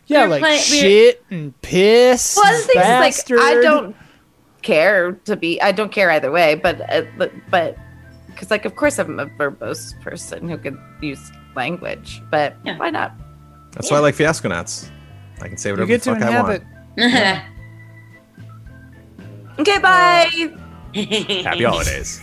Speaker 1: Yeah,
Speaker 4: We were
Speaker 1: like
Speaker 4: play- we were-
Speaker 1: shit and piss.
Speaker 3: Well, the thing is,
Speaker 1: bastard.
Speaker 3: like, I don't care to be. I don't care either way. But, uh, but, but, because, like, of course, I'm a verbose person who could use language. But
Speaker 4: Yeah.
Speaker 3: why not?
Speaker 2: That's why I like Fiasconauts. I can say
Speaker 1: You
Speaker 2: whatever
Speaker 1: get
Speaker 2: the
Speaker 1: to
Speaker 2: fuck I
Speaker 1: inhabit.
Speaker 2: want.
Speaker 3: Okay, bye.
Speaker 2: Happy holidays.